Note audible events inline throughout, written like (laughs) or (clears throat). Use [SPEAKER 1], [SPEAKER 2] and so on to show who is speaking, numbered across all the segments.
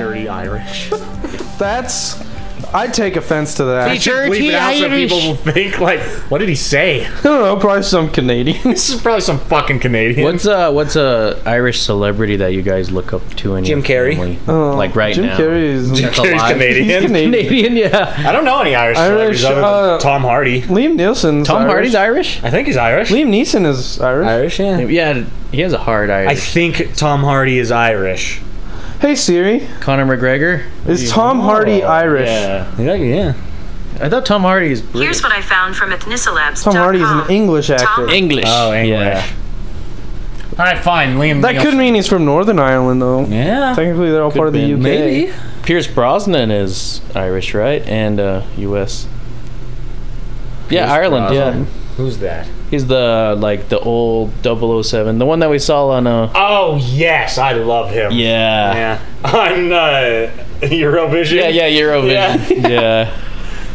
[SPEAKER 1] Irish.
[SPEAKER 2] That's. I take offense to that. (laughs)
[SPEAKER 1] Should bleep it out so people will think like, what did he say?
[SPEAKER 2] I don't know. Probably some
[SPEAKER 3] (laughs)
[SPEAKER 2] Canadians.
[SPEAKER 1] This is probably some fucking Canadian.
[SPEAKER 3] What's a what's a Irish celebrity that you guys look up to in
[SPEAKER 4] Jim
[SPEAKER 3] your
[SPEAKER 4] Carrey.
[SPEAKER 3] family?
[SPEAKER 2] Oh,
[SPEAKER 3] like right
[SPEAKER 2] Jim
[SPEAKER 3] now.
[SPEAKER 2] Carrey is
[SPEAKER 1] (laughs)
[SPEAKER 3] That's
[SPEAKER 1] He's
[SPEAKER 3] alive.
[SPEAKER 1] Canadian.
[SPEAKER 2] Canadian.
[SPEAKER 3] Canadian, yeah.
[SPEAKER 1] I don't know any Irish,
[SPEAKER 2] Irish,
[SPEAKER 1] celebrities other than
[SPEAKER 2] uh,
[SPEAKER 1] Tom Hardy.
[SPEAKER 2] Liam Neeson's
[SPEAKER 3] Tom
[SPEAKER 2] Irish.
[SPEAKER 3] Hardy's Irish.
[SPEAKER 1] I think he's Irish.
[SPEAKER 2] Liam Neeson is Irish.
[SPEAKER 4] Irish, yeah.
[SPEAKER 3] Yeah, he has a hard
[SPEAKER 1] I
[SPEAKER 3] Irish.
[SPEAKER 1] think Tom Hardy is Irish.
[SPEAKER 2] Hey Siri,
[SPEAKER 3] Conor McGregor.
[SPEAKER 2] is Tom Hardy Irish?
[SPEAKER 3] Oh, Yeah.
[SPEAKER 4] Yeah, yeah.
[SPEAKER 3] I thought Tom Hardy is British.
[SPEAKER 5] Here's what I found from ethnicelabs.
[SPEAKER 2] Tom Hardy is an English actor.
[SPEAKER 5] Tom-
[SPEAKER 3] English.
[SPEAKER 1] Oh, English.
[SPEAKER 3] Yeah.
[SPEAKER 1] All right, fine. Liam.
[SPEAKER 2] That could mean he's from Northern Ireland, though.
[SPEAKER 4] Yeah.
[SPEAKER 2] Technically, they're all part of the
[SPEAKER 3] been.
[SPEAKER 2] UK.
[SPEAKER 4] Maybe.
[SPEAKER 3] Pierce Brosnan is Irish, right? And uh, U.S. Yeah,
[SPEAKER 4] Pierce
[SPEAKER 3] Ireland.
[SPEAKER 4] Brosnan.
[SPEAKER 3] Yeah,
[SPEAKER 1] Who's that?
[SPEAKER 3] he's the like the old 007, the one that we saw on. Uh,
[SPEAKER 1] Oh yes, I love him.
[SPEAKER 3] yeah.
[SPEAKER 1] (laughs) Yeah. On uh, (laughs) Eurovision.
[SPEAKER 3] Yeah, yeah, Eurovision. (laughs) Yeah,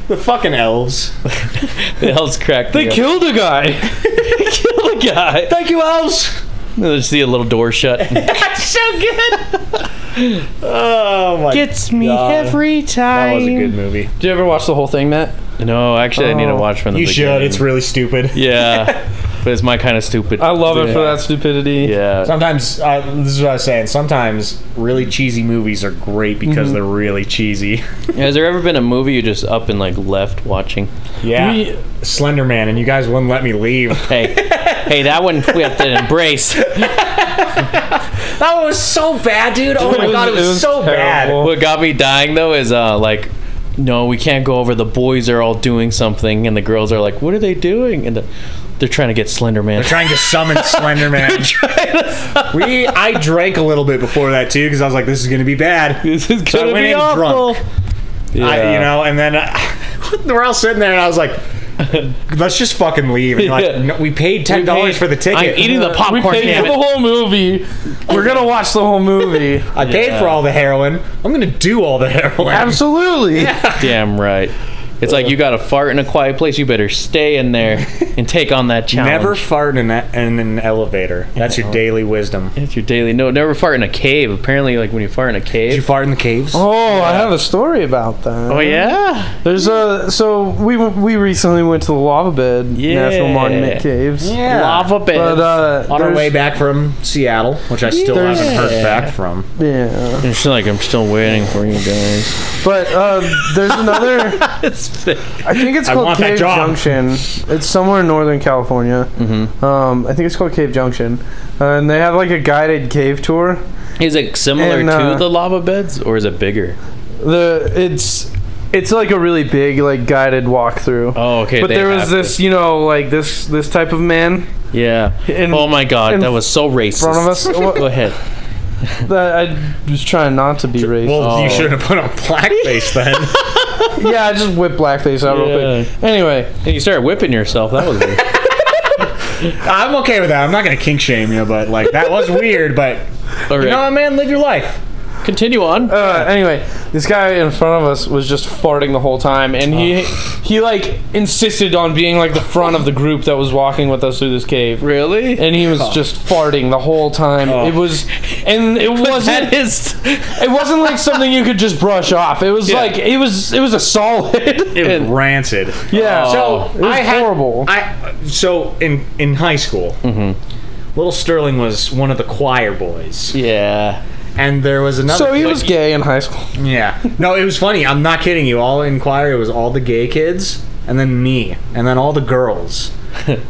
[SPEAKER 1] The fucking elves.
[SPEAKER 3] the hell's cracked.
[SPEAKER 2] They
[SPEAKER 3] me up.
[SPEAKER 2] killed a
[SPEAKER 3] (laughs)
[SPEAKER 2] guy.
[SPEAKER 3] Kill the guy.
[SPEAKER 1] Thank you, elves.
[SPEAKER 3] They just see a little door shut.
[SPEAKER 2] (laughs)
[SPEAKER 1] That's so good. (laughs) oh my.
[SPEAKER 3] Gets me
[SPEAKER 1] God.
[SPEAKER 3] every
[SPEAKER 1] That was a
[SPEAKER 3] time.
[SPEAKER 1] good movie.
[SPEAKER 2] Did you ever watch the whole thing, Matt?
[SPEAKER 3] No, actually, I need to
[SPEAKER 2] Oh.
[SPEAKER 3] watch from the
[SPEAKER 1] You
[SPEAKER 3] beginning.
[SPEAKER 1] should. It's really stupid.
[SPEAKER 3] (laughs) yeah, but it's my kind of stupid.
[SPEAKER 2] I love it for that stupidity.
[SPEAKER 3] Yeah,
[SPEAKER 1] Sometimes uh, this is what I was saying. Sometimes really cheesy movies are great because
[SPEAKER 4] Mm-hmm.
[SPEAKER 1] they're really
[SPEAKER 4] (laughs)
[SPEAKER 1] cheesy.
[SPEAKER 3] has there ever been a movie you just up and like left watching?
[SPEAKER 1] Yeah.
[SPEAKER 2] We-
[SPEAKER 1] Slender Man, and you guys wouldn't let me leave.
[SPEAKER 2] (laughs)
[SPEAKER 3] Hey, hey, that one we have to embrace.
[SPEAKER 4] (laughs) That one was so bad, dude. Oh my god, it was, so
[SPEAKER 2] terrible.
[SPEAKER 3] What got me dying though is uh like, no, we can't go over. The boys are all doing something, and the girls are like, "What are they doing?" And the, they're trying to get Slender Man.
[SPEAKER 1] Trying to
[SPEAKER 4] (laughs)
[SPEAKER 1] summon Slender Man. we, I drank a little bit before that too because I was like, this is gonna be bad.
[SPEAKER 3] this is
[SPEAKER 1] I
[SPEAKER 3] gonna
[SPEAKER 1] went
[SPEAKER 3] be
[SPEAKER 1] in
[SPEAKER 3] awful. Yeah.
[SPEAKER 1] I, you know, and then (laughs) uh, we're all sitting there, and I was
[SPEAKER 3] (laughs)
[SPEAKER 1] like, let's just fucking leave. And you're
[SPEAKER 3] Yeah.
[SPEAKER 1] like, no, we paid ten dollars for the ticket.
[SPEAKER 3] I'm eating the
[SPEAKER 2] We
[SPEAKER 3] popcorn.
[SPEAKER 2] paid
[SPEAKER 3] Damn
[SPEAKER 2] for the
[SPEAKER 3] it.
[SPEAKER 2] whole movie. We're gonna watch the whole
[SPEAKER 3] (laughs)
[SPEAKER 2] movie.
[SPEAKER 1] I paid for all the heroin. I'm gonna do all the heroin.
[SPEAKER 2] Absolutely.
[SPEAKER 3] Damn right. It's like you got to fart in a quiet place. You better stay in (laughs) there and take on that challenge.
[SPEAKER 1] Never fart in, a, in an elevator. That's your daily wisdom. Did
[SPEAKER 3] It's your daily. No, never fart in a cave. Apparently, like when you fart in a
[SPEAKER 1] you
[SPEAKER 3] cave.
[SPEAKER 1] fart in the caves?
[SPEAKER 2] Oh, I have a story about that.
[SPEAKER 3] oh yeah.
[SPEAKER 2] There's a so we we recently went to the lava bed National
[SPEAKER 3] Yeah.
[SPEAKER 2] Monument Caves.
[SPEAKER 1] Yeah.
[SPEAKER 3] Lava bed.
[SPEAKER 2] But uh,
[SPEAKER 1] on our
[SPEAKER 2] there's-
[SPEAKER 1] way back from Seattle, which I still
[SPEAKER 2] There's-
[SPEAKER 1] haven't heard back from.
[SPEAKER 2] Yeah.
[SPEAKER 3] it's like I'm still waiting for you guys.
[SPEAKER 2] But uh, there's another.
[SPEAKER 3] (laughs) It's
[SPEAKER 2] I think it's
[SPEAKER 1] I
[SPEAKER 2] called
[SPEAKER 1] want that
[SPEAKER 2] Cave
[SPEAKER 1] job.
[SPEAKER 2] Junction. It's somewhere in Northern California. Mm-hmm. Um, I think it's called Cave Junction, uh, and they have like a guided cave tour.
[SPEAKER 3] Is it similar
[SPEAKER 2] And, uh,
[SPEAKER 3] to the lava beds, or is it bigger?
[SPEAKER 2] The it's it's like a really big like guided walkthrough.
[SPEAKER 3] Oh, okay.
[SPEAKER 2] but
[SPEAKER 3] they
[SPEAKER 2] there was
[SPEAKER 3] have
[SPEAKER 2] this, you know, like this this type of man
[SPEAKER 3] it. Yeah.
[SPEAKER 2] in
[SPEAKER 3] oh my god,
[SPEAKER 2] in
[SPEAKER 3] that was so racist.
[SPEAKER 2] front of us.
[SPEAKER 3] (laughs) Go
[SPEAKER 2] Wha-
[SPEAKER 3] ahead.
[SPEAKER 2] that I was trying not to be racist.
[SPEAKER 1] Well,
[SPEAKER 3] Oh.
[SPEAKER 1] you shouldn't have put on blackface
[SPEAKER 3] (laughs)
[SPEAKER 1] then.
[SPEAKER 2] yeah, I just whipped blackface out real quick. Anyway,
[SPEAKER 3] And you started whipping yourself. That was
[SPEAKER 2] (laughs)
[SPEAKER 3] weird.
[SPEAKER 1] I'm okay with that. I'm not gonna kink shame you, but like that was weird. But
[SPEAKER 3] All right.
[SPEAKER 1] you know, what, man, live your life.
[SPEAKER 3] Continue on.
[SPEAKER 2] uh, anyway, this guy in front of us was just farting the whole time, and he he like insisted on being like the front of the group that was walking with us through this cave. (laughs)
[SPEAKER 3] really?
[SPEAKER 2] And he was just farting the whole time. It was, and it wasn't.
[SPEAKER 3] That is.
[SPEAKER 2] It wasn't like something you could just brush off. It was
[SPEAKER 3] Yeah.
[SPEAKER 2] like it was. It was a solid. (laughs)
[SPEAKER 1] It was
[SPEAKER 3] And-
[SPEAKER 1] rancid.
[SPEAKER 2] yeah.
[SPEAKER 3] Oh.
[SPEAKER 1] So
[SPEAKER 2] it was
[SPEAKER 1] I had,
[SPEAKER 2] horrible.
[SPEAKER 1] I so in in high school,
[SPEAKER 3] Mm-hmm.
[SPEAKER 1] little Sterling was one of the choir boys,
[SPEAKER 3] (laughs) Yeah.
[SPEAKER 1] and there was another.
[SPEAKER 2] so he was gay in high school.
[SPEAKER 1] Yeah. No, it was funny. I'm not kidding you. All in choir, it was all the gay kids, and then me, and then all the
[SPEAKER 3] (laughs)
[SPEAKER 1] girls.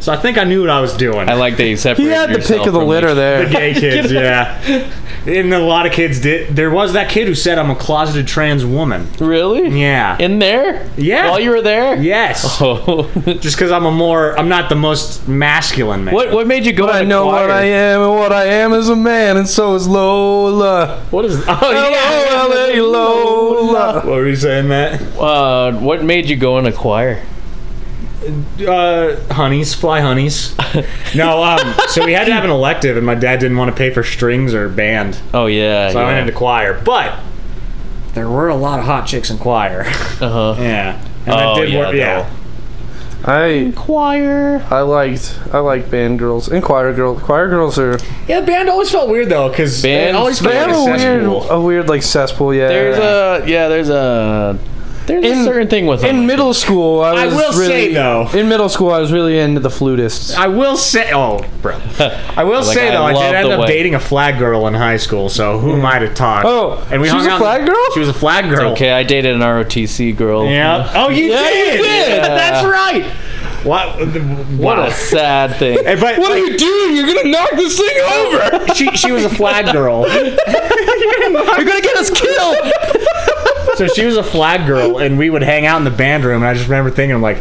[SPEAKER 1] so I think I knew what I was doing.
[SPEAKER 3] I like that you
[SPEAKER 2] He
[SPEAKER 3] separated.
[SPEAKER 2] had the
[SPEAKER 3] yourself
[SPEAKER 2] pick of the
[SPEAKER 3] from
[SPEAKER 2] litter there.
[SPEAKER 1] gay
[SPEAKER 3] (laughs)
[SPEAKER 1] kids, yeah. And a lot of kids did. There was that kid who said, "I'm a closeted trans woman."
[SPEAKER 3] Really?
[SPEAKER 1] Yeah.
[SPEAKER 3] In there?
[SPEAKER 1] Yeah.
[SPEAKER 3] While you were there?
[SPEAKER 1] yes.
[SPEAKER 3] (laughs) Oh.
[SPEAKER 1] Just because I'm a more, I'm not the most masculine man.
[SPEAKER 3] what What made you go
[SPEAKER 2] I
[SPEAKER 3] into
[SPEAKER 2] know
[SPEAKER 3] choir?
[SPEAKER 2] what I am, and what I am is a man, and so is Lola.
[SPEAKER 1] What is? (laughs) Oh
[SPEAKER 2] Hello, LA Lola.
[SPEAKER 1] What were you saying, Matt?
[SPEAKER 3] Uh, what made you go in a choir?
[SPEAKER 1] Uh, honeys, fly honeys. no, um. So we had to have an elective, and my dad didn't want to pay for strings or band, so
[SPEAKER 3] Oh
[SPEAKER 1] I
[SPEAKER 3] yeah.
[SPEAKER 1] went
[SPEAKER 3] yeah.
[SPEAKER 1] into choir. But there were a lot of hot chicks in choir.
[SPEAKER 3] Uh huh.
[SPEAKER 1] yeah. And
[SPEAKER 3] Oh,
[SPEAKER 1] that did
[SPEAKER 3] yeah,
[SPEAKER 1] work.
[SPEAKER 3] no.
[SPEAKER 1] Yeah.
[SPEAKER 2] I
[SPEAKER 3] Choir.
[SPEAKER 2] I liked I like band girls and choir girl. Choir girls are
[SPEAKER 1] Yeah, band always felt weird though, because
[SPEAKER 3] Band-
[SPEAKER 1] always
[SPEAKER 2] they
[SPEAKER 1] felt
[SPEAKER 2] have
[SPEAKER 1] like
[SPEAKER 2] a weird
[SPEAKER 1] cesspool.
[SPEAKER 2] a weird like cesspool. Yeah.
[SPEAKER 3] There's a yeah. There's a there's
[SPEAKER 2] In-
[SPEAKER 3] a certain thing with
[SPEAKER 2] in
[SPEAKER 3] them.
[SPEAKER 2] middle school. I,
[SPEAKER 1] I
[SPEAKER 2] was
[SPEAKER 1] will
[SPEAKER 2] really,
[SPEAKER 1] say, though-
[SPEAKER 2] in middle school I was really into the flutists.
[SPEAKER 1] I will say, oh, bro. I will
[SPEAKER 3] Like,
[SPEAKER 1] say
[SPEAKER 3] I
[SPEAKER 1] though, I,
[SPEAKER 3] love
[SPEAKER 1] did end
[SPEAKER 3] the
[SPEAKER 1] up
[SPEAKER 3] way-
[SPEAKER 1] dating a flag girl in high school, so who am I to talk?
[SPEAKER 2] Oh, she was a
[SPEAKER 1] out-
[SPEAKER 2] flag girl?
[SPEAKER 1] She was a flag girl.
[SPEAKER 3] Okay, I dated an ROTC girl.
[SPEAKER 1] Yeah. Oh, you
[SPEAKER 2] Yeah, you
[SPEAKER 1] did.
[SPEAKER 2] did.
[SPEAKER 1] (laughs) That's right. What?
[SPEAKER 3] What
[SPEAKER 1] wow.
[SPEAKER 3] a sad thing.
[SPEAKER 1] Hey, but
[SPEAKER 2] What are you doing? You're gonna knock this thing over.
[SPEAKER 1] (laughs) she she was a flag (laughs) girl.
[SPEAKER 2] You're gonna get us killed.
[SPEAKER 1] So she was a flag girl, and we would hang out in the band room. And I just remember thinking, I'm like,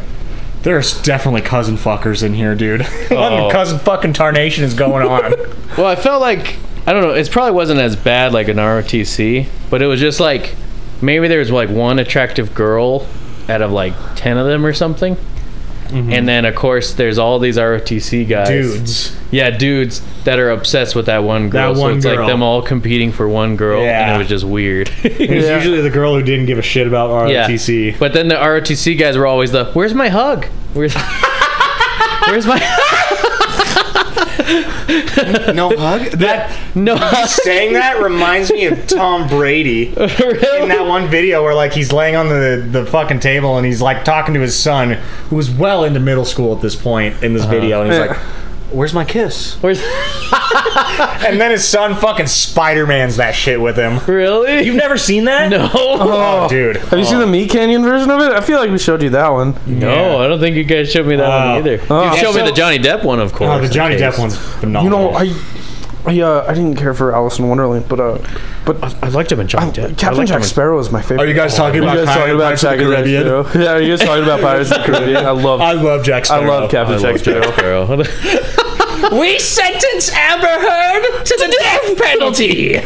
[SPEAKER 1] there's definitely cousin fuckers in here, dude. (laughs)
[SPEAKER 3] Oh.
[SPEAKER 1] cousin fucking tarnation is going (laughs) on.
[SPEAKER 3] Well, I felt like I don't know. It probably wasn't as bad like an ROTC, but it was just like maybe there was like one attractive girl out of like ten of them or something.
[SPEAKER 1] Mm-hmm.
[SPEAKER 3] And then of course there's all these ROTC guys,
[SPEAKER 1] Dudes.
[SPEAKER 3] Yeah, dudes that are obsessed with that one girl.
[SPEAKER 1] That
[SPEAKER 3] so
[SPEAKER 1] one
[SPEAKER 3] it's
[SPEAKER 1] girl.
[SPEAKER 3] like them all competing for one girl, and
[SPEAKER 1] Yeah.
[SPEAKER 3] it was
[SPEAKER 1] (laughs)
[SPEAKER 3] just weird. (laughs)
[SPEAKER 1] It was usually the girl who didn't give a shit about
[SPEAKER 3] yeah.
[SPEAKER 1] ROTC.
[SPEAKER 3] But then the ROTC guys were always the Where's my hug? Where's (laughs) Where's my (laughs)
[SPEAKER 1] No hug? That
[SPEAKER 3] no? hug?"
[SPEAKER 1] saying that reminds me of Tom (laughs) Brady in that one video where like he's laying on the the fucking table and he's like talking to his son who was well into middle school at this point in this
[SPEAKER 3] Uh-huh.
[SPEAKER 1] video and he's like Where's my kiss?
[SPEAKER 3] Where's
[SPEAKER 1] And then his son fucking Spider Man's that shit with him.
[SPEAKER 3] really? (laughs)
[SPEAKER 1] You've never seen that?
[SPEAKER 3] no.
[SPEAKER 1] Oh, dude.
[SPEAKER 2] Have you seen the Meat Canyon version of it? I feel like we showed you that one.
[SPEAKER 3] No, I don't think you guys showed me that
[SPEAKER 1] Oh.
[SPEAKER 3] one either.
[SPEAKER 2] Oh.
[SPEAKER 3] You showed
[SPEAKER 1] Yeah,
[SPEAKER 3] me
[SPEAKER 1] so-
[SPEAKER 3] the Johnny Depp one, of course.
[SPEAKER 1] Oh, the Johnny
[SPEAKER 3] in case.
[SPEAKER 1] Depp one's
[SPEAKER 2] You know,
[SPEAKER 1] phenomenal.
[SPEAKER 2] I, I, uh, I didn't care for Alice in Wonderland, but uh, but
[SPEAKER 3] I liked him in Johnny Depp. I
[SPEAKER 2] Captain
[SPEAKER 3] liked
[SPEAKER 2] Jack
[SPEAKER 3] him in-
[SPEAKER 2] Sparrow is my favorite.
[SPEAKER 1] Are Oh, you guys talking
[SPEAKER 2] Are
[SPEAKER 1] about
[SPEAKER 2] you guys talking about
[SPEAKER 1] Pirates of
[SPEAKER 2] Jack
[SPEAKER 1] the Caribbean?
[SPEAKER 2] Yeah, are you guys talking about Pirates of the Caribbean? I love,
[SPEAKER 1] I
[SPEAKER 2] I,
[SPEAKER 1] love Jack Sparrow.
[SPEAKER 2] love Captain
[SPEAKER 3] I
[SPEAKER 2] Jack
[SPEAKER 3] love Jack
[SPEAKER 2] Sparrow.
[SPEAKER 3] Sparrow.
[SPEAKER 4] We sentence Amber Heard to the death penalty.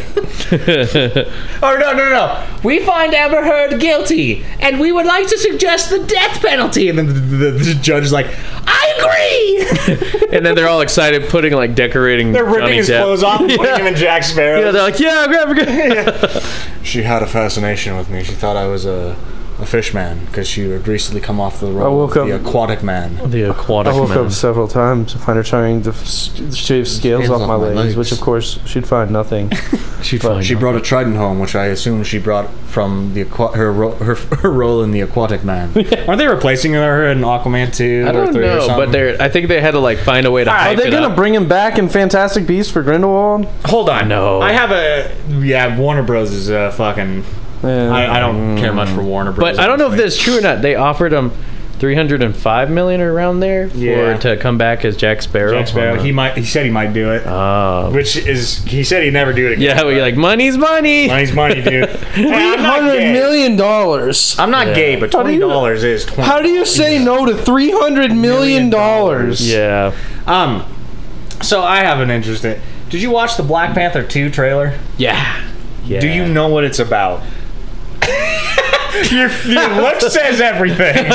[SPEAKER 1] Oh no no no!
[SPEAKER 4] We find Amber Heard guilty, and we would like to suggest the death penalty.
[SPEAKER 1] And then the, the, the judge is like,
[SPEAKER 4] I agree.
[SPEAKER 3] (laughs) and then they're all excited, putting like decorating.
[SPEAKER 1] they're ripping
[SPEAKER 3] Johnny
[SPEAKER 1] his
[SPEAKER 3] Depp.
[SPEAKER 1] clothes off and (laughs) putting
[SPEAKER 3] Yeah.
[SPEAKER 1] him in Jack Sparrow.
[SPEAKER 3] Yeah, they're like, yeah, grab a gun.
[SPEAKER 1] She had a fascination with me. She thought I was a, a fish man because she had recently Oh, come Oh, off the role
[SPEAKER 2] woke
[SPEAKER 1] of the
[SPEAKER 2] up-
[SPEAKER 1] aquatic man.
[SPEAKER 3] (laughs) The
[SPEAKER 2] I
[SPEAKER 3] aquatic
[SPEAKER 2] woke
[SPEAKER 3] man.
[SPEAKER 2] up several times to find her trying to f- shave scales off my legs, which of course she'd find
[SPEAKER 1] (laughs)
[SPEAKER 2] nothing.
[SPEAKER 3] She'd find
[SPEAKER 1] She
[SPEAKER 3] she
[SPEAKER 1] brought a trident home, which I assume she brought from the aqua- her, ro- her (laughs) her role in the aquatic (laughs) man. Aren't they replacing her in Aquaman two
[SPEAKER 3] I
[SPEAKER 1] or
[SPEAKER 3] don't
[SPEAKER 1] three or
[SPEAKER 3] know,
[SPEAKER 1] something?
[SPEAKER 3] but they're. I think they had to like find a way to.
[SPEAKER 2] Are
[SPEAKER 3] hype
[SPEAKER 2] they
[SPEAKER 3] it
[SPEAKER 2] gonna
[SPEAKER 3] up.
[SPEAKER 2] bring him back in Fantastic Beasts for Grindelwald?
[SPEAKER 1] hold on.
[SPEAKER 3] No.
[SPEAKER 1] I have a yeah. Warner Bros is uh, fucking.
[SPEAKER 2] Yeah.
[SPEAKER 1] I, I don't care much for Warner Bros.
[SPEAKER 3] But I don't know if
[SPEAKER 1] honestly.
[SPEAKER 3] that's true or not. They offered him 305 million or around there for
[SPEAKER 1] Yeah.
[SPEAKER 3] to come back as Jack Sparrow.
[SPEAKER 1] Jack Sparrow. He might. He said he might do it,
[SPEAKER 3] Oh.
[SPEAKER 1] which is he said he'd never do it again.
[SPEAKER 3] yeah, we're like money's money.
[SPEAKER 1] Money's money,
[SPEAKER 3] (laughs)
[SPEAKER 1] dude. Hey, I'm not
[SPEAKER 2] Hundred
[SPEAKER 1] gay.
[SPEAKER 2] million dollars.
[SPEAKER 1] I'm not gay, but
[SPEAKER 2] do
[SPEAKER 1] twenty
[SPEAKER 2] you-
[SPEAKER 1] dollars is twenty.
[SPEAKER 2] How do you say no to three hundred million dollars?
[SPEAKER 3] Yeah.
[SPEAKER 1] Um, so I have an interest. In, did you watch the Black Panther two trailer?
[SPEAKER 3] Yeah. Yeah.
[SPEAKER 1] Do you know what it's about? your,
[SPEAKER 3] (laughs)
[SPEAKER 1] your look says everything.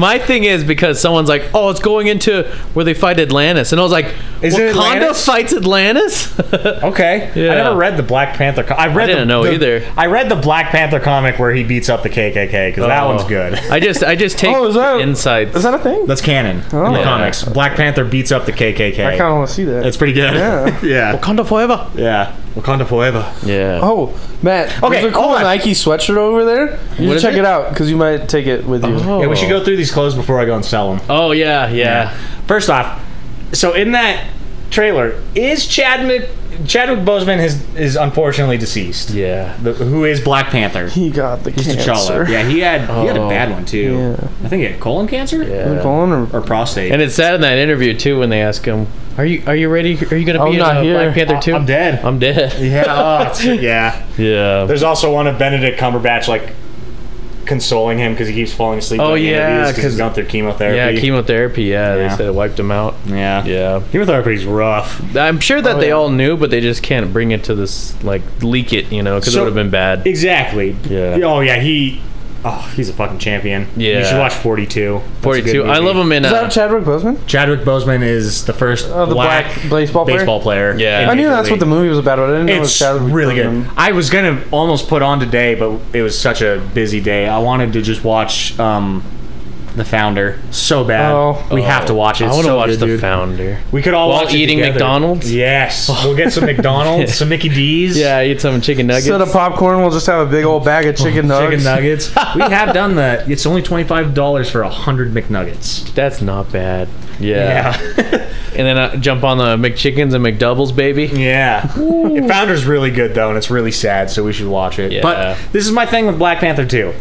[SPEAKER 3] My thing is because someone's like, "Oh, it's going into where they fight Atlantis," and I was like,
[SPEAKER 1] Is it
[SPEAKER 3] "Wakanda
[SPEAKER 1] Atlantis?"
[SPEAKER 3] fights Atlantis?" (laughs)
[SPEAKER 1] Okay. I
[SPEAKER 3] Yeah.
[SPEAKER 1] never read the Black Panther. Co- I read.
[SPEAKER 3] I didn't
[SPEAKER 1] the,
[SPEAKER 3] know
[SPEAKER 1] the-
[SPEAKER 3] either.
[SPEAKER 1] I read the Black Panther comic where he beats up the KKK because that
[SPEAKER 3] Oh.
[SPEAKER 1] one's good.
[SPEAKER 3] I just, I just take
[SPEAKER 2] Oh, is that-
[SPEAKER 3] insights.
[SPEAKER 2] Is that a thing?
[SPEAKER 1] That's canon in
[SPEAKER 3] Oh.
[SPEAKER 1] the
[SPEAKER 2] Yeah.
[SPEAKER 1] comics. Black Panther beats up the KKK.
[SPEAKER 2] I kind of want to see that.
[SPEAKER 1] That's pretty good.
[SPEAKER 2] Yeah.
[SPEAKER 1] (laughs) yeah.
[SPEAKER 3] Wakanda forever.
[SPEAKER 1] Yeah. Wakanda forever.
[SPEAKER 3] Yeah.
[SPEAKER 2] Oh, Matt.
[SPEAKER 1] Okay,
[SPEAKER 2] there's a cool
[SPEAKER 1] hold on.
[SPEAKER 2] Nike sweatshirt over there. You should
[SPEAKER 3] What is
[SPEAKER 2] check
[SPEAKER 3] it?
[SPEAKER 2] it, out 'cause out because you might take it with you.
[SPEAKER 3] Oh.
[SPEAKER 1] Yeah, we should go through these clothes before I go and sell them.
[SPEAKER 3] Oh yeah, yeah.
[SPEAKER 1] First off, so in that trailer is Chad Mc, Chadwick Boseman is is unfortunately deceased.
[SPEAKER 3] Yeah.
[SPEAKER 1] The, who is Black Panther?
[SPEAKER 2] He got the
[SPEAKER 1] He's
[SPEAKER 2] cancer.
[SPEAKER 1] T'Challa. Yeah, he had he had a
[SPEAKER 3] Oh.
[SPEAKER 1] bad one too. I think he had colon cancer
[SPEAKER 3] Yeah.
[SPEAKER 2] Colin or-
[SPEAKER 1] or prostate.
[SPEAKER 3] And it's sad in that interview too when they ask him, "Are you, are you ready? Are you gonna
[SPEAKER 2] I'm
[SPEAKER 3] be in
[SPEAKER 2] not
[SPEAKER 3] uh,
[SPEAKER 2] here.
[SPEAKER 3] Black Panther too?"
[SPEAKER 1] I'm dead.
[SPEAKER 2] (laughs)
[SPEAKER 3] I'm dead.
[SPEAKER 1] yeah, oh,
[SPEAKER 3] (laughs)
[SPEAKER 1] it's- yeah.
[SPEAKER 3] Yeah.
[SPEAKER 1] There's also one of Benedict Cumberbatch like consoling him because he keeps falling asleep.
[SPEAKER 3] Oh,
[SPEAKER 1] during
[SPEAKER 3] yeah,
[SPEAKER 1] interviews 'cause he's
[SPEAKER 3] 'cause-
[SPEAKER 1] gone through
[SPEAKER 3] Yeah,
[SPEAKER 1] chemotherapy.
[SPEAKER 3] chemotherapy. Yeah,
[SPEAKER 1] Yeah.
[SPEAKER 3] they said it wiped him out.
[SPEAKER 1] yeah,
[SPEAKER 3] Yeah.
[SPEAKER 1] Chemotherapy's rough.
[SPEAKER 3] I'm sure that
[SPEAKER 2] Oh,
[SPEAKER 3] they
[SPEAKER 2] yeah.
[SPEAKER 3] all knew, but they just can't bring it to this, like, leak it, you know, because
[SPEAKER 1] So-
[SPEAKER 3] it would have been bad.
[SPEAKER 1] Exactly.
[SPEAKER 3] Yeah.
[SPEAKER 1] Oh yeah, he. Oh, he's a fucking champion.
[SPEAKER 3] Yeah.
[SPEAKER 1] You should watch Forty Two.
[SPEAKER 3] 42. I love him in.
[SPEAKER 2] Is
[SPEAKER 3] Uh,
[SPEAKER 2] that Chadwick Boseman?
[SPEAKER 1] Chadwick Boseman is the first
[SPEAKER 2] Oh, the black, baseball player.
[SPEAKER 1] baseball player.
[SPEAKER 3] Yeah.
[SPEAKER 1] in
[SPEAKER 2] I knew
[SPEAKER 1] Major
[SPEAKER 2] that's what the
[SPEAKER 1] League.
[SPEAKER 2] movie was about, but I didn't know it was
[SPEAKER 1] It's
[SPEAKER 2] Chadwick.
[SPEAKER 1] really good.
[SPEAKER 2] Boseman.
[SPEAKER 1] I was gonna almost put on today, but it was such a busy day. I wanted to just watch um, the founder, so bad.
[SPEAKER 2] Oh.
[SPEAKER 1] we have to watch it.
[SPEAKER 3] I
[SPEAKER 1] It's
[SPEAKER 3] want to
[SPEAKER 1] so
[SPEAKER 3] watch
[SPEAKER 1] good,
[SPEAKER 3] The
[SPEAKER 1] dude.
[SPEAKER 3] Founder.
[SPEAKER 1] We could all
[SPEAKER 3] While
[SPEAKER 1] watch it
[SPEAKER 3] eating
[SPEAKER 1] together.
[SPEAKER 3] McDonald's?
[SPEAKER 1] Yes, we'll get
[SPEAKER 3] (laughs)
[SPEAKER 1] some McDonald's, some Mickey D's.
[SPEAKER 3] Yeah, I eat some chicken nuggets.
[SPEAKER 2] Instead of popcorn, we'll just have a big old bag of chicken nuggets.
[SPEAKER 1] Chicken (laughs) nuggets. we have done that. It's only twenty five dollars for a hundred McNuggets.
[SPEAKER 3] That's not bad. Yeah.
[SPEAKER 1] Yeah,
[SPEAKER 3] And then I jump on the McChickens and McDoubles, baby.
[SPEAKER 1] (laughs) yeah. Founder's really good though, and it's really sad, so we should watch it.
[SPEAKER 3] Yeah.
[SPEAKER 1] But this is my thing with Black Panther 2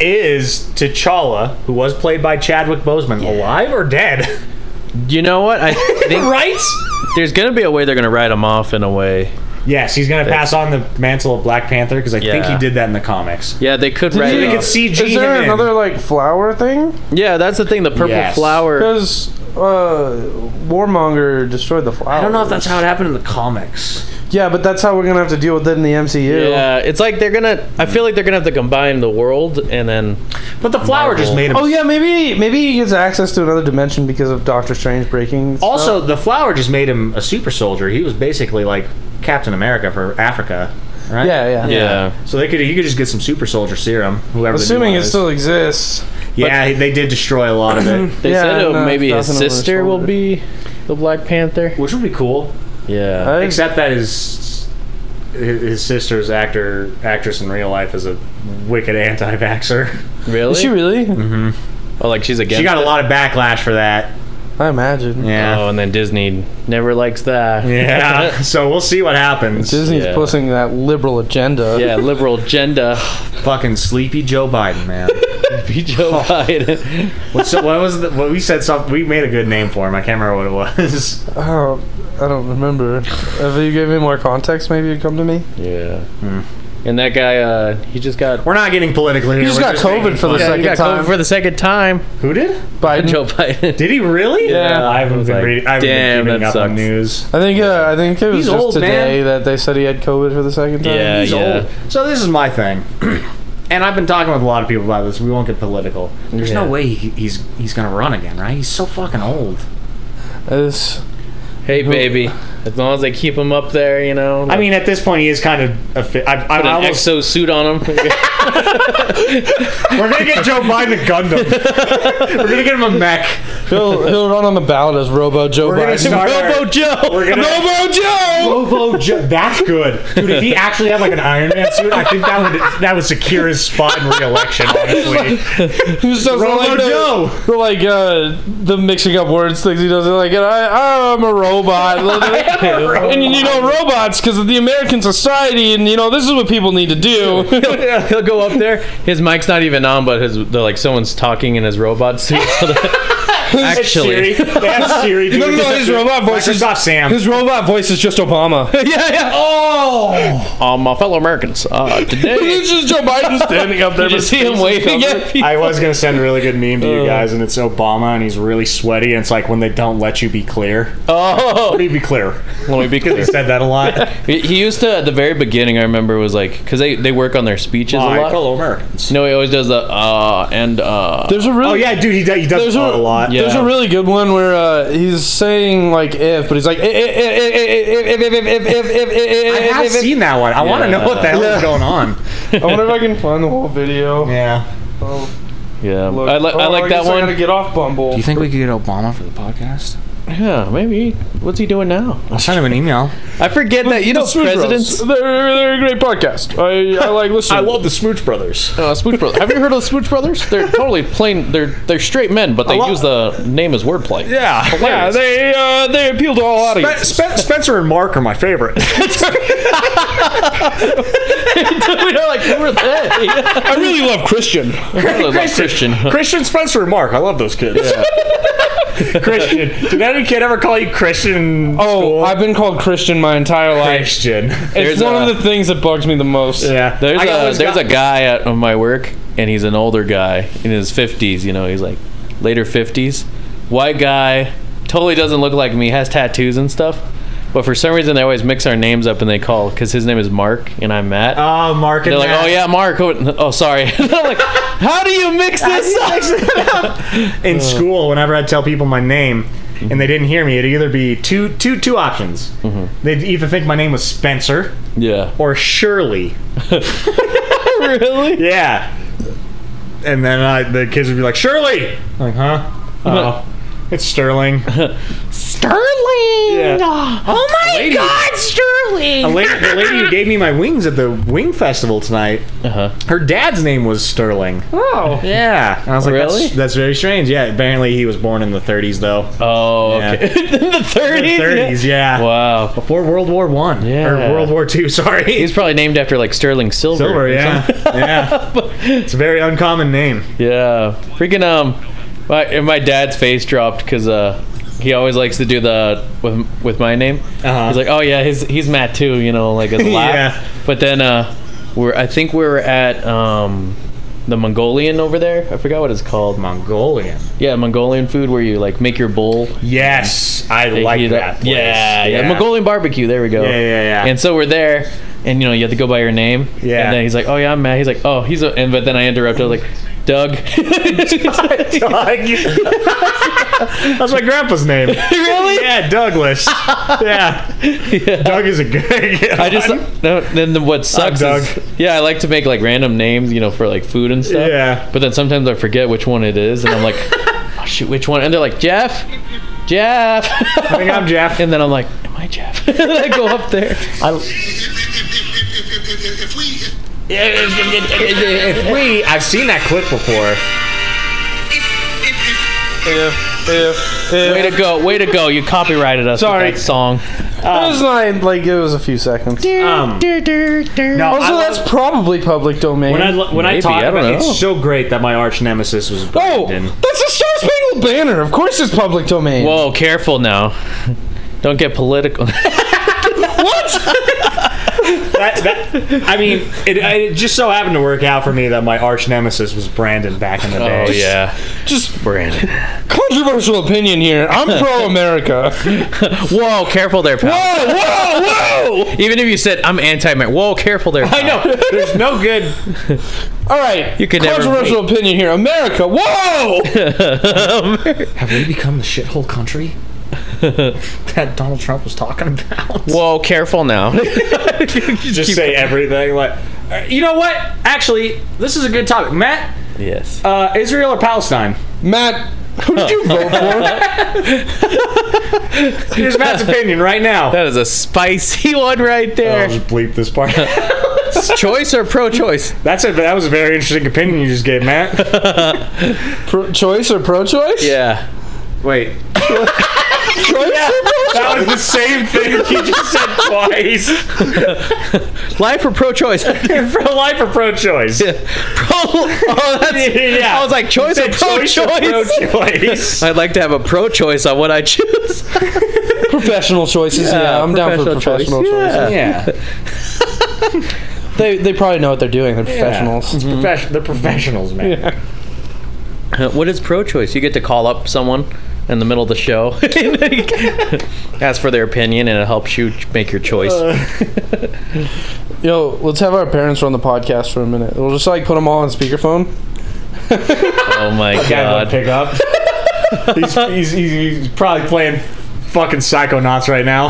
[SPEAKER 1] Is T'Challa, who was played by Chadwick Boseman, alive or dead?
[SPEAKER 3] You know what? I
[SPEAKER 1] (laughs)
[SPEAKER 3] think
[SPEAKER 1] right?
[SPEAKER 3] there's gonna be a way they're gonna write him off in a way.
[SPEAKER 1] Yes, he's gonna pass on the mantle of Black Panther because I think he
[SPEAKER 3] Yeah.
[SPEAKER 1] did that in the comics.
[SPEAKER 3] Yeah, they could write.
[SPEAKER 1] So
[SPEAKER 3] It
[SPEAKER 1] they
[SPEAKER 3] off.
[SPEAKER 1] could CG
[SPEAKER 2] Is there
[SPEAKER 1] him in.
[SPEAKER 2] another like flower thing?
[SPEAKER 3] yeah, that's the thing. The purple
[SPEAKER 1] Yes.
[SPEAKER 3] flower.
[SPEAKER 2] Because uh, Warmonger destroyed the flower.
[SPEAKER 1] I don't know if that's how it happened in the comics.
[SPEAKER 2] Yeah, but that's how we're gonna have to deal with it in the MCU.
[SPEAKER 3] Yeah, it's like they're gonna. I feel like they're gonna have to combine the world and then.
[SPEAKER 1] But the flower just
[SPEAKER 3] Marvel.
[SPEAKER 1] made him.
[SPEAKER 2] Oh yeah, maybe maybe he gets access to another dimension because of Doctor Strange breaking. stuff.
[SPEAKER 1] Also, the flower just made him a super soldier. He was basically like Captain America for Africa, right?
[SPEAKER 2] yeah, yeah,
[SPEAKER 3] Yeah.
[SPEAKER 1] So they could he could just get some super soldier serum. Whoever. the new
[SPEAKER 2] Assuming
[SPEAKER 1] one
[SPEAKER 2] it
[SPEAKER 1] is.
[SPEAKER 2] still exists.
[SPEAKER 1] Yeah, they did destroy a lot
[SPEAKER 2] (clears throat)
[SPEAKER 1] of it,
[SPEAKER 3] They
[SPEAKER 2] Yeah,
[SPEAKER 3] said oh,
[SPEAKER 2] no,
[SPEAKER 3] maybe his
[SPEAKER 2] nothing over his
[SPEAKER 3] sister will
[SPEAKER 2] shoulder.
[SPEAKER 3] be the Black Panther. Uh,
[SPEAKER 1] which would be cool.
[SPEAKER 3] Yeah.
[SPEAKER 2] I-
[SPEAKER 1] Except that his his sister's actor actress in real life is a wicked anti-vaxer.
[SPEAKER 3] really?
[SPEAKER 2] Is she really?
[SPEAKER 3] oh, like she's against.
[SPEAKER 1] She got a lot of backlash for that.
[SPEAKER 2] I imagine.
[SPEAKER 1] Yeah.
[SPEAKER 3] Oh, and then Disney never likes
[SPEAKER 2] (laughs)
[SPEAKER 3] that.
[SPEAKER 1] Yeah. so we'll see what happens.
[SPEAKER 2] Disney's
[SPEAKER 3] Yeah.
[SPEAKER 2] pushing that liberal agenda.
[SPEAKER 3] yeah, liberal agenda.
[SPEAKER 1] Fucking sleepy Joe
[SPEAKER 2] (laughs)
[SPEAKER 1] Biden, man.
[SPEAKER 3] Be Joe Biden.
[SPEAKER 1] What's so what was the, what we said something we made a good name for him. I can't remember what it was.
[SPEAKER 2] Oh, I don't remember. if you gave me more context, maybe it'd come to me.
[SPEAKER 3] Yeah.
[SPEAKER 2] Hmm.
[SPEAKER 3] And that guy, uh, he just got.
[SPEAKER 1] We're not getting political here.
[SPEAKER 2] He just
[SPEAKER 1] We're
[SPEAKER 2] got
[SPEAKER 1] making
[SPEAKER 2] COVID for the
[SPEAKER 1] fun.
[SPEAKER 3] Yeah, he
[SPEAKER 2] second
[SPEAKER 3] got
[SPEAKER 2] time.
[SPEAKER 3] COVID for the second time.
[SPEAKER 1] Who did?
[SPEAKER 2] Biden. (laughs)
[SPEAKER 3] Joe Biden.
[SPEAKER 1] Did he really?
[SPEAKER 2] Yeah.
[SPEAKER 1] I haven't
[SPEAKER 3] I was
[SPEAKER 1] been
[SPEAKER 3] like,
[SPEAKER 1] reading. I haven't
[SPEAKER 3] damn,
[SPEAKER 1] been keeping
[SPEAKER 3] that
[SPEAKER 1] up on
[SPEAKER 3] sucks.
[SPEAKER 1] news.
[SPEAKER 2] I think uh, I think it was
[SPEAKER 1] He's
[SPEAKER 2] just
[SPEAKER 1] old,
[SPEAKER 2] today
[SPEAKER 1] man.
[SPEAKER 2] that they said he had COVID for the second time.
[SPEAKER 3] Yeah,
[SPEAKER 1] He's
[SPEAKER 3] yeah.
[SPEAKER 1] old. So this is my thing, (clears throat) and I've been talking with a lot of people about this. We won't get political. There's no
[SPEAKER 3] Yeah.
[SPEAKER 1] way he, he's he's gonna run again, right? He's so fucking old.
[SPEAKER 2] It's-
[SPEAKER 3] Hey, baby. As long as they keep him up there, you know.
[SPEAKER 1] I mean, at this point, he is kind of. A fi- I, I,
[SPEAKER 3] put an
[SPEAKER 1] almost,
[SPEAKER 3] exo suit on him.
[SPEAKER 1] we're gonna get
[SPEAKER 3] (laughs)
[SPEAKER 1] Joe Biden a Gundam. (laughs) we're gonna get him a mech.
[SPEAKER 2] (laughs) he'll he'll run on the ballot as Robo Joe
[SPEAKER 1] We're gonna
[SPEAKER 2] Biden.
[SPEAKER 1] start.
[SPEAKER 3] Robo Joe.
[SPEAKER 1] We're gonna-
[SPEAKER 3] Robo Joe.
[SPEAKER 1] Robo Joe. That's good, dude. If he actually had like an Iron Man suit, I think that would that would secure his spot in re-election.
[SPEAKER 3] (laughs)
[SPEAKER 1] Honestly,
[SPEAKER 2] He just does
[SPEAKER 1] Robo
[SPEAKER 2] like the,
[SPEAKER 1] Joe.
[SPEAKER 2] the, like uh, the mixing up words things he does. Like I I'm a
[SPEAKER 1] (laughs)
[SPEAKER 2] robot. and you know robots because of the American society, and you know this is what people need to do.
[SPEAKER 3] (laughs) He'll, he'll go up there. His mic's not even on, but his the, like someone's talking in his robot suit. (laughs)
[SPEAKER 1] Siri.
[SPEAKER 3] Actually,
[SPEAKER 1] They have Siri. Dude.
[SPEAKER 2] No, no, no, his robot voice is-
[SPEAKER 1] Microsoft
[SPEAKER 2] (laughs)
[SPEAKER 1] Sam.
[SPEAKER 2] His robot voice is just Obama.
[SPEAKER 3] (laughs) yeah, yeah. Oh, uh, my fellow Americans, uh, (laughs) today
[SPEAKER 2] (laughs) it's just Joe (laughs) Biden standing up there.
[SPEAKER 3] you
[SPEAKER 2] with
[SPEAKER 3] just see
[SPEAKER 2] his
[SPEAKER 3] him
[SPEAKER 2] face
[SPEAKER 3] waving
[SPEAKER 2] covered.
[SPEAKER 3] at people.
[SPEAKER 1] I was gonna send a really good meme to you guys, and it's Obama, and he's really sweaty, and it's like when they don't let you be clear.
[SPEAKER 3] Oh,
[SPEAKER 1] Let me be clear.
[SPEAKER 3] let me be
[SPEAKER 1] Because they
[SPEAKER 3] clear.
[SPEAKER 1] said that a lot. Like,
[SPEAKER 3] He- He used to at the very beginning. I remember was like because they they work on their speeches a lot.
[SPEAKER 1] fellow Americans.
[SPEAKER 3] No, he always does the uh and uh.
[SPEAKER 2] There's a really
[SPEAKER 1] Oh yeah, dude, he, do, he does
[SPEAKER 2] There's
[SPEAKER 1] that
[SPEAKER 2] a,
[SPEAKER 1] a, lot.
[SPEAKER 3] yeah.
[SPEAKER 2] there's a really good one where uh, he's saying like if, but he's like "Eh, eh, eh, eh, eh, eh, eh, eh, eh, eh, eh, eh, eh, eh,
[SPEAKER 1] I have
[SPEAKER 2] eh, eh, eh."
[SPEAKER 1] seen that one. I want to know what the hell is
[SPEAKER 2] Yeah.
[SPEAKER 1] going on.
[SPEAKER 2] I wonder if I can find the whole video.
[SPEAKER 1] Yeah.
[SPEAKER 2] Oh,
[SPEAKER 3] yeah,
[SPEAKER 2] look.
[SPEAKER 3] I, li- I
[SPEAKER 2] Oh,
[SPEAKER 3] like that
[SPEAKER 2] guess I gotta
[SPEAKER 3] one.
[SPEAKER 2] get off Bumble.
[SPEAKER 1] think we could get Obama for the podcast?
[SPEAKER 3] Yeah, maybe. What's he doing now?
[SPEAKER 1] I'll send him an email.
[SPEAKER 3] I forget that you know
[SPEAKER 2] The Smooth Bros.
[SPEAKER 3] presidents.
[SPEAKER 2] They're, they're a great podcast. I, I like listening.
[SPEAKER 1] the Smooch Brothers.
[SPEAKER 3] Uh, Smooch Brothers. Have you heard of the Smooch Brothers? They're totally plain. They're they're straight men, but they
[SPEAKER 1] lot-
[SPEAKER 3] use the name as wordplay.
[SPEAKER 1] Yeah.
[SPEAKER 2] Yeah, they uh, they appeal to all audiences.
[SPEAKER 1] Spencer and Mark are my favorite.
[SPEAKER 3] (laughs) we are like who are they?
[SPEAKER 2] I really love Christian.
[SPEAKER 3] Christian.
[SPEAKER 1] Christian, Spencer, and Mark. I love those kids. (laughs) Christian. Did any kid ever call you Christian?
[SPEAKER 2] Oh, I've been called Christian my entire life.
[SPEAKER 1] Christian.
[SPEAKER 2] It's
[SPEAKER 3] There's
[SPEAKER 2] one
[SPEAKER 3] a-
[SPEAKER 2] of the things that bugs me the most.
[SPEAKER 1] (laughs) Yeah.
[SPEAKER 3] There's
[SPEAKER 1] I
[SPEAKER 3] a
[SPEAKER 1] always
[SPEAKER 3] there's
[SPEAKER 1] got-
[SPEAKER 3] a guy at on my work, and he's an older guy in his fifties. You know, he's like later fifties, white guy, totally doesn't look like me. Has tattoos and stuff. But for some reason, they always mix our names up and they call because his name is Mark and I'm Matt.
[SPEAKER 1] Oh, Mark and
[SPEAKER 3] They're like,
[SPEAKER 1] Matt. (laughs)
[SPEAKER 3] oh yeah, Mark. Oh, oh sorry. (laughs) I'm like, how do you mix this up? Uh.
[SPEAKER 1] in school whenever I'd tell people my name and they didn't hear me it'd either be two two two options
[SPEAKER 3] Mm-hmm.
[SPEAKER 1] they'd either think my name was Spencer
[SPEAKER 3] Yeah. (laughs)
[SPEAKER 1] or Shirley
[SPEAKER 3] really?
[SPEAKER 1] yeah and then I, the kids would be like, Shirley! I'm like, huh? Oh, it's Sterling.
[SPEAKER 4] (laughs) Sterling.
[SPEAKER 1] Yeah.
[SPEAKER 4] Oh my
[SPEAKER 3] lady-
[SPEAKER 4] God, Sterling.
[SPEAKER 1] A lady, the lady who gave me my wings at the Wing Festival tonight,
[SPEAKER 3] Uh-huh.
[SPEAKER 1] her dad's name was Sterling.
[SPEAKER 4] Oh.
[SPEAKER 1] Yeah. And I was like,
[SPEAKER 3] Really?
[SPEAKER 1] that's, that's very strange. Yeah, apparently he was born in the 30s,
[SPEAKER 4] (laughs)
[SPEAKER 1] though.
[SPEAKER 3] Oh,
[SPEAKER 1] Yeah.
[SPEAKER 3] okay. (laughs) In the 30s. yeah.
[SPEAKER 1] 30s, yeah.
[SPEAKER 3] Wow.
[SPEAKER 1] Before World War One.
[SPEAKER 3] Yeah.
[SPEAKER 1] Or World War Two, (laughs) sorry.
[SPEAKER 3] He's probably named after like Sterling Silver.
[SPEAKER 1] Silver,
[SPEAKER 3] or
[SPEAKER 1] yeah. yeah.
[SPEAKER 3] (laughs)
[SPEAKER 1] It's a very uncommon name.
[SPEAKER 3] Yeah, freaking um, my and my dad's face dropped because uh, he always likes to do the with with my name.
[SPEAKER 1] Uh-huh.
[SPEAKER 3] He's like, oh yeah, he's he's Matt too, you
[SPEAKER 1] (laughs)
[SPEAKER 3] know, like as a laugh.
[SPEAKER 1] Yeah.
[SPEAKER 3] But then uh, we're I think we were at um, the Mongolian over there. I forgot what it's called.
[SPEAKER 1] Mongolian.
[SPEAKER 3] Yeah, Mongolian food where you like make your bowl.
[SPEAKER 1] Yes. I
[SPEAKER 3] they
[SPEAKER 1] like
[SPEAKER 3] heat up-
[SPEAKER 1] that place.
[SPEAKER 3] Yeah, yeah, Mongolian barbecue. There we go.
[SPEAKER 1] Yeah, yeah, yeah.
[SPEAKER 3] (laughs)
[SPEAKER 1] (laughs)
[SPEAKER 3] And so we're there, and you know you have to go by your name.
[SPEAKER 1] Yeah.
[SPEAKER 3] And then he's like, oh yeah, I'm Matt. He's like, oh he's a, and but then I interrupt. I was like,
[SPEAKER 1] (laughs)
[SPEAKER 3] Doug. (laughs)
[SPEAKER 1] That's my grandpa's name.
[SPEAKER 3] (laughs) really?
[SPEAKER 1] Yeah, Douglas. Yeah. (laughs) Doug is a good.
[SPEAKER 3] I just no, then the, what sucks
[SPEAKER 1] Doug.
[SPEAKER 3] is yeah I like to make like random names you know for like food and
[SPEAKER 1] (laughs)
[SPEAKER 3] stuff
[SPEAKER 1] Yeah.
[SPEAKER 3] but then sometimes I forget which one it is and
[SPEAKER 1] (laughs)
[SPEAKER 3] I'm like oh, shoot which one and they're like Jeff Jeff (laughs)
[SPEAKER 1] I think I'm Jeff.
[SPEAKER 3] and then I'm like am I Jeff (laughs) and I go up there
[SPEAKER 6] if we if,
[SPEAKER 1] If we, I've seen that clip before.
[SPEAKER 2] If, if, if.
[SPEAKER 3] way to go way to go you copyrighted us
[SPEAKER 2] Sorry.
[SPEAKER 3] with that song
[SPEAKER 2] It was not like it was a few seconds.
[SPEAKER 1] Um, no, I
[SPEAKER 2] Also,
[SPEAKER 1] love-
[SPEAKER 2] that's probably public domain.
[SPEAKER 1] when I lo- when I
[SPEAKER 3] Maybe,
[SPEAKER 1] talk
[SPEAKER 3] I don't
[SPEAKER 1] about it,
[SPEAKER 3] know.
[SPEAKER 1] it's so great that my arch nemesis was
[SPEAKER 2] oh,
[SPEAKER 1] Brandon.
[SPEAKER 3] (laughs)
[SPEAKER 2] that's a Star Spangled Banner. Of course, it's public domain.
[SPEAKER 3] whoa careful now don't get political (laughs)
[SPEAKER 1] That, that, I mean, it, it just so happened to work out for me that my arch nemesis was Brandon back in the day.
[SPEAKER 3] oh yeah
[SPEAKER 2] Just
[SPEAKER 3] Brandon
[SPEAKER 2] controversial opinion here. I'm pro America.
[SPEAKER 3] whoa careful there pal
[SPEAKER 2] whoa, whoa, whoa!
[SPEAKER 3] even if you said I'm anti-American whoa careful there pal.
[SPEAKER 1] I know. There's no good.
[SPEAKER 2] All right,
[SPEAKER 3] You could never
[SPEAKER 2] controversial opinion here. America, whoa!
[SPEAKER 1] Have we become the shithole (laughs) country that Donald Trump was talking (laughs) about?
[SPEAKER 3] whoa careful (laughs) now
[SPEAKER 1] just say everything. Like, uh, you know what? Actually, this is a good topic. Matt,
[SPEAKER 3] yes
[SPEAKER 1] uh, Israel or Palestine?
[SPEAKER 2] Matt, who did you vote for?
[SPEAKER 1] Here's Matt's opinion right now.
[SPEAKER 3] That is a spicy (laughs) one right
[SPEAKER 1] I'll
[SPEAKER 3] there.
[SPEAKER 1] just bleep this
[SPEAKER 3] (laughs)
[SPEAKER 1] part.
[SPEAKER 3] Um, choice or pro choice?
[SPEAKER 1] That's a that was a very interesting opinion you just gave,
[SPEAKER 3] (laughs)
[SPEAKER 1] Matt.
[SPEAKER 2] pro choice or pro choice?
[SPEAKER 3] Yeah.
[SPEAKER 1] (laughs) Wait,
[SPEAKER 2] Choice or pro choice?
[SPEAKER 1] that was the same thing you just said twice. (laughs)
[SPEAKER 3] Life or pro (laughs) choice? pro,
[SPEAKER 1] Pro life or pro choice?
[SPEAKER 3] oh, (laughs)
[SPEAKER 1] (laughs)
[SPEAKER 3] that's,
[SPEAKER 1] Yeah.
[SPEAKER 3] I was like, choice or pro choice?
[SPEAKER 1] Pro choice.
[SPEAKER 3] (laughs) I'd like to have a pro choice on what I choose. (laughs)
[SPEAKER 2] Professional choices. Yeah, I'm down for professional choices.
[SPEAKER 1] yeah.
[SPEAKER 2] They, they probably know what they're doing. They're professionals.
[SPEAKER 1] It's profession- they're Mm-hmm. professionals, man.
[SPEAKER 3] Uh, What is pro choice? You get to call up someone in the middle of the show, (laughs) ask for their opinion, and it helps you ch- make your choice.
[SPEAKER 2] Yo, let's have our parents run the podcast for a minute. We'll just like put them all on speakerphone.
[SPEAKER 3] oh (laughs) my
[SPEAKER 1] Guy won't
[SPEAKER 3] god.
[SPEAKER 1] pick up.
[SPEAKER 3] (laughs)
[SPEAKER 1] he's, he's, he's, he's probably playing fucking Psychonauts right now.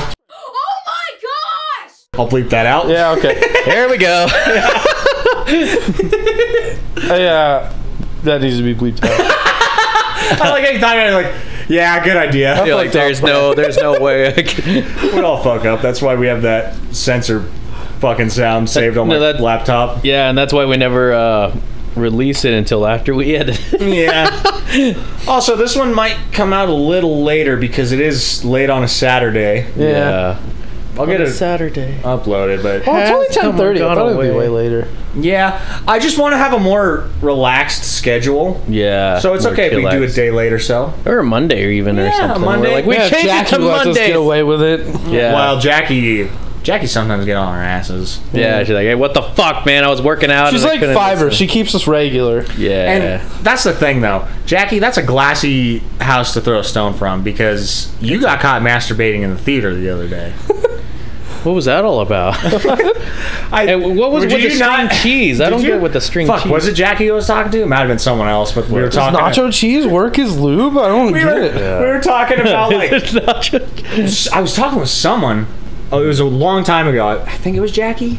[SPEAKER 1] I'll bleep that out.
[SPEAKER 2] Yeah, okay.
[SPEAKER 3] There we (laughs) go.
[SPEAKER 2] (laughs) yeah, that needs to be bleeped out.
[SPEAKER 1] I (laughs) like any time I'm like, yeah, good idea.
[SPEAKER 3] You're like, there's no, there's no way. I can- (laughs)
[SPEAKER 1] we all fuck up. That's why we have that censor fucking sound saved on my
[SPEAKER 3] No, that-
[SPEAKER 1] laptop.
[SPEAKER 3] Yeah, and that's why we never uh, release it until after we edit.
[SPEAKER 1] Yeah. (laughs) also, this one might come out a little later because it is late on a Saturday.
[SPEAKER 2] Yeah.
[SPEAKER 3] (laughs) Yeah.
[SPEAKER 1] I'll get it
[SPEAKER 3] Saturday.
[SPEAKER 1] uploaded, but
[SPEAKER 2] Oh, it's
[SPEAKER 3] Has
[SPEAKER 2] only
[SPEAKER 3] come
[SPEAKER 2] 10:30. I
[SPEAKER 3] and
[SPEAKER 2] thought
[SPEAKER 3] gone
[SPEAKER 2] it would be
[SPEAKER 3] away.
[SPEAKER 2] way later.
[SPEAKER 1] yeah, I just want to have a more relaxed schedule.
[SPEAKER 3] Yeah.
[SPEAKER 1] So it's
[SPEAKER 3] more
[SPEAKER 1] okay if we do a
[SPEAKER 3] chillax.
[SPEAKER 1] day late or so.
[SPEAKER 3] or a Monday or even or
[SPEAKER 1] Yeah,
[SPEAKER 3] something.
[SPEAKER 1] Monday.
[SPEAKER 3] We're like we
[SPEAKER 1] Yeah,
[SPEAKER 3] changed
[SPEAKER 2] Jackie
[SPEAKER 3] it to
[SPEAKER 2] lets us get
[SPEAKER 3] Monday.
[SPEAKER 2] away with it.
[SPEAKER 3] Yeah.
[SPEAKER 1] Well, Jackie, Jackie sometimes get on her asses.
[SPEAKER 3] yeah. She's like, hey, what the fuck, man? I was working out.
[SPEAKER 2] She's
[SPEAKER 3] and I
[SPEAKER 2] like
[SPEAKER 3] couldn't
[SPEAKER 2] Fiverr.
[SPEAKER 3] listen."
[SPEAKER 2] She keeps us regular.
[SPEAKER 3] (laughs) yeah.
[SPEAKER 1] And that's the thing, though, Jackie. That's a glassy house to throw a stone from because you got caught masturbating in the theater the other day.
[SPEAKER 3] what was that all (laughs) about?
[SPEAKER 1] (laughs) I,
[SPEAKER 3] and what was
[SPEAKER 1] Did
[SPEAKER 3] with the
[SPEAKER 1] you
[SPEAKER 3] string
[SPEAKER 1] not-
[SPEAKER 3] cheese?
[SPEAKER 1] Did
[SPEAKER 3] I don't
[SPEAKER 1] you-
[SPEAKER 3] get with the string
[SPEAKER 1] Fuck,
[SPEAKER 3] cheese.
[SPEAKER 1] was it Jackie I was talking to? It might have been someone else, but we were
[SPEAKER 2] Does
[SPEAKER 1] talking.
[SPEAKER 2] nacho cheese work as lube? I don't
[SPEAKER 1] we,
[SPEAKER 2] get
[SPEAKER 1] were,
[SPEAKER 2] it.
[SPEAKER 1] we were talking
[SPEAKER 3] (laughs)
[SPEAKER 1] about like I was talking with someone. Oh, it was a long time ago. I think it was Jackie.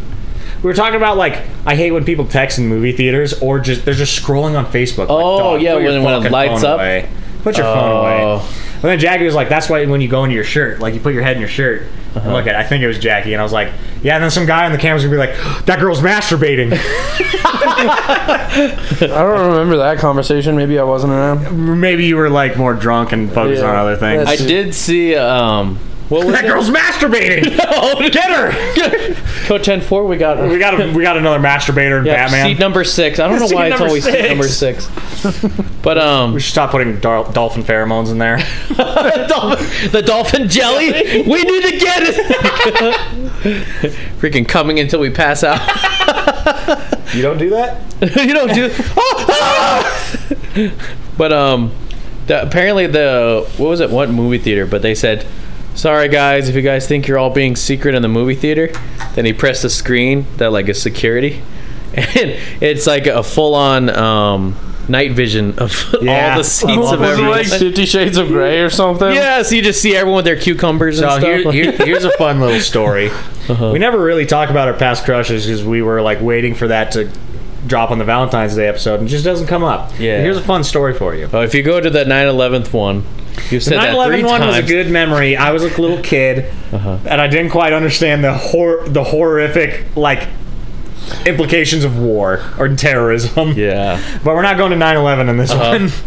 [SPEAKER 1] We were talking about like I hate when people text in movie theaters or just they're just scrolling on Facebook. Like,
[SPEAKER 3] Oh,
[SPEAKER 1] "Dog,
[SPEAKER 3] yeah,
[SPEAKER 1] put your
[SPEAKER 3] when- when it
[SPEAKER 1] fucking
[SPEAKER 3] lights
[SPEAKER 1] phone
[SPEAKER 3] up."
[SPEAKER 1] away. Put your phone
[SPEAKER 3] Oh.
[SPEAKER 1] away. And then Jackie was like, "That's why when you go into your shirt, like you put your head in your shirt."
[SPEAKER 3] Uh-huh.
[SPEAKER 1] And look at, I think it was Jackie, and I was like, "Yeah." And then some guy on the camera's gonna be like, "That girl's
[SPEAKER 3] (laughs)
[SPEAKER 1] masturbating."
[SPEAKER 2] I don't remember that conversation. Maybe I wasn't around.
[SPEAKER 1] Maybe you were like more drunk and focused
[SPEAKER 2] Yeah.
[SPEAKER 1] on other things.
[SPEAKER 3] I did see um what (laughs) was
[SPEAKER 1] that girl's masturbating.
[SPEAKER 3] (laughs)
[SPEAKER 1] Get her. (laughs)
[SPEAKER 3] Code Ten Four. We got
[SPEAKER 1] We got a, we got another masturbator in
[SPEAKER 3] yeah,
[SPEAKER 1] Batman.
[SPEAKER 3] seat number six. I don't know
[SPEAKER 1] Seat
[SPEAKER 3] why it's
[SPEAKER 1] number
[SPEAKER 3] always
[SPEAKER 1] six.
[SPEAKER 3] seat number six, but um
[SPEAKER 1] we should stop putting dol- dolphin pheromones in
[SPEAKER 3] (laughs)
[SPEAKER 1] there.
[SPEAKER 3] dolphin- the dolphin jelly. We need to get it. Freaking coming until we pass out.
[SPEAKER 1] you don't do that.
[SPEAKER 3] (laughs) you don't do. Oh, ah! but um, the, apparently the what was it? What movie theater? But they said, "Sorry guys, if you guys think you're all being secret in the movie theater," then he pressed the screen that like is security, (laughs) and it's like a full on um night vision of (laughs)
[SPEAKER 1] Yeah.
[SPEAKER 3] all the seats
[SPEAKER 1] Well,
[SPEAKER 3] of
[SPEAKER 2] Was
[SPEAKER 1] was it
[SPEAKER 2] it
[SPEAKER 3] everyone.
[SPEAKER 2] like Fifty Shades of Grey or something?
[SPEAKER 3] yeah, so you just see everyone with their cucumbers and
[SPEAKER 1] So
[SPEAKER 3] stuff.
[SPEAKER 1] here, here- here's a fun little
[SPEAKER 3] (laughs)
[SPEAKER 1] story.
[SPEAKER 3] Uh-huh.
[SPEAKER 1] We never really talk about our past crushes because we were like waiting for that to drop on the Valentine's Day episode and it just doesn't come up.
[SPEAKER 3] Yeah.
[SPEAKER 1] Here's a fun story for you.
[SPEAKER 3] oh, if you go to the 9/11th one, you've said
[SPEAKER 1] Nine
[SPEAKER 3] that three
[SPEAKER 1] Eleven one was a
[SPEAKER 3] times. Uh-huh.
[SPEAKER 1] good memory. I was a little kid, and I didn't quite understand the hor- the horrific like implications of war or terrorism.
[SPEAKER 3] yeah.
[SPEAKER 1] But we're not going to 9/11 in this one. (laughs)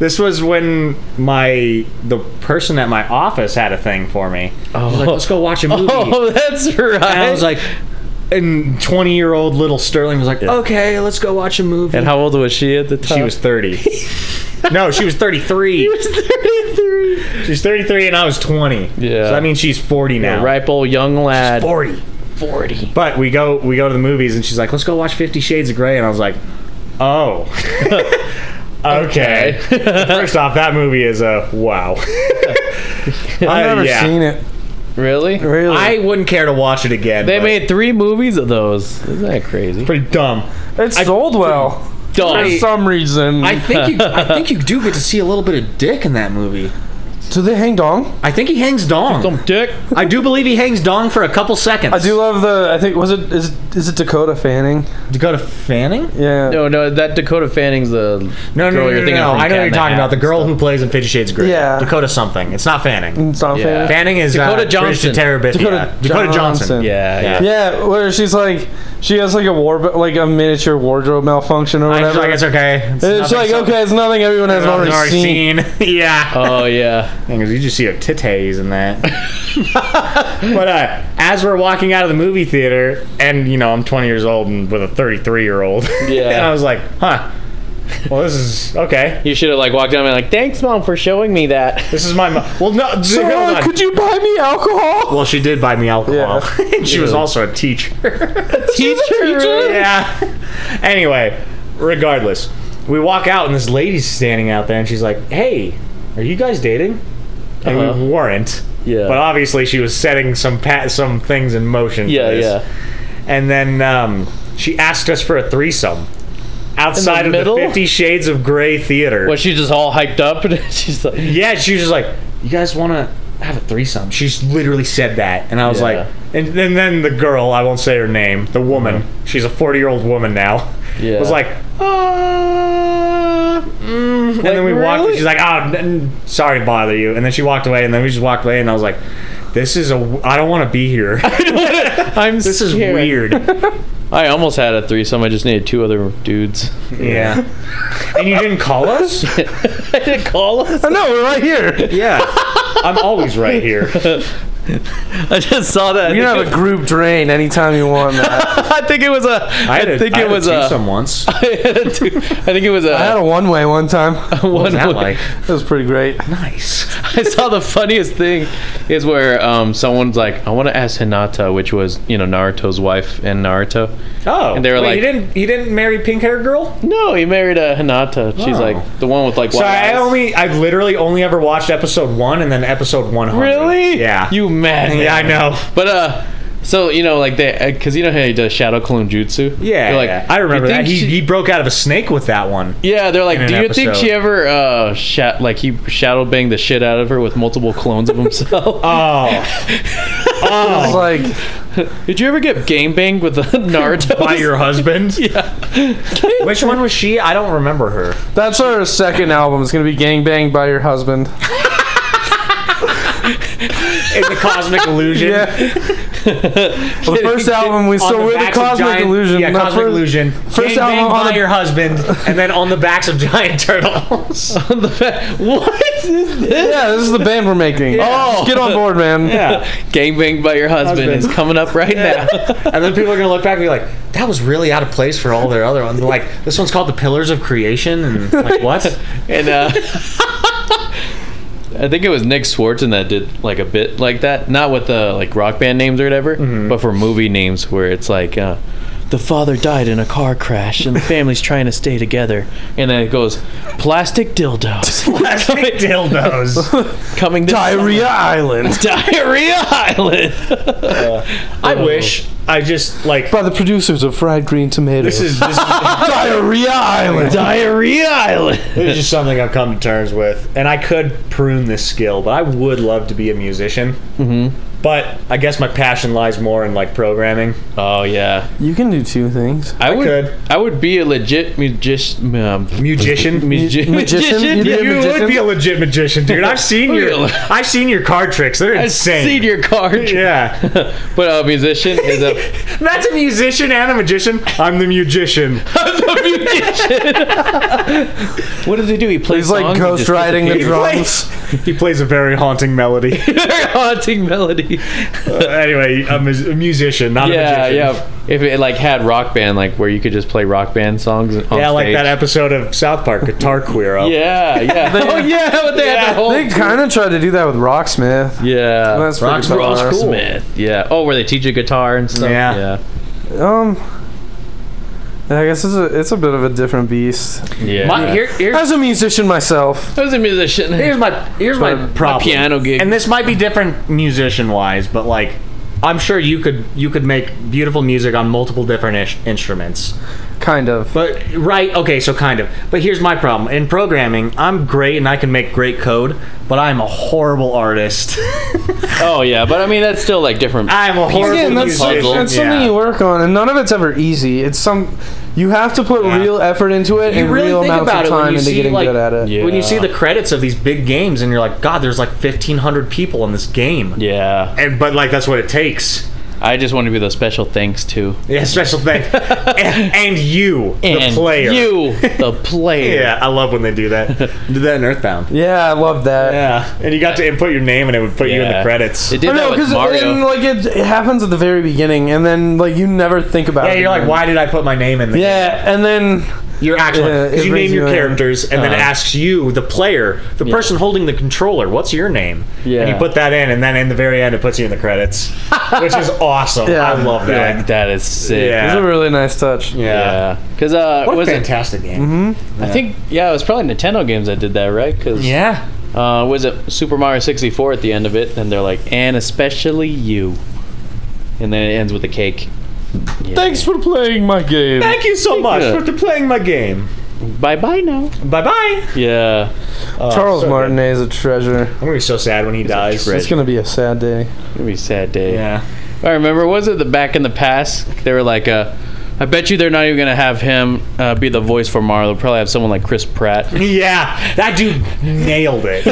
[SPEAKER 1] This was when my the person at my office had a thing for me. Oh. She's like, "Let's go watch a movie." (laughs)
[SPEAKER 3] Oh, that's right.
[SPEAKER 1] And I was like, and 20 year old little Sterling was like, okay, let's go watch a movie.
[SPEAKER 3] And how old was she at the time?
[SPEAKER 1] she was 30. no, she was 33. She was 33. She's 33 and I was 20.
[SPEAKER 3] Yeah.
[SPEAKER 1] So that means she's 40 now.
[SPEAKER 3] a ripe old young lad.
[SPEAKER 1] 40. 40. But we go we go to the movies and she's like, let's go watch Fifty Shades of Grey. And I was like, oh. (laughs) okay. (laughs) First off, that movie is a wow.
[SPEAKER 2] (laughs)
[SPEAKER 1] Uh,
[SPEAKER 2] I've never seen it.
[SPEAKER 3] Really?
[SPEAKER 2] Really?
[SPEAKER 1] I wouldn't care to watch it again.
[SPEAKER 3] They
[SPEAKER 1] but
[SPEAKER 3] made three movies of those. Isn't that crazy?
[SPEAKER 1] pretty dumb.
[SPEAKER 2] it sold well for
[SPEAKER 3] Dumb.
[SPEAKER 2] some reason.
[SPEAKER 4] I think you,
[SPEAKER 3] (laughs)
[SPEAKER 4] I think you do get to see a little bit of dick in that movie.
[SPEAKER 2] Do they hang dong?
[SPEAKER 1] I think he hangs dong.
[SPEAKER 3] Dumb dick.
[SPEAKER 1] I do believe he hangs dong for a couple seconds.
[SPEAKER 2] I do love the. I think was it is is it Dakota Fanning?
[SPEAKER 1] Dakota Fanning?
[SPEAKER 2] Yeah.
[SPEAKER 3] No, no, that Dakota Fanning's the
[SPEAKER 1] No, no,
[SPEAKER 3] girl
[SPEAKER 1] no, no,
[SPEAKER 3] you're thinking
[SPEAKER 1] no.
[SPEAKER 3] of from
[SPEAKER 1] I know what
[SPEAKER 3] Cat in
[SPEAKER 1] you're
[SPEAKER 3] the
[SPEAKER 1] talking
[SPEAKER 3] Hat
[SPEAKER 1] about. The
[SPEAKER 3] and
[SPEAKER 1] girl
[SPEAKER 3] stuff.
[SPEAKER 1] who plays in Fifty Shades of Grey.
[SPEAKER 2] Yeah.
[SPEAKER 1] Dakota something. It's not Fanning.
[SPEAKER 2] It's not
[SPEAKER 3] Yeah.
[SPEAKER 2] Fanning.
[SPEAKER 1] Fanning is uh,
[SPEAKER 3] Dakota
[SPEAKER 1] British to
[SPEAKER 3] Johnson.
[SPEAKER 1] Terror Bit-
[SPEAKER 2] Dakota
[SPEAKER 1] yeah. Dakota Johnson.
[SPEAKER 2] Johnson.
[SPEAKER 3] Yeah, yeah.
[SPEAKER 2] Yeah, where she's like, she has like a war, like a miniature wardrobe malfunction or
[SPEAKER 1] I
[SPEAKER 2] whatever.
[SPEAKER 1] just like it's okay. It's,
[SPEAKER 2] And it's
[SPEAKER 1] nothing
[SPEAKER 2] like,
[SPEAKER 1] so-
[SPEAKER 2] okay, it's nothing everyone has
[SPEAKER 1] nothing
[SPEAKER 2] already, seen.
[SPEAKER 1] (laughs) yeah. (laughs)
[SPEAKER 3] Oh yeah.
[SPEAKER 1] Because you just see a titties in that.
[SPEAKER 2] (laughs)
[SPEAKER 1] but uh, as we're walking out of the movie theater, and you know I'm 20 years old and with a 33 year (laughs) old,
[SPEAKER 3] Yeah.
[SPEAKER 1] and I was like, huh. Well, this is okay.
[SPEAKER 3] You should have like walked down and been like, "Thanks, mom, for showing
[SPEAKER 1] (laughs)
[SPEAKER 3] me that."
[SPEAKER 1] This is my mo- well. No,
[SPEAKER 2] Sir,
[SPEAKER 1] hold on.
[SPEAKER 2] Uh, could you buy me alcohol? (laughs)
[SPEAKER 1] Well, she did buy me alcohol.
[SPEAKER 2] Yeah.
[SPEAKER 1] (laughs) and she was also a teacher.
[SPEAKER 3] Teacher.
[SPEAKER 1] yeah. Anyway, regardless, we walk out and this lady's standing out there and she's like, "Hey, are you guys dating?" And
[SPEAKER 3] Uh-huh.
[SPEAKER 1] we weren't.
[SPEAKER 3] (laughs) Yeah.
[SPEAKER 1] But obviously, she was setting some pat some things in motion. for
[SPEAKER 3] Yeah,
[SPEAKER 1] this.
[SPEAKER 3] yeah.
[SPEAKER 1] And then um, she asked us for a threesome outside of
[SPEAKER 3] middle?
[SPEAKER 1] the Fifty Shades of Grey theater.
[SPEAKER 3] Was she just all hyped up? (laughs) And she's like,
[SPEAKER 1] Yeah, she was just like, "You guys want to have a threesome?" She's literally said that, and I was
[SPEAKER 3] Yeah. Mm-hmm.
[SPEAKER 1] like, and, and then the girl, I won't say her name, the woman, she's a forty-year-old woman now, (laughs)
[SPEAKER 3] Yeah.
[SPEAKER 1] was like, "Uh." mm," and then we walked.
[SPEAKER 3] really?
[SPEAKER 1] She's like, "Oh, n- sorry to bother you." And then she walked away, and then we just walked away, and I was like, "This is a. w- I don't want to be
[SPEAKER 3] (laughs)
[SPEAKER 1] here.
[SPEAKER 3] "I'm
[SPEAKER 1] this is
[SPEAKER 3] scared. (laughs)
[SPEAKER 1] weird."
[SPEAKER 3] I almost had a threesome. I just needed two other dudes.
[SPEAKER 1] yeah. and you didn't call
[SPEAKER 3] (laughs)
[SPEAKER 1] us?
[SPEAKER 3] I didn't call us.
[SPEAKER 2] I know, we're right here.
[SPEAKER 1] Yeah. I'm always right here.
[SPEAKER 3] (laughs) (laughs) I just saw that.
[SPEAKER 2] You can have a group drain anytime you (laughs) want. Matt.
[SPEAKER 3] (laughs) I think it was a. I,
[SPEAKER 1] I, had a,
[SPEAKER 3] think
[SPEAKER 1] I
[SPEAKER 3] it
[SPEAKER 1] had a
[SPEAKER 3] was a.
[SPEAKER 1] threesome once.
[SPEAKER 3] (laughs) I think it was a.
[SPEAKER 2] I had a one way one time.
[SPEAKER 3] (laughs) one
[SPEAKER 1] What's that
[SPEAKER 3] way.
[SPEAKER 1] like?
[SPEAKER 2] That was pretty great.
[SPEAKER 1] Nice.
[SPEAKER 3] I saw the funniest thing is where um, someone's like, I want to ask Hinata, which was you know Naruto's wife in Naruto.
[SPEAKER 1] Oh,
[SPEAKER 3] And they were
[SPEAKER 1] wait,
[SPEAKER 3] like-
[SPEAKER 1] "He didn't, he didn't marry pink haired girl."
[SPEAKER 3] No, he married a Hinata. She's
[SPEAKER 1] Oh.
[SPEAKER 3] like the one with like.
[SPEAKER 1] So
[SPEAKER 3] white
[SPEAKER 1] I
[SPEAKER 3] eyes.
[SPEAKER 1] only, I've literally only ever watched episode one and then episode one hundred.
[SPEAKER 3] Really?
[SPEAKER 1] Yeah.
[SPEAKER 3] You mad?
[SPEAKER 1] Yeah, I
[SPEAKER 3] man.
[SPEAKER 1] know.
[SPEAKER 3] But uh. So you know, like they, because you know how he does Shadow Clone Jutsu.
[SPEAKER 1] Yeah,
[SPEAKER 3] They're like,
[SPEAKER 1] yeah. I remember
[SPEAKER 3] "You
[SPEAKER 1] that.
[SPEAKER 3] think
[SPEAKER 1] He,
[SPEAKER 3] she-
[SPEAKER 1] he broke out of a snake with that
[SPEAKER 3] (laughs)
[SPEAKER 1] one.
[SPEAKER 3] yeah, they're like,
[SPEAKER 1] in an
[SPEAKER 3] do you think
[SPEAKER 1] episode.
[SPEAKER 3] she ever uh, shat, like he shadow banged the shit out of her with multiple clones of himself?
[SPEAKER 1] Oh,
[SPEAKER 2] It's
[SPEAKER 1] oh,
[SPEAKER 2] like,
[SPEAKER 3] (laughs) Did you ever get game banged with the (laughs) Naruto?
[SPEAKER 1] by your husband.
[SPEAKER 4] Which one was she? I don't remember her.
[SPEAKER 2] That's our second album. It's gonna be Gang Bang by Your Husband.
[SPEAKER 1] It's a cosmic illusion.
[SPEAKER 2] Yeah.
[SPEAKER 1] (laughs)
[SPEAKER 2] well, the first album we
[SPEAKER 1] On
[SPEAKER 2] so we're the
[SPEAKER 1] backs of
[SPEAKER 2] Cosmic
[SPEAKER 1] giant-
[SPEAKER 2] Illusion.
[SPEAKER 1] Yeah,
[SPEAKER 2] No,
[SPEAKER 1] Cosmic
[SPEAKER 2] first-
[SPEAKER 1] Illusion.
[SPEAKER 2] first
[SPEAKER 1] Gang
[SPEAKER 2] album
[SPEAKER 1] bang
[SPEAKER 2] on
[SPEAKER 1] by
[SPEAKER 2] the-
[SPEAKER 1] your husband, and then on the backs of giant (laughs) turtles.
[SPEAKER 3] On the fa- (laughs) what is this?
[SPEAKER 2] Yeah, this is the band we're making. Just get on board, man.
[SPEAKER 3] Gang banged by your husband,
[SPEAKER 1] Husband.
[SPEAKER 3] is coming up right now. (laughs)
[SPEAKER 1] and then people are gonna look back and be like, "That was really out of place for all their other ones." They're like, this one's called the Pillars of Creation, and like
[SPEAKER 3] (laughs)
[SPEAKER 1] what?
[SPEAKER 3] And uh, I think it was Nick Swartzen that did like a bit like that, not with the like rock band names or whatever,
[SPEAKER 1] Mm-hmm.
[SPEAKER 3] but for movie names where it's like uh, the father died in a car crash and the family's trying to stay together, and then it goes plastic dildos
[SPEAKER 1] (laughs)
[SPEAKER 3] (laughs)
[SPEAKER 1] Plastic dildos.
[SPEAKER 3] coming this
[SPEAKER 2] Diarrhea Island
[SPEAKER 3] summer. (laughs) diarrhea island. (laughs)
[SPEAKER 1] I wish I just like
[SPEAKER 2] by the producers of Fried Green Tomatoes.
[SPEAKER 1] this is this is
[SPEAKER 2] Diarrhea Island.
[SPEAKER 3] diarrhea island.
[SPEAKER 1] It's just something I've come to terms with, and I could prune this skill, but I would love to be a musician. Mm-hmm. But I guess my passion lies more in like programming.
[SPEAKER 3] Oh yeah,
[SPEAKER 2] You can do two things.
[SPEAKER 3] I, would.
[SPEAKER 1] could.
[SPEAKER 3] I would be a legit magician. Um,
[SPEAKER 1] Musician.
[SPEAKER 3] magi-
[SPEAKER 2] magician?
[SPEAKER 3] magician.
[SPEAKER 2] You'd be
[SPEAKER 1] you
[SPEAKER 2] a magician?
[SPEAKER 1] would be a legit magician, dude. I've
[SPEAKER 3] (laughs)
[SPEAKER 1] seen your
[SPEAKER 3] Really?
[SPEAKER 1] I've seen your card tricks. They're
[SPEAKER 3] I've
[SPEAKER 1] insane.
[SPEAKER 3] seen your card.
[SPEAKER 1] yeah,
[SPEAKER 3] (laughs) But a musician
[SPEAKER 2] (laughs)
[SPEAKER 3] is a (laughs)
[SPEAKER 1] that's a musician and a magician. I'm the magician.
[SPEAKER 2] (laughs)
[SPEAKER 3] What does he do? He plays
[SPEAKER 2] He's like
[SPEAKER 3] songs and
[SPEAKER 2] ghost
[SPEAKER 3] just
[SPEAKER 2] riding the
[SPEAKER 3] disappears.
[SPEAKER 2] drums.
[SPEAKER 1] He plays a very haunting melody.
[SPEAKER 3] (laughs) Very haunting (laughs) melody.
[SPEAKER 1] Uh, anyway, a, mus- a musician, not a
[SPEAKER 3] yeah,
[SPEAKER 1] magician.
[SPEAKER 3] yeah. If it like had rock band, like where you could just play rock band songs. On
[SPEAKER 1] Yeah, like
[SPEAKER 3] stage.
[SPEAKER 1] that episode of South Park, Guitar Queero.
[SPEAKER 3] Yeah, yeah.
[SPEAKER 2] (laughs)
[SPEAKER 3] oh yeah, but they had the whole.
[SPEAKER 2] They kind of tried to do that with Rocksmith.
[SPEAKER 3] yeah,
[SPEAKER 2] That's pretty
[SPEAKER 3] Rocksmith.
[SPEAKER 2] bizarre.
[SPEAKER 3] Rocksmith. Yeah. Oh, where they teach you guitar and stuff.
[SPEAKER 1] Yeah.
[SPEAKER 2] Um, I guess it's a, it's a bit of a different beast.
[SPEAKER 3] yeah. yeah.
[SPEAKER 1] Uh,
[SPEAKER 4] My, here, here's,
[SPEAKER 2] As a musician myself,
[SPEAKER 3] I was a musician.
[SPEAKER 4] here's my here's my
[SPEAKER 1] My
[SPEAKER 4] problem.
[SPEAKER 3] piano gig.
[SPEAKER 1] and this might be different musician wise but like i'm sure you could you could make beautiful music on multiple different ish- instruments
[SPEAKER 2] kind of.
[SPEAKER 1] but right okay so kind of but here's my problem in programming i'm great and i can make great code but i'm a horrible artist (laughs)
[SPEAKER 3] oh yeah, but I mean that's still like different.
[SPEAKER 1] i'm a horrible
[SPEAKER 2] Again, that's,
[SPEAKER 1] musician
[SPEAKER 3] puzzle.
[SPEAKER 2] that's
[SPEAKER 1] Yeah.
[SPEAKER 2] something you work on, and none of it's ever easy. It's some you have to put
[SPEAKER 1] Yeah.
[SPEAKER 2] real effort into it and
[SPEAKER 4] really
[SPEAKER 2] real
[SPEAKER 4] think
[SPEAKER 2] amounts
[SPEAKER 4] about
[SPEAKER 2] of
[SPEAKER 4] it when
[SPEAKER 2] time
[SPEAKER 4] you
[SPEAKER 2] into
[SPEAKER 4] see,
[SPEAKER 2] getting
[SPEAKER 4] like-
[SPEAKER 2] good at it.
[SPEAKER 3] Yeah.
[SPEAKER 1] when you see the credits of these big games and you're like god there's like 1500 people in this game
[SPEAKER 3] yeah,
[SPEAKER 1] and but like that's what it takes
[SPEAKER 3] I just want to be the special thanks to
[SPEAKER 1] yeah special (laughs) thing and, and you
[SPEAKER 3] And
[SPEAKER 1] the player (laughs)
[SPEAKER 3] You, the player.
[SPEAKER 1] yeah i love when they do
[SPEAKER 3] (laughs)
[SPEAKER 1] that do that in earthbound
[SPEAKER 2] Yeah, I love that.
[SPEAKER 1] Yeah, and you got to input your name, and it would put you in the
[SPEAKER 3] Yeah.
[SPEAKER 1] credits.
[SPEAKER 3] It did
[SPEAKER 2] I
[SPEAKER 3] that
[SPEAKER 2] know,
[SPEAKER 3] with
[SPEAKER 2] because
[SPEAKER 3] Mario.
[SPEAKER 2] like it, it happens at the very beginning, and then like you never think about
[SPEAKER 1] yeah,
[SPEAKER 2] it.
[SPEAKER 1] you're like,
[SPEAKER 2] again.
[SPEAKER 1] why did I put my name in there?
[SPEAKER 2] Yeah, and then
[SPEAKER 1] your actual
[SPEAKER 2] Yeah,
[SPEAKER 1] because
[SPEAKER 2] it
[SPEAKER 1] you
[SPEAKER 2] brings
[SPEAKER 1] name your
[SPEAKER 2] you Uh-huh. in.
[SPEAKER 1] characters, and then it asks you, the player, the person holding the controller, what's your name? and you
[SPEAKER 3] Yeah.
[SPEAKER 1] put that in, and then in the very end, it puts you in the credits,
[SPEAKER 2] (laughs)
[SPEAKER 1] which is awesome.
[SPEAKER 2] Yeah.
[SPEAKER 1] I love
[SPEAKER 3] Like,
[SPEAKER 1] that.
[SPEAKER 3] that is sick.
[SPEAKER 1] Yeah.
[SPEAKER 2] it's a really nice touch.
[SPEAKER 3] Yeah. Because uh,
[SPEAKER 1] What a
[SPEAKER 3] was it?
[SPEAKER 1] fantastic
[SPEAKER 2] Mm-hmm.
[SPEAKER 1] game.
[SPEAKER 3] I think yeah, it was probably Nintendo games that did that, right? Because
[SPEAKER 1] Yeah.
[SPEAKER 3] uh, was it Super Mario 64 at the end of it? And they're like, and especially you. And then it ends with a cake.
[SPEAKER 2] Thanks for playing my game.
[SPEAKER 1] Thank you so much
[SPEAKER 3] you.
[SPEAKER 1] for playing my game.
[SPEAKER 3] Bye bye now.
[SPEAKER 1] Bye bye.
[SPEAKER 3] Yeah.
[SPEAKER 2] Charles
[SPEAKER 1] so
[SPEAKER 2] Martinet is a treasure.
[SPEAKER 1] I'm gonna be so sad when he dies.
[SPEAKER 3] treasure.
[SPEAKER 2] It's gonna be a sad day.
[SPEAKER 3] It'll be a sad day.
[SPEAKER 1] Yeah.
[SPEAKER 3] I remember. Was it the back in the past? They were like, uh, I bet you they're not even gonna have him uh, be the voice for Mario. They'll probably have someone like Chris Pratt.
[SPEAKER 1] Yeah, (laughs) that dude
[SPEAKER 2] (laughs)
[SPEAKER 1] nailed it.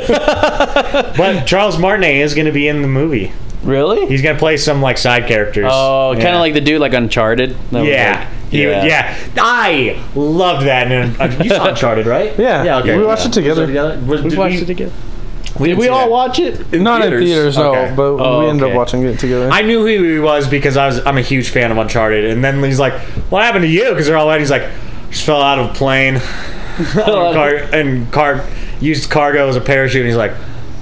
[SPEAKER 1] but Charles Martinet is going to be in the movie.
[SPEAKER 3] really?
[SPEAKER 1] He's gonna play some like side characters.
[SPEAKER 3] Oh, kind
[SPEAKER 1] Yeah.
[SPEAKER 3] of like the dude like Uncharted. That was,
[SPEAKER 1] yeah.
[SPEAKER 3] like-
[SPEAKER 1] He- yeah, I loved that. And uh, you saw Uncharted,
[SPEAKER 3] (laughs)
[SPEAKER 1] right?
[SPEAKER 2] Yeah.
[SPEAKER 1] yeah. Okay,
[SPEAKER 2] We watched it together.
[SPEAKER 1] Was-
[SPEAKER 3] We
[SPEAKER 1] did
[SPEAKER 3] watched
[SPEAKER 1] we-
[SPEAKER 3] it together.
[SPEAKER 1] we
[SPEAKER 3] Did
[SPEAKER 1] didn't
[SPEAKER 3] we
[SPEAKER 1] see
[SPEAKER 3] all
[SPEAKER 1] that.
[SPEAKER 3] watch it?
[SPEAKER 2] Not in theaters, no,
[SPEAKER 1] Okay.
[SPEAKER 2] but
[SPEAKER 3] Oh,
[SPEAKER 2] we ended
[SPEAKER 3] okay.
[SPEAKER 2] up watching it together.
[SPEAKER 1] I knew who he was because I was I'm a huge fan of Uncharted. And then he's like, "What happened to you?" Because they're all out. He's like, "Just fell out of a plane,
[SPEAKER 3] (laughs)
[SPEAKER 1] (laughs)
[SPEAKER 3] out
[SPEAKER 1] On
[SPEAKER 3] of-
[SPEAKER 1] car- and car used cargo as a parachute." And he's like,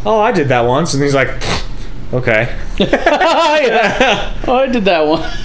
[SPEAKER 1] "Oh, I did that once." And he's like,
[SPEAKER 3] (laughs)
[SPEAKER 1] "Okay."
[SPEAKER 3] Oh, I did that one.
[SPEAKER 1] (laughs)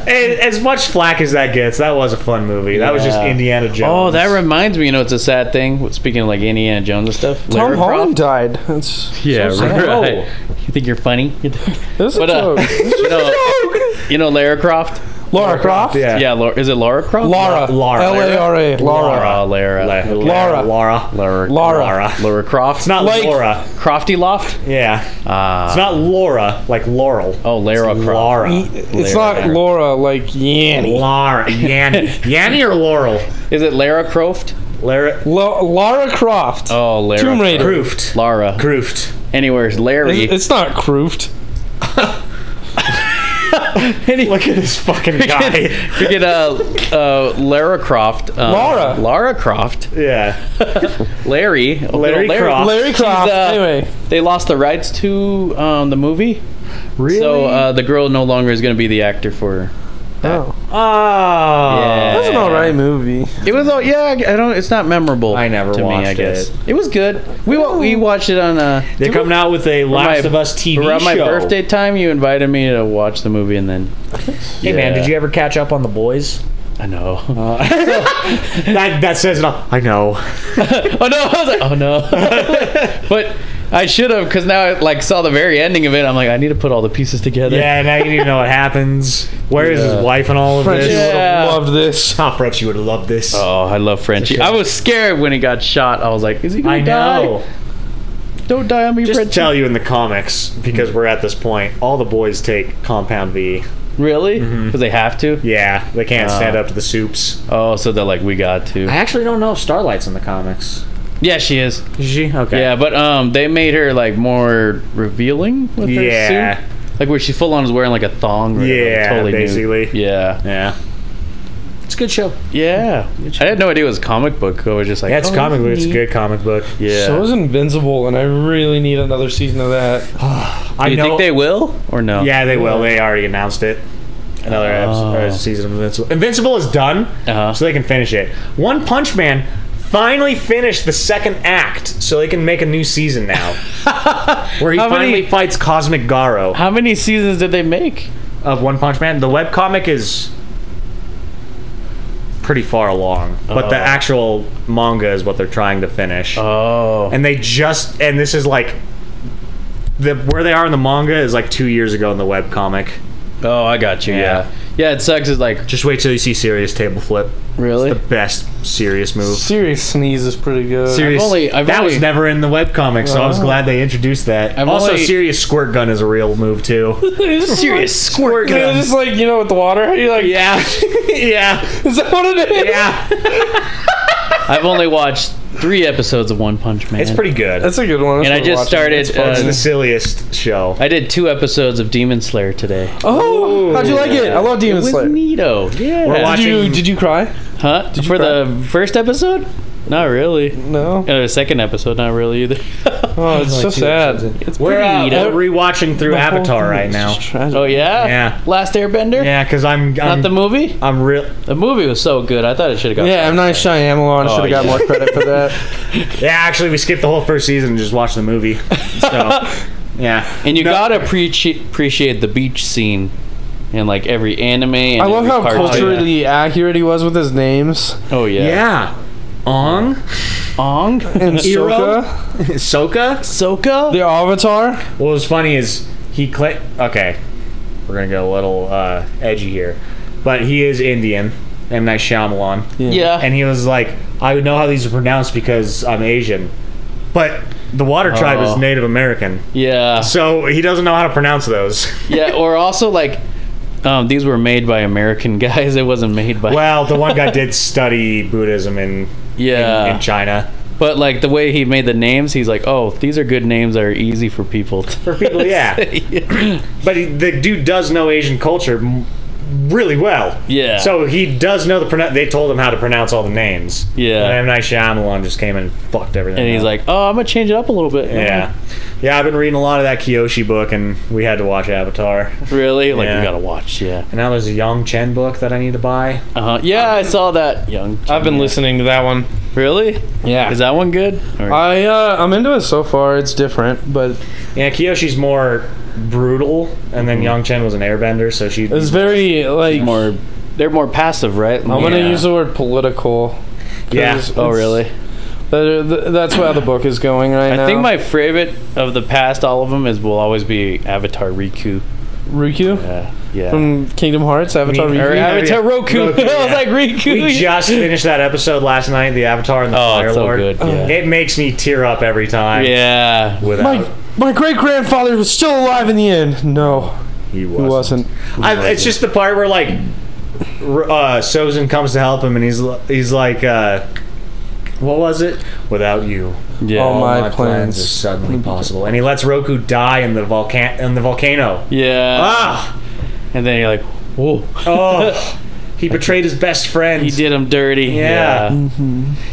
[SPEAKER 1] And as much flack as that gets, that was a fun movie. That was just
[SPEAKER 3] Yeah.
[SPEAKER 1] Indiana Jones.
[SPEAKER 3] (laughs) Oh, that reminds me. You know, it's a sad thing. Speaking of like Indiana Jones and stuff.
[SPEAKER 2] Tom
[SPEAKER 3] Lara
[SPEAKER 2] Holland
[SPEAKER 3] Croft?
[SPEAKER 2] died. That's
[SPEAKER 3] Yeah,
[SPEAKER 2] so sad.
[SPEAKER 3] right. You think you're funny?
[SPEAKER 2] This is
[SPEAKER 3] But,
[SPEAKER 2] a
[SPEAKER 3] uh,
[SPEAKER 2] joke. This is
[SPEAKER 3] You
[SPEAKER 2] a
[SPEAKER 3] know,
[SPEAKER 2] joke.
[SPEAKER 3] you know Lara Croft.
[SPEAKER 2] Laura Croft.
[SPEAKER 1] Yeah.
[SPEAKER 3] Yeah, Laura, is it Laura Croft?
[SPEAKER 2] Laura.
[SPEAKER 1] Laura.
[SPEAKER 2] L A R A. Laura.
[SPEAKER 3] Laura. Lara.
[SPEAKER 1] La-
[SPEAKER 2] Laura.
[SPEAKER 1] Laura.
[SPEAKER 3] Laura.
[SPEAKER 2] Laura.
[SPEAKER 1] Laura.
[SPEAKER 3] Laura Croft.
[SPEAKER 1] It's not
[SPEAKER 2] Like-
[SPEAKER 1] Laura.
[SPEAKER 3] Crofty Loft.
[SPEAKER 1] Yeah.
[SPEAKER 3] Ah.
[SPEAKER 1] it's not Laura, like Laurel.
[SPEAKER 3] oh, Lara
[SPEAKER 1] It's
[SPEAKER 3] Croft.
[SPEAKER 1] Laura.
[SPEAKER 2] It's not Laura like
[SPEAKER 3] Oh.
[SPEAKER 2] Yanny.
[SPEAKER 1] Laura. (laughs) Yanny. Yanny or Laurel?
[SPEAKER 3] Is it Lara Croft?
[SPEAKER 1] Lara.
[SPEAKER 2] Lo- Laura Croft.
[SPEAKER 3] Oh, Lara.
[SPEAKER 2] Tomb Raider.
[SPEAKER 1] Croofed.
[SPEAKER 3] Lara.
[SPEAKER 1] Croofed.
[SPEAKER 3] Anywhere's Larry.
[SPEAKER 2] It's, it's not Croft.
[SPEAKER 1] Look at this fucking guy.
[SPEAKER 3] we get uh, uh, Lara Croft. Uh,
[SPEAKER 2] Laura.
[SPEAKER 3] Lara Croft.
[SPEAKER 1] yeah.
[SPEAKER 3] Larry.
[SPEAKER 1] Larry Croft.
[SPEAKER 2] Larry Croft.
[SPEAKER 3] uh,
[SPEAKER 2] anyway,
[SPEAKER 3] They lost the rights to um, the movie. Really? So uh, the girl no longer is going to be the actor for.
[SPEAKER 1] Oh.
[SPEAKER 3] Yeah.
[SPEAKER 2] that's an alright movie.
[SPEAKER 3] It was all yeah. I don't. It's not memorable.
[SPEAKER 1] I never
[SPEAKER 3] to me.
[SPEAKER 1] watched
[SPEAKER 3] I guess
[SPEAKER 1] it.
[SPEAKER 3] it. was good. We wa- we watched it on uh
[SPEAKER 1] They're coming out with a Last
[SPEAKER 3] my-
[SPEAKER 1] of Us TV
[SPEAKER 3] around
[SPEAKER 1] show.
[SPEAKER 3] my birthday time. You invited me to watch the movie, and then
[SPEAKER 1] Hey man, did you ever catch up on the boys?
[SPEAKER 3] I know.
[SPEAKER 1] That that says it all. I know.
[SPEAKER 3] oh no! (laughs) I was like, oh no. but I should have because now I like saw the very ending of it. I'm like, I need to put all the pieces together.
[SPEAKER 1] Yeah, now you need to know what happens. Where is
[SPEAKER 3] Yeah.
[SPEAKER 1] his wife and all of
[SPEAKER 2] Frenchie
[SPEAKER 1] this?
[SPEAKER 3] Yeah.
[SPEAKER 2] would have loved this.
[SPEAKER 1] Tom French, you would have loved this.
[SPEAKER 3] Oh, I love Frenchie. I was scared when he got shot. I was like, is he gonna
[SPEAKER 1] I
[SPEAKER 3] die?
[SPEAKER 1] know.
[SPEAKER 3] Don't die on me,
[SPEAKER 1] Just
[SPEAKER 3] Frenchie.
[SPEAKER 1] tell you in the comics because we're at this point. All the boys take Compound V.
[SPEAKER 3] Really? Because
[SPEAKER 1] Mm-hmm.
[SPEAKER 3] they have to.
[SPEAKER 1] Yeah, they can't stand up to the soups.
[SPEAKER 3] Oh, so they're like, we got to.
[SPEAKER 1] I actually don't know if Starlight's in the comics.
[SPEAKER 3] Yeah, she is.
[SPEAKER 1] Is she? Okay.
[SPEAKER 3] Yeah, but um, they made her like more revealing with her
[SPEAKER 1] Yeah.
[SPEAKER 3] suit. Like where she full on is wearing like a thong. Or whatever,
[SPEAKER 1] Yeah,
[SPEAKER 3] totally nude.
[SPEAKER 1] basically.
[SPEAKER 3] Yeah,
[SPEAKER 1] Yeah. It's a good show.
[SPEAKER 3] yeah. I had no idea it was a comic book. I was just like,
[SPEAKER 1] Yeah, it's
[SPEAKER 3] oh,
[SPEAKER 1] a comic book. It's a
[SPEAKER 3] neat.
[SPEAKER 1] good comic book.
[SPEAKER 3] Yeah.
[SPEAKER 2] So is Invincible, and I really need another season of that.
[SPEAKER 1] I
[SPEAKER 3] Do you think they will or no?
[SPEAKER 1] Yeah, they will. They already announced it. Another
[SPEAKER 3] Oh.
[SPEAKER 1] episode, or season of Invincible. Invincible is done,
[SPEAKER 3] Uh-huh.
[SPEAKER 1] so they can finish it. One Punch Man finally finished the second act, so they can make a new season (laughs) now, where he
[SPEAKER 3] How many-
[SPEAKER 1] finally fights Cosmic Garo
[SPEAKER 3] How many seasons did they make?
[SPEAKER 1] of One Punch Man. The webcomic is pretty far along, but the
[SPEAKER 3] Oh.
[SPEAKER 1] actual manga is what they're trying to finish.
[SPEAKER 3] Oh.
[SPEAKER 1] and they just and this is like the where they are in the manga is like two years ago in the webcomic.
[SPEAKER 3] Oh, I got you. Yeah.
[SPEAKER 1] Yeah.
[SPEAKER 3] Yeah, it sucks. It's like
[SPEAKER 1] Just wait till you see Serious Table Flip.
[SPEAKER 3] really.
[SPEAKER 1] The best serious move.
[SPEAKER 2] Serious Sneeze is pretty good.
[SPEAKER 1] Serious.
[SPEAKER 3] only- I've
[SPEAKER 1] that
[SPEAKER 3] only- Oh.
[SPEAKER 1] was never in the webcomic, so I was glad they introduced that.
[SPEAKER 3] I've
[SPEAKER 1] also,
[SPEAKER 3] only-
[SPEAKER 1] Serious Squirt Gun is a real move too.
[SPEAKER 3] (laughs) Serious squirt
[SPEAKER 2] It was
[SPEAKER 3] (laughs)
[SPEAKER 2] just like you know with the water. You're like,
[SPEAKER 1] yeah, (laughs) yeah,
[SPEAKER 2] is that what it is?
[SPEAKER 1] yeah.
[SPEAKER 3] I've only watched three episodes of One Punch Man.
[SPEAKER 1] It's pretty good. That's
[SPEAKER 2] That's a good one. That's
[SPEAKER 3] And I
[SPEAKER 2] worth
[SPEAKER 3] just
[SPEAKER 2] watching.
[SPEAKER 3] started,
[SPEAKER 2] It's fun.
[SPEAKER 3] uh,
[SPEAKER 1] the silliest show.
[SPEAKER 3] I did two episodes of Demon Slayer today.
[SPEAKER 2] oh, how'd you like it? I love Demon
[SPEAKER 3] it was
[SPEAKER 2] Slayer.
[SPEAKER 3] neato. Yeah.
[SPEAKER 1] We're
[SPEAKER 2] Did you
[SPEAKER 1] watching-
[SPEAKER 2] did you cry?
[SPEAKER 3] Huh?
[SPEAKER 2] you
[SPEAKER 3] For
[SPEAKER 2] cry?
[SPEAKER 3] the first episode? Not really.
[SPEAKER 2] No.
[SPEAKER 3] Uh, the second episode, not really either.
[SPEAKER 2] (laughs) Oh,
[SPEAKER 3] (laughs)
[SPEAKER 2] it's so sad.
[SPEAKER 3] it's
[SPEAKER 1] We're,
[SPEAKER 3] pretty
[SPEAKER 1] uh,
[SPEAKER 3] neato.
[SPEAKER 1] we're rewatching through
[SPEAKER 2] The whole
[SPEAKER 1] Avatar
[SPEAKER 2] thing
[SPEAKER 1] right
[SPEAKER 2] is
[SPEAKER 1] now.
[SPEAKER 2] just tragic.
[SPEAKER 3] Oh yeah.
[SPEAKER 1] Yeah.
[SPEAKER 3] Last Airbender.
[SPEAKER 1] Yeah, because I'm, I'm
[SPEAKER 3] Not the movie.
[SPEAKER 1] I'm real.
[SPEAKER 3] The movie was so good. I thought it should have got.
[SPEAKER 2] Yeah, M Night Shyamalan should
[SPEAKER 3] Oh,
[SPEAKER 2] have got
[SPEAKER 3] yeah.
[SPEAKER 2] more credit for that.
[SPEAKER 1] Yeah, actually, we skipped the whole first season and just watched the movie.
[SPEAKER 3] (laughs)
[SPEAKER 1] So, yeah.
[SPEAKER 3] And you
[SPEAKER 1] No.
[SPEAKER 3] gotta appreciate appreciate the beach scene, in like every anime. And
[SPEAKER 2] I love
[SPEAKER 3] every
[SPEAKER 2] how
[SPEAKER 3] cartoon.
[SPEAKER 2] culturally accurate he was with his names.
[SPEAKER 3] Oh yeah.
[SPEAKER 1] Yeah. Ong,
[SPEAKER 3] Ong, (laughs)
[SPEAKER 2] And
[SPEAKER 1] Eero?
[SPEAKER 2] Sokka,
[SPEAKER 1] Soka.
[SPEAKER 3] Soka.
[SPEAKER 2] the Avatar.
[SPEAKER 1] What was funny is he click. Okay, we're gonna go a little uh, edgy here, but he is Indian. M Night Shyamalan,
[SPEAKER 3] yeah.
[SPEAKER 1] and he was like, "I would know how these are pronounced because I'm Asian," but the Water Tribe
[SPEAKER 3] Oh.
[SPEAKER 1] is Native American,
[SPEAKER 3] yeah.
[SPEAKER 1] so he doesn't know how to pronounce those.
[SPEAKER 3] (laughs) Yeah. Or also like, um, these were made by American (laughs) guys. It wasn't made by.
[SPEAKER 1] well, the one guy did study Buddhism in
[SPEAKER 3] yeah.
[SPEAKER 1] in China.
[SPEAKER 3] But like the way he made the names, he's like, oh, these are good names that are easy for
[SPEAKER 2] (laughs)
[SPEAKER 3] people.
[SPEAKER 1] For people, yeah. But he, the dude does know Asian culture m- really well.
[SPEAKER 3] Yeah.
[SPEAKER 1] So he does know the pronoun. They told him how to pronounce all the names.
[SPEAKER 3] Yeah.
[SPEAKER 1] And M Night Shyamalan just came and fucked everything.
[SPEAKER 3] and he's
[SPEAKER 1] up.
[SPEAKER 3] like, oh, I'm gonna change it up a little bit.
[SPEAKER 1] yeah, yeah. I've been reading a lot of that Kiyoshi book, and we had to watch Avatar.
[SPEAKER 3] Really? Like
[SPEAKER 1] Yeah.
[SPEAKER 3] we gotta watch. Yeah.
[SPEAKER 1] And now there's a Young Chen book that I need to buy.
[SPEAKER 3] Uh huh. Yeah, I saw that. Young.
[SPEAKER 2] I've been listening to that one.
[SPEAKER 3] Really?
[SPEAKER 2] Yeah.
[SPEAKER 3] Is that one good? Or-
[SPEAKER 2] I uh, I'm into it so far. It's different, but
[SPEAKER 1] Yeah, Kiyoshi's more brutal, and
[SPEAKER 2] Mm-hmm.
[SPEAKER 1] then Young Chen was an airbender, so she.
[SPEAKER 2] it's very like
[SPEAKER 3] more they're more passive, right?
[SPEAKER 2] I'm
[SPEAKER 1] Yeah.
[SPEAKER 2] gonna use the word political.
[SPEAKER 1] yeah.
[SPEAKER 2] it's-
[SPEAKER 3] oh, really?
[SPEAKER 2] That- that- That's where the book is going right now.
[SPEAKER 3] I think my favorite of the past, all of them, is will always be Avatar Riku.
[SPEAKER 2] Riku.
[SPEAKER 3] Yeah. Yeah.
[SPEAKER 2] from Kingdom Hearts, Avatar
[SPEAKER 1] Me-
[SPEAKER 3] Or
[SPEAKER 2] Reunion.
[SPEAKER 3] Avatar Roku.
[SPEAKER 2] (laughs)
[SPEAKER 1] Roku,
[SPEAKER 3] I was
[SPEAKER 1] yeah.
[SPEAKER 3] like Riku.
[SPEAKER 1] We just finished that episode last night, the Avatar and the
[SPEAKER 3] Oh,
[SPEAKER 1] Fire
[SPEAKER 3] it's so
[SPEAKER 1] Lord.
[SPEAKER 3] good, yeah.
[SPEAKER 1] It makes me tear up every time.
[SPEAKER 3] yeah.
[SPEAKER 1] Without
[SPEAKER 2] My my great grandfather was still alive in the end. No,
[SPEAKER 1] he
[SPEAKER 2] he wasn't.
[SPEAKER 1] I, it's just the part where like r- uh, Sozin comes to help him, and he's l- he's like, uh, "What was it? Without you,
[SPEAKER 3] Yeah.
[SPEAKER 2] Oh my-
[SPEAKER 1] my plans.
[SPEAKER 2] plans. Mm-hmm.
[SPEAKER 1] are suddenly possible." And he lets Roku die in the volcan in the volcano.
[SPEAKER 3] Yeah.
[SPEAKER 1] Ah,
[SPEAKER 3] And then you're like, whoa.
[SPEAKER 1] oh, (laughs) he betrayed his best friend.
[SPEAKER 3] He did him dirty.
[SPEAKER 1] Yeah.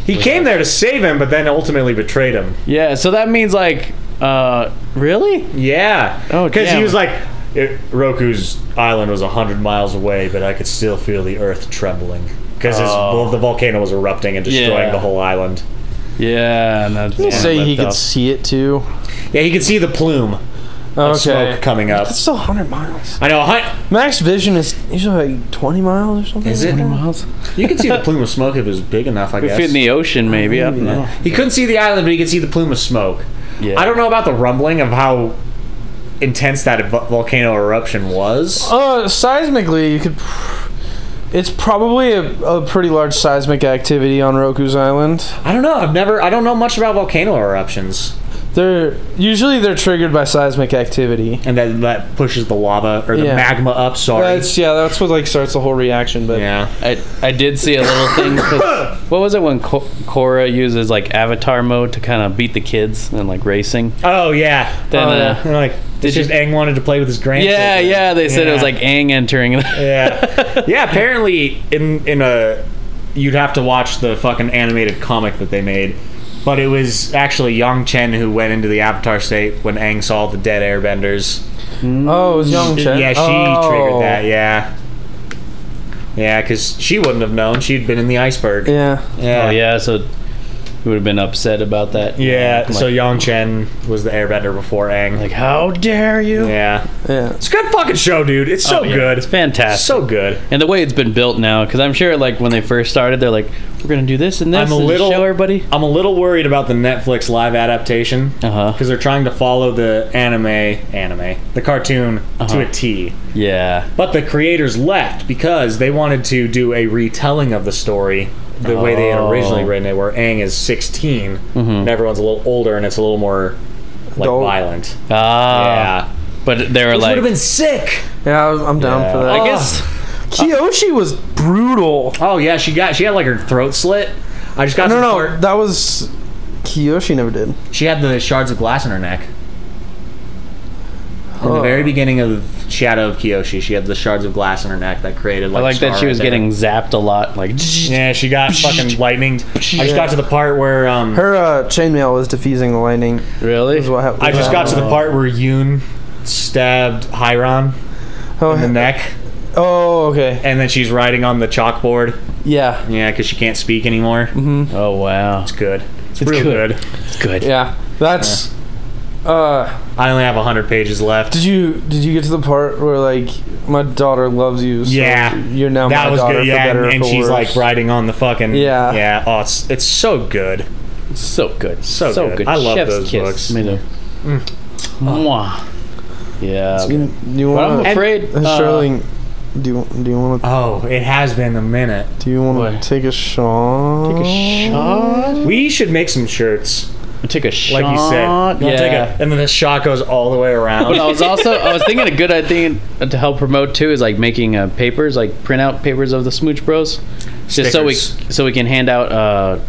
[SPEAKER 1] He came there to save him, but then ultimately betrayed him.
[SPEAKER 3] Yeah. So that means like, uh, really?
[SPEAKER 1] Yeah.
[SPEAKER 3] Oh,
[SPEAKER 1] because he
[SPEAKER 3] damn.
[SPEAKER 1] was like, it, Roku's island was hundred miles away, but I could still feel the earth trembling because
[SPEAKER 3] Oh.
[SPEAKER 1] the volcano was erupting and destroying
[SPEAKER 3] Yeah.
[SPEAKER 1] the whole island.
[SPEAKER 3] Yeah. And that's
[SPEAKER 2] You
[SPEAKER 3] yeah,
[SPEAKER 2] say he
[SPEAKER 3] left
[SPEAKER 2] could
[SPEAKER 3] off.
[SPEAKER 2] see it too.
[SPEAKER 1] Yeah, you could see the plume of
[SPEAKER 3] Oh,
[SPEAKER 2] Okay,
[SPEAKER 1] smoke coming up.
[SPEAKER 2] that's still 100 miles.
[SPEAKER 1] I know. hun-
[SPEAKER 2] Max vision is usually like 20 miles or something.
[SPEAKER 1] Is it?
[SPEAKER 3] Miles.
[SPEAKER 1] You could see the plume of smoke if it was big enough. I
[SPEAKER 3] Could
[SPEAKER 1] guess.
[SPEAKER 3] fit in the ocean, maybe. I don't know.
[SPEAKER 1] he couldn't see the island, but he could see the plume of smoke.
[SPEAKER 3] Yeah.
[SPEAKER 1] I don't know about the rumbling of how intense that vo- volcano eruption was.
[SPEAKER 2] Uh, seismically, you could. It's probably a, a pretty large seismic activity on Roku's island.
[SPEAKER 1] I don't know. I've never. I don't know much about volcano eruptions.
[SPEAKER 2] They're usually they're triggered by seismic activity.
[SPEAKER 1] and that that pushes the lava or the
[SPEAKER 2] Yeah.
[SPEAKER 1] magma up. Sorry.
[SPEAKER 2] That's yeah, that's what like starts the whole reaction. But
[SPEAKER 1] yeah.
[SPEAKER 3] I, I did see a little thing.
[SPEAKER 1] (coughs)
[SPEAKER 3] 'cause- What was it when Ko- Korra uses like avatar mode to kind of beat the kids and like racing?
[SPEAKER 1] Oh yeah.
[SPEAKER 3] Then,
[SPEAKER 1] oh,
[SPEAKER 3] uh,
[SPEAKER 1] yeah. And, like it's
[SPEAKER 3] you-
[SPEAKER 1] just Aang wanted to play with his grandson.
[SPEAKER 3] Yeah, yeah. They said it was
[SPEAKER 1] Yeah.
[SPEAKER 3] like Aang entering. (laughs)
[SPEAKER 1] Yeah. yeah. Apparently, in in a you'd have to watch the fucking animated comic that they made. But it was actually Yang Chen who went into the Avatar state when Aang saw the dead Airbenders.
[SPEAKER 2] oh, it was Young Chen.
[SPEAKER 1] Yeah, she
[SPEAKER 2] oh.
[SPEAKER 1] triggered that. Yeah, yeah, because she wouldn't have known. She'd been in the iceberg.
[SPEAKER 2] Yeah,
[SPEAKER 3] Oh yeah, so he would have been upset about that.
[SPEAKER 1] Yeah,
[SPEAKER 3] Like-
[SPEAKER 1] so Yang Chen was the airbender before Aang.
[SPEAKER 3] like how dare you?
[SPEAKER 1] yeah.
[SPEAKER 2] yeah.
[SPEAKER 1] It's a good fucking show, dude. It's so
[SPEAKER 3] Oh, yeah,
[SPEAKER 1] good.
[SPEAKER 3] It's fantastic.
[SPEAKER 1] So good.
[SPEAKER 3] and the way it's been built now, because I'm sure like when they first started, they're like, we're gonna do this and this
[SPEAKER 1] I'm a
[SPEAKER 3] and
[SPEAKER 1] little-
[SPEAKER 3] show everybody.
[SPEAKER 1] I'm a little worried about the Netflix live adaptation because
[SPEAKER 3] Uh huh.
[SPEAKER 1] they're trying to follow the anime, anime, the cartoon
[SPEAKER 3] Uh-huh.
[SPEAKER 1] to a T.
[SPEAKER 3] Yeah.
[SPEAKER 1] But the creators left because they wanted to do a retelling of the story the way they had originally
[SPEAKER 3] Oh. Mm-hmm.
[SPEAKER 1] written it, where Aang is 16 and everyone's a little older and it's a little more like
[SPEAKER 2] Adult.
[SPEAKER 1] violent. yeah,
[SPEAKER 3] Ah. But they were
[SPEAKER 1] would
[SPEAKER 3] like,
[SPEAKER 1] have been sick.
[SPEAKER 2] Yeah, I was- I'm down for that.
[SPEAKER 3] I guess.
[SPEAKER 2] Kyoshi was brutal.
[SPEAKER 1] Oh yeah, she got she had like her throat slit. I just got
[SPEAKER 2] No,
[SPEAKER 1] some
[SPEAKER 2] no,
[SPEAKER 1] court-
[SPEAKER 2] that was Kyoshi never did.
[SPEAKER 1] She had the shards of glass in her neck. In the
[SPEAKER 2] Huh.
[SPEAKER 1] very beginning of Shadow of Kyoshi, she had the shards of glass in her neck that created like.
[SPEAKER 3] I like
[SPEAKER 1] star
[SPEAKER 3] that she
[SPEAKER 1] right
[SPEAKER 3] was
[SPEAKER 1] there.
[SPEAKER 3] getting zapped a lot. Like,
[SPEAKER 1] Yeah, she got fucking lightning. I just got to the part where um.
[SPEAKER 2] Her uh, chainmail was defusing the lightning.
[SPEAKER 3] really?
[SPEAKER 2] Is what happened.
[SPEAKER 1] I just got to the
[SPEAKER 2] Uh.
[SPEAKER 1] part where Yoon stabbed Hiron
[SPEAKER 2] oh,
[SPEAKER 1] in the neck,
[SPEAKER 2] oh, okay.
[SPEAKER 1] and then she's writing on the chalkboard.
[SPEAKER 2] Yeah,
[SPEAKER 1] Yeah, because she can't speak anymore.
[SPEAKER 2] Mm-hmm.
[SPEAKER 3] Oh wow.
[SPEAKER 1] It's good. It's,
[SPEAKER 3] It's
[SPEAKER 1] real
[SPEAKER 3] good.
[SPEAKER 1] good.
[SPEAKER 3] It's good.
[SPEAKER 2] yeah. That's. Uh,
[SPEAKER 1] I only have hundred pages left.
[SPEAKER 2] did you did you get to the part where like my daughter loves you? So
[SPEAKER 1] Yeah.
[SPEAKER 2] you're now
[SPEAKER 1] that
[SPEAKER 2] my
[SPEAKER 1] was
[SPEAKER 2] daughter
[SPEAKER 1] good.
[SPEAKER 2] for
[SPEAKER 1] Yeah,
[SPEAKER 2] better
[SPEAKER 1] and,
[SPEAKER 2] or
[SPEAKER 1] and
[SPEAKER 2] for
[SPEAKER 1] she's
[SPEAKER 2] worse.
[SPEAKER 1] like riding on the fucking.
[SPEAKER 2] Yeah.
[SPEAKER 1] yeah. Oh, it's it's so good.
[SPEAKER 3] It's so good.
[SPEAKER 1] So good. I love those books.
[SPEAKER 3] Me too. Mwah. Yeah.
[SPEAKER 2] You, you
[SPEAKER 3] But I'm
[SPEAKER 2] want
[SPEAKER 3] afraid. uh,
[SPEAKER 2] Sterling? Do you do you want to
[SPEAKER 1] Oh, it has been a minute.
[SPEAKER 2] do you want
[SPEAKER 3] What?
[SPEAKER 2] to take a shot?
[SPEAKER 3] Take a shot.
[SPEAKER 1] We should make some shirts,
[SPEAKER 3] Take a shot.
[SPEAKER 1] like you said.
[SPEAKER 3] Yeah.
[SPEAKER 1] We'll take a- and then the shot goes all the way (laughs)
[SPEAKER 3] but I
[SPEAKER 1] around.
[SPEAKER 3] was also I was thinking a good idea to help promote too is like making uh, papers like printout papers of the Smooch Bros, just so we
[SPEAKER 1] Stickers.
[SPEAKER 3] so we can hand out uh,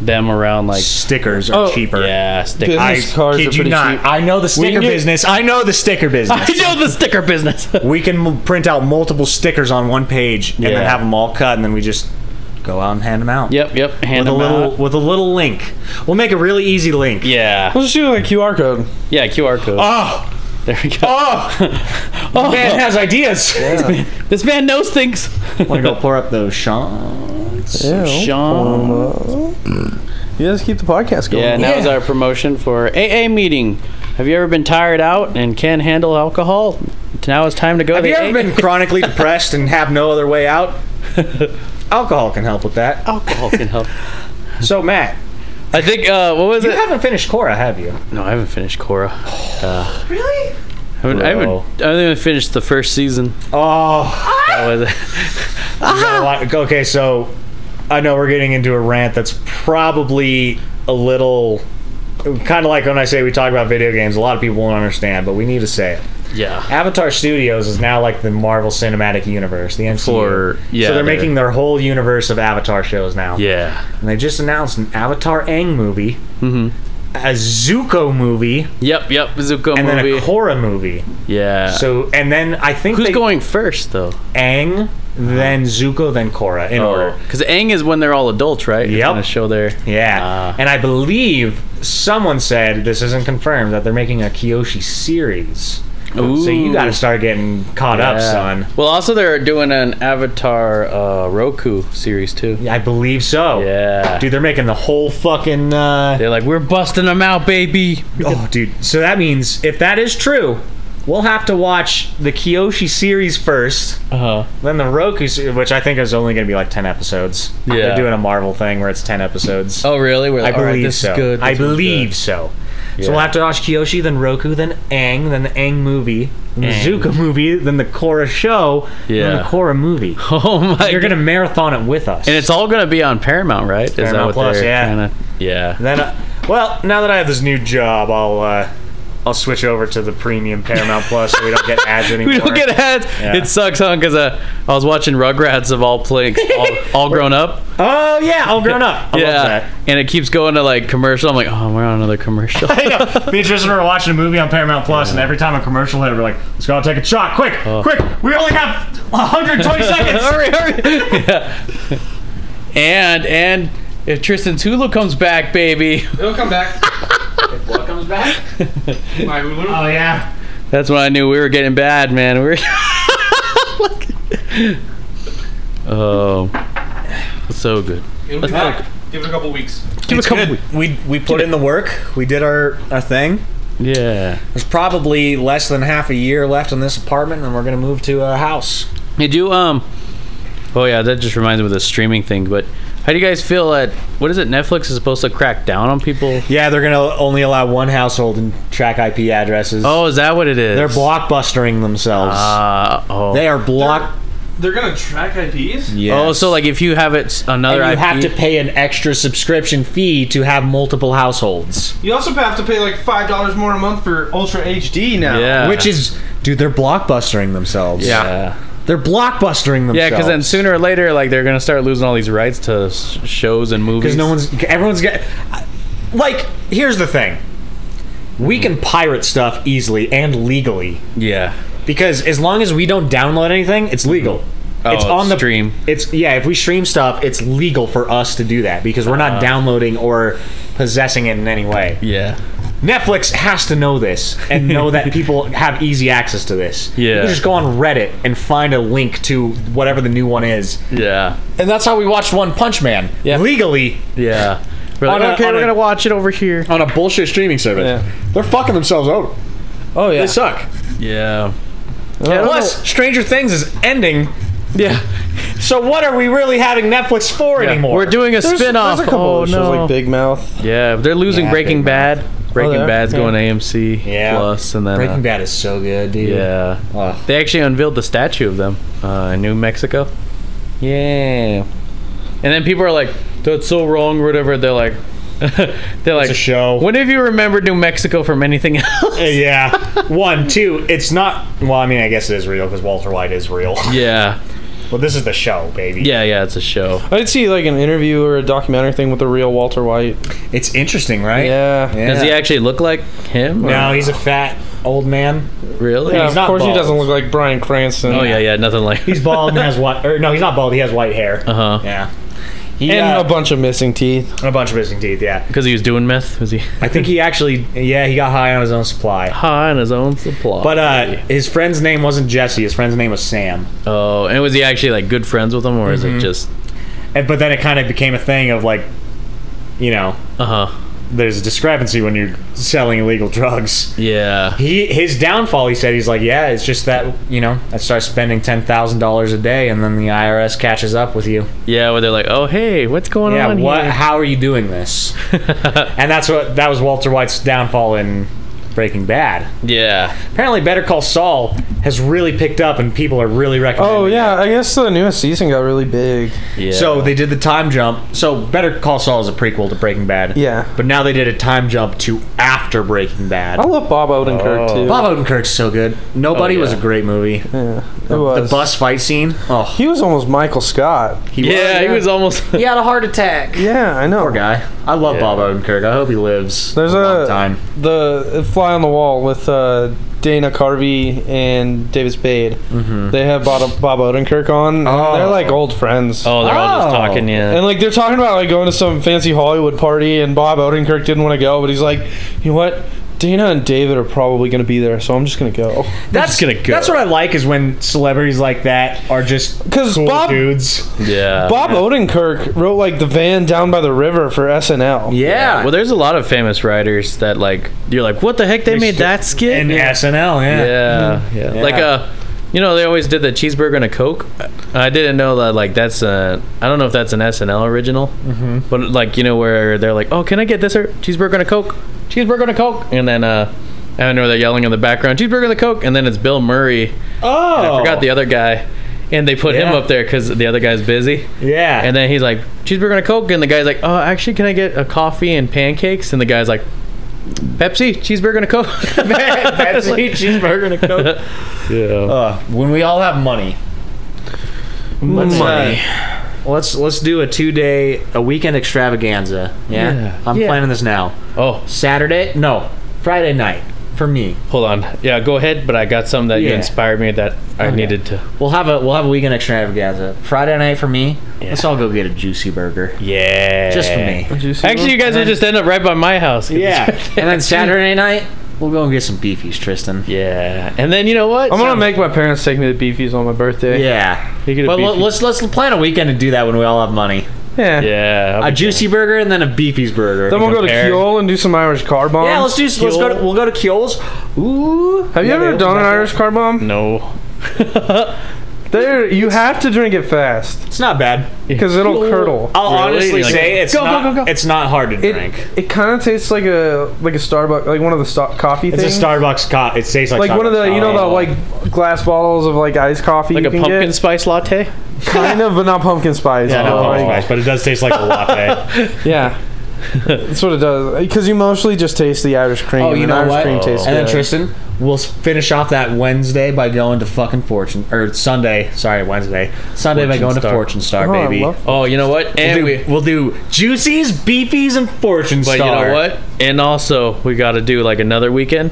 [SPEAKER 3] them around like
[SPEAKER 1] Stickers are
[SPEAKER 2] Oh,
[SPEAKER 1] cheaper.
[SPEAKER 3] yeah stickers.
[SPEAKER 1] I
[SPEAKER 2] Business cards are
[SPEAKER 1] kid you
[SPEAKER 2] pretty
[SPEAKER 1] not.
[SPEAKER 2] cheap.
[SPEAKER 1] I know the sticker
[SPEAKER 3] knew-
[SPEAKER 1] business. I know the sticker (laughs) business.
[SPEAKER 3] I (laughs) know the sticker business.
[SPEAKER 1] we can m- print out multiple stickers on one page and then
[SPEAKER 3] Yeah.
[SPEAKER 1] have them all cut, and then we just go out and hand them out.
[SPEAKER 3] yep, yep. Hand
[SPEAKER 1] With a
[SPEAKER 3] them
[SPEAKER 1] little
[SPEAKER 3] out.
[SPEAKER 1] with a little link. We'll make a really easy link.
[SPEAKER 3] Yeah,
[SPEAKER 2] Let's do like QR code.
[SPEAKER 3] yeah. QR code.
[SPEAKER 1] Oh,
[SPEAKER 3] there we go.
[SPEAKER 1] (laughs) oh, man has (laughs) ideas.
[SPEAKER 3] (laughs) This man knows things.
[SPEAKER 1] Want to go pour up those shots?
[SPEAKER 2] Yeah,
[SPEAKER 3] Sean.
[SPEAKER 2] You guys keep the podcast going.
[SPEAKER 3] Yeah, now's our promotion for AA meeting. Have you ever been tired out and can't handle alcohol? Now it's time to go
[SPEAKER 1] Have
[SPEAKER 3] to
[SPEAKER 1] you
[SPEAKER 3] AA.
[SPEAKER 1] ever been (laughs) chronically depressed and have no other way (laughs) out? Alcohol can help with that.
[SPEAKER 3] (laughs) alcohol can help.
[SPEAKER 1] So Matt,
[SPEAKER 3] I think uh what was
[SPEAKER 1] you
[SPEAKER 3] it?
[SPEAKER 1] haven't finished Cora, have you?
[SPEAKER 3] no, I haven't finished Cora. Uh, really? haven't, I haven't,
[SPEAKER 1] Bro.
[SPEAKER 3] I haven't even finished the first season.
[SPEAKER 1] Oh,
[SPEAKER 3] That was
[SPEAKER 1] we got a lot- okay. So I know we're getting into a rant that's probably a little kind of like when I say we talk about video games. A lot of people won't understand, but we need to say it.
[SPEAKER 3] yeah.
[SPEAKER 1] Avatar Studios is now like the Marvel Cinematic Universe, the MCU.
[SPEAKER 3] For- yeah,
[SPEAKER 1] so they're,
[SPEAKER 3] they're-
[SPEAKER 1] making their whole universe of Avatar shows now.
[SPEAKER 3] Yeah.
[SPEAKER 1] And they just announced an Avatar Aang movie,
[SPEAKER 3] Mm-hmm.
[SPEAKER 1] a Zuko movie,
[SPEAKER 3] Yep, yep. Zuko
[SPEAKER 1] and
[SPEAKER 3] movie.
[SPEAKER 1] then a Korra movie.
[SPEAKER 3] yeah.
[SPEAKER 1] So and then I think
[SPEAKER 3] Who's
[SPEAKER 1] they,
[SPEAKER 3] going first though?
[SPEAKER 1] Aang, then Zuko, then Korra
[SPEAKER 3] Oh.
[SPEAKER 1] in order.
[SPEAKER 3] Because Aang is when they're all adults, right? It's
[SPEAKER 1] Yep.
[SPEAKER 3] gonna show their.
[SPEAKER 1] Yeah.
[SPEAKER 3] Ah.
[SPEAKER 1] and I believe someone said this isn't confirmed that they're making a Kyoshi series. So you
[SPEAKER 3] Ooh.
[SPEAKER 1] got to start getting caught up,
[SPEAKER 3] Yeah.
[SPEAKER 1] son.
[SPEAKER 3] Well, also they're doing an Avatar uh, Roku series too.
[SPEAKER 1] I believe so.
[SPEAKER 3] Yeah.
[SPEAKER 1] Dude, they're making the whole fucking. Uh...
[SPEAKER 3] They're like, we're busting them out, baby.
[SPEAKER 1] Oh, dude. So that means if that is true, we'll have to watch the Kyoshi series first,
[SPEAKER 3] Uh huh.
[SPEAKER 1] then the Roku, se- which I think is only going to be like ten episodes.
[SPEAKER 3] Yeah.
[SPEAKER 1] They're doing a Marvel thing where it's ten episodes.
[SPEAKER 3] Oh really? We're
[SPEAKER 1] I
[SPEAKER 3] like,
[SPEAKER 1] believe
[SPEAKER 3] all right, this
[SPEAKER 1] so.
[SPEAKER 3] is good.
[SPEAKER 1] I
[SPEAKER 3] this one's
[SPEAKER 1] believe
[SPEAKER 3] good.
[SPEAKER 1] so.
[SPEAKER 3] Yeah.
[SPEAKER 1] So we'll have to watch Kyoshi, then Roku, then Aang, then the Aang movie, then
[SPEAKER 3] Aang.
[SPEAKER 1] the Zuko movie, then the Korra show, then
[SPEAKER 3] Yeah.
[SPEAKER 1] the Korra
[SPEAKER 3] (laughs)
[SPEAKER 1] movie.
[SPEAKER 3] (laughs) Oh my.
[SPEAKER 1] You're gonna marathon it with us,
[SPEAKER 3] And it's all gonna be on Paramount, right? Is
[SPEAKER 1] Paramount Plus, yeah.
[SPEAKER 3] kinda- yeah.
[SPEAKER 1] Then, uh, well, now that I have this new job, I'll uh, I'll switch over to the premium Paramount Plus, so we don't get ads anymore.
[SPEAKER 3] (laughs) (laughs) We don't get ads.
[SPEAKER 1] Yeah.
[SPEAKER 3] It sucks, huh? Because uh, I was watching Rugrats of all plagues,
[SPEAKER 1] (laughs)
[SPEAKER 3] all, all grown up.
[SPEAKER 1] Oh yeah, all grown up. I
[SPEAKER 3] yeah,
[SPEAKER 1] love that.
[SPEAKER 3] and it keeps going to like commercial. I'm like, oh, we're on another
[SPEAKER 1] (laughs)
[SPEAKER 3] commercial. (laughs)
[SPEAKER 1] I know. Me and Tristan were watching a movie on Paramount Plus, and every time a commercial hit, we're like, "Let's go take a shot, quick, quick! We only have
[SPEAKER 3] (laughs)
[SPEAKER 1] 120 seconds."
[SPEAKER 3] Oh. hurry, hurry! yeah. And and if Tristan's Hulu comes back, baby,
[SPEAKER 4] It'll come back. if what comes back? My Hulu?
[SPEAKER 1] oh yeah.
[SPEAKER 3] that's when I knew we were getting bad, man. We were. oh, so good.
[SPEAKER 4] It'll be back. Give it a couple weeks.
[SPEAKER 3] Give it a couple.
[SPEAKER 1] We we put in the work. We did our our thing.
[SPEAKER 3] weeks. Yeah.
[SPEAKER 1] There's probably less than half a year left in this apartment, and we're gonna move to a house.
[SPEAKER 3] Did you um? Oh yeah, that just reminds me of the streaming thing. But how do you guys feel that? What is it? Netflix is supposed to crack down on people.
[SPEAKER 1] Yeah, they're gonna only allow one household and track IP addresses.
[SPEAKER 3] (laughs) Oh, is that what it is?
[SPEAKER 1] They're blockbustering themselves.
[SPEAKER 3] Uh, oh.
[SPEAKER 1] they are block.
[SPEAKER 4] They're gonna track IPs?
[SPEAKER 1] Yes.
[SPEAKER 3] Oh, so like if you have it s-
[SPEAKER 1] And
[SPEAKER 3] another
[SPEAKER 1] you
[SPEAKER 3] IP,
[SPEAKER 1] have to pay an extra subscription fee to have multiple households,
[SPEAKER 4] You also have to pay like $5 more a month for Ultra HD now.
[SPEAKER 3] yeah,
[SPEAKER 1] which is, dude, they're blockbustering themselves.
[SPEAKER 3] yeah,
[SPEAKER 1] they're blockbustering themselves.
[SPEAKER 3] yeah, because then sooner or later, like they're gonna start losing all these rights to s- shows and movies.
[SPEAKER 1] because no one's everyone's got like here's the thing we can pirate stuff easily and legally
[SPEAKER 3] yeah,
[SPEAKER 1] because as long as we don't download anything it's legal
[SPEAKER 3] Oh,
[SPEAKER 1] it's on the
[SPEAKER 3] stream.
[SPEAKER 1] it's yeah if we stream stuff it's legal for us to do that because we're
[SPEAKER 3] Uh.
[SPEAKER 1] not downloading or possessing it in any way
[SPEAKER 3] yeah,
[SPEAKER 1] netflix has to know this
[SPEAKER 3] (laughs)
[SPEAKER 1] and know that people have easy access to this you
[SPEAKER 3] Yeah.
[SPEAKER 1] can just go on reddit and find a link to whatever the new one is
[SPEAKER 3] yeah,
[SPEAKER 1] and that's how we watched one punch man
[SPEAKER 3] Yeah.
[SPEAKER 1] legally
[SPEAKER 3] yeah. We're
[SPEAKER 1] On
[SPEAKER 3] like,
[SPEAKER 1] a-
[SPEAKER 3] okay,
[SPEAKER 1] on
[SPEAKER 3] we're
[SPEAKER 1] a-
[SPEAKER 3] gonna watch it over here.
[SPEAKER 1] on a bullshit streaming service.
[SPEAKER 2] Yeah.
[SPEAKER 1] They're fucking themselves over.
[SPEAKER 2] Oh yeah.
[SPEAKER 1] They suck.
[SPEAKER 3] Yeah,
[SPEAKER 1] Plus, Stranger Things is ending.
[SPEAKER 3] yeah.
[SPEAKER 1] So what are we really having Netflix for anymore?
[SPEAKER 3] We're doing a spin off. Oh no.
[SPEAKER 2] like Big Mouth.
[SPEAKER 3] Yeah, they're losing
[SPEAKER 1] Yeah,
[SPEAKER 3] Breaking
[SPEAKER 1] Big
[SPEAKER 3] Bad. Breaking
[SPEAKER 2] there?
[SPEAKER 3] Bad's
[SPEAKER 2] Yeah.
[SPEAKER 3] going AMC
[SPEAKER 1] Yeah.
[SPEAKER 3] Plus, and then uh,
[SPEAKER 1] Breaking Bad is so good, dude.
[SPEAKER 3] yeah,
[SPEAKER 1] Ugh.
[SPEAKER 3] they actually unveiled the statue of them uh, in New Mexico. Yeah, and then people are like, "That's so wrong," or whatever. They're like, (laughs) "They're like
[SPEAKER 1] a show.
[SPEAKER 3] When have you remembered New Mexico from anything (laughs) else?
[SPEAKER 1] Uh, yeah. (laughs) One, two. It's not. Well, I mean, I guess it is real because Walter White is real.
[SPEAKER 3] yeah,
[SPEAKER 1] Well, this is the show, baby.
[SPEAKER 3] yeah, yeah. It's a show.
[SPEAKER 2] I did see like an interview or a documentary thing with the real Walter White.
[SPEAKER 1] It's interesting, right?
[SPEAKER 2] Yeah.
[SPEAKER 1] Yeah.
[SPEAKER 3] Does he actually look like him? or-
[SPEAKER 1] No, he's a fat old man.
[SPEAKER 3] really.
[SPEAKER 2] Yeah,
[SPEAKER 1] He's
[SPEAKER 2] of
[SPEAKER 1] not
[SPEAKER 2] course
[SPEAKER 1] bald.
[SPEAKER 2] he doesn't look like Brian Cranston.
[SPEAKER 3] Oh yeah, yeah. Nothing like. (laughs)
[SPEAKER 1] He's bald and has white. Or no, he's not bald. He has white hair.
[SPEAKER 3] Uh huh.
[SPEAKER 1] Yeah. He,
[SPEAKER 2] And
[SPEAKER 1] uh,
[SPEAKER 2] a bunch of missing teeth.
[SPEAKER 1] and a bunch of missing teeth. Yeah.
[SPEAKER 3] Because he was doing meth. Was he (laughs)
[SPEAKER 1] I think he actually. Yeah, he got high on his own supply.
[SPEAKER 3] high on his own supply?
[SPEAKER 1] But uh, his friend's name wasn't Jesse. His friend's name was Sam.
[SPEAKER 3] oh, and was he actually like good friends with him, or is it just
[SPEAKER 1] And, but then it kind of became a thing of like, you know,
[SPEAKER 3] uh huh?
[SPEAKER 1] there's a discrepancy when you're selling illegal drugs.
[SPEAKER 3] Yeah.
[SPEAKER 1] He his downfall. He said he's like, yeah, it's just that you know I start spending ten thousand dollars a day, and then the IRS catches up with you.
[SPEAKER 3] Yeah, where they're like, oh, hey, what's going
[SPEAKER 1] Yeah,
[SPEAKER 3] on
[SPEAKER 1] what?
[SPEAKER 3] here?
[SPEAKER 1] How are you doing this? and that's what that was Walter White's downfall in
[SPEAKER 4] Breaking Bad.
[SPEAKER 3] (laughs) Yeah.
[SPEAKER 4] Apparently, Better Call Saul has really picked up, and people are really recommending.
[SPEAKER 2] Oh
[SPEAKER 4] it.
[SPEAKER 2] yeah, I guess the newest season got really big.
[SPEAKER 3] Yeah.
[SPEAKER 4] So they did the time jump. So Better Call Saul is a prequel to Breaking Bad.
[SPEAKER 2] Yeah.
[SPEAKER 4] But now they did a time jump to after Breaking Bad.
[SPEAKER 2] I love Bob Odenkirk
[SPEAKER 3] Oh.
[SPEAKER 2] too.
[SPEAKER 4] Bob Odenkirk's so good. Nobody
[SPEAKER 3] Oh, yeah.
[SPEAKER 4] was a great movie.
[SPEAKER 2] yeah, it
[SPEAKER 4] The
[SPEAKER 2] was.
[SPEAKER 4] bus fight scene. Oh,
[SPEAKER 2] He was almost Michael Scott.
[SPEAKER 4] he
[SPEAKER 3] yeah,
[SPEAKER 4] was,
[SPEAKER 3] he was almost. (laughs)
[SPEAKER 7] He had a heart attack.
[SPEAKER 2] Yeah, I know.
[SPEAKER 4] poor guy. I love
[SPEAKER 3] Yeah.
[SPEAKER 4] Bob Odenkirk. I hope he lives.
[SPEAKER 2] There's
[SPEAKER 4] a long
[SPEAKER 2] a-
[SPEAKER 4] time.
[SPEAKER 2] The Fly on the Wall with uh, Dana Carvey and David Spade. Mm-hmm. They have Bob, Bob Odenkirk on.
[SPEAKER 4] Oh.
[SPEAKER 2] And they're like old friends.
[SPEAKER 3] Oh, they're all just
[SPEAKER 4] Oh.
[SPEAKER 3] talking. Yeah.
[SPEAKER 2] And like they're talking about like going to some fancy Hollywood party, and Bob Odenkirk didn't want to go, but he's like, you know what? Dana and David are probably going to be there, so I'm just going to go.
[SPEAKER 4] That's
[SPEAKER 3] gonna go.
[SPEAKER 4] That's what I like is when celebrities like that are just
[SPEAKER 2] 'Cause
[SPEAKER 4] cool
[SPEAKER 2] Bob-
[SPEAKER 4] dudes.
[SPEAKER 3] yeah.
[SPEAKER 2] Bob Odenkirk wrote like the van down by the river for SNL.
[SPEAKER 4] Yeah.
[SPEAKER 3] Well, there's a lot of famous writers that like you're like, what the heck? They, made
[SPEAKER 4] st-
[SPEAKER 3] that skit.
[SPEAKER 4] and SNL. Yeah.
[SPEAKER 3] yeah, yeah. Like uh, you know, they always did the cheeseburger and a coke. I didn't know that. Like that's a. I don't know if that's an SNL original, mm-hmm. but like you know where they're like, oh, can I get this or cheeseburger and a coke? Cheeseburger and a coke, and then uh. I don't know they're yelling in the background, cheeseburger and the coke, and then it's Bill Murray.
[SPEAKER 4] Oh.
[SPEAKER 3] I forgot the other guy, and they put him
[SPEAKER 4] Yeah.
[SPEAKER 3] up there because the other guy's busy.
[SPEAKER 4] Yeah. (laughs)
[SPEAKER 3] And then he's like, cheeseburger and a Coke. And the guy's like, oh, actually, can I get a coffee and pancakes? And the guy's like, Pepsi, cheeseburger and a
[SPEAKER 4] (laughs)
[SPEAKER 3] Coke. (laughs)
[SPEAKER 4] Pepsi, cheeseburger, and a Coke.
[SPEAKER 3] yeah.
[SPEAKER 4] Uh, when we all have money. Let's, uh,
[SPEAKER 7] Money.
[SPEAKER 4] let's let's do a two day a weekend extravaganza. Yeah,
[SPEAKER 3] Yeah.
[SPEAKER 4] I'm
[SPEAKER 3] Yeah.
[SPEAKER 4] planning this now.
[SPEAKER 3] Oh,
[SPEAKER 4] Saturday? No, Friday night for me.
[SPEAKER 3] hold on. Yeah, go ahead. But I got some that you
[SPEAKER 4] Yeah. Oh,
[SPEAKER 3] inspired me that I needed to.
[SPEAKER 4] We'll have a we'll have a weekend extravaganza. Friday night for me.
[SPEAKER 3] Yeah.
[SPEAKER 4] Let's all go get a juicy burger
[SPEAKER 3] Yeah.
[SPEAKER 4] just for me.
[SPEAKER 3] Actually, you guys will just end up right by my house. (laughs)
[SPEAKER 4] (laughs) and then Saturday night we'll go and get some beefies, Tristan.
[SPEAKER 3] yeah. And then you know what?
[SPEAKER 2] I'm going to
[SPEAKER 3] Some-
[SPEAKER 2] make my parents take me to Beefy's on my birthday.
[SPEAKER 4] Yeah,
[SPEAKER 3] You get a
[SPEAKER 4] but l-
[SPEAKER 3] beefy.
[SPEAKER 4] let's let's plan a weekend and do that when we all have money.
[SPEAKER 2] Yeah.
[SPEAKER 3] Yeah. I'll
[SPEAKER 4] A
[SPEAKER 3] be
[SPEAKER 4] juicy burger and then a beefies burger.
[SPEAKER 2] Then we'll go to
[SPEAKER 3] Compare.
[SPEAKER 2] Keole and do some Irish car bombs.
[SPEAKER 4] yeah, let's do. Let's go. To, we'll go to Keel's. Ooh.
[SPEAKER 2] Have you
[SPEAKER 4] Yeah,
[SPEAKER 2] ever
[SPEAKER 4] they
[SPEAKER 2] done an
[SPEAKER 4] open back Mm-hmm. up.
[SPEAKER 2] Irish car bomb?
[SPEAKER 3] down. No.
[SPEAKER 2] There, you have to drink it fast
[SPEAKER 4] It's not bad.
[SPEAKER 2] because it'll curdle.
[SPEAKER 4] I'll
[SPEAKER 3] Really?
[SPEAKER 4] honestly
[SPEAKER 3] Like-
[SPEAKER 4] say it's not. It's not hard to drink.
[SPEAKER 2] It, it kind of tastes like a like a Starbucks, like one of the sto- coffee
[SPEAKER 4] it's
[SPEAKER 2] things.
[SPEAKER 4] a Starbucks coffee. It tastes
[SPEAKER 2] like
[SPEAKER 4] like
[SPEAKER 2] one of the
[SPEAKER 4] Starbucks
[SPEAKER 2] you know the
[SPEAKER 4] coffee.
[SPEAKER 2] like glass bottles of like iced coffee.
[SPEAKER 3] Like
[SPEAKER 2] you
[SPEAKER 3] a
[SPEAKER 2] can
[SPEAKER 3] pumpkin
[SPEAKER 2] get?
[SPEAKER 3] spice latte?
[SPEAKER 2] kind of, but not pumpkin spice.
[SPEAKER 4] Yeah,
[SPEAKER 2] but,
[SPEAKER 4] not pumpkin
[SPEAKER 2] like-
[SPEAKER 4] spice, Oh, but it does taste like a
[SPEAKER 2] (laughs)
[SPEAKER 4] latte.
[SPEAKER 2] Yeah.
[SPEAKER 4] (laughs)
[SPEAKER 2] That's what it does. Because you mostly just taste the Irish
[SPEAKER 4] Oh,
[SPEAKER 2] cream. and Irish cream tastes
[SPEAKER 4] and then
[SPEAKER 2] good.
[SPEAKER 4] Tristan, we'll s- finish off that Wednesday by going to fucking Fortune or Sunday. Sorry, Wednesday. Sunday by
[SPEAKER 3] Fortune
[SPEAKER 4] going
[SPEAKER 3] Star.
[SPEAKER 4] to Fortune Star,
[SPEAKER 2] Oh, I
[SPEAKER 4] baby. (laughs)
[SPEAKER 2] love-
[SPEAKER 3] Oh, you know what? And
[SPEAKER 4] Dude,
[SPEAKER 3] we.
[SPEAKER 4] we'll do juicies, beefies, and Fortune
[SPEAKER 3] But
[SPEAKER 4] Star.
[SPEAKER 3] you know what? And also, we got to do like another weekend.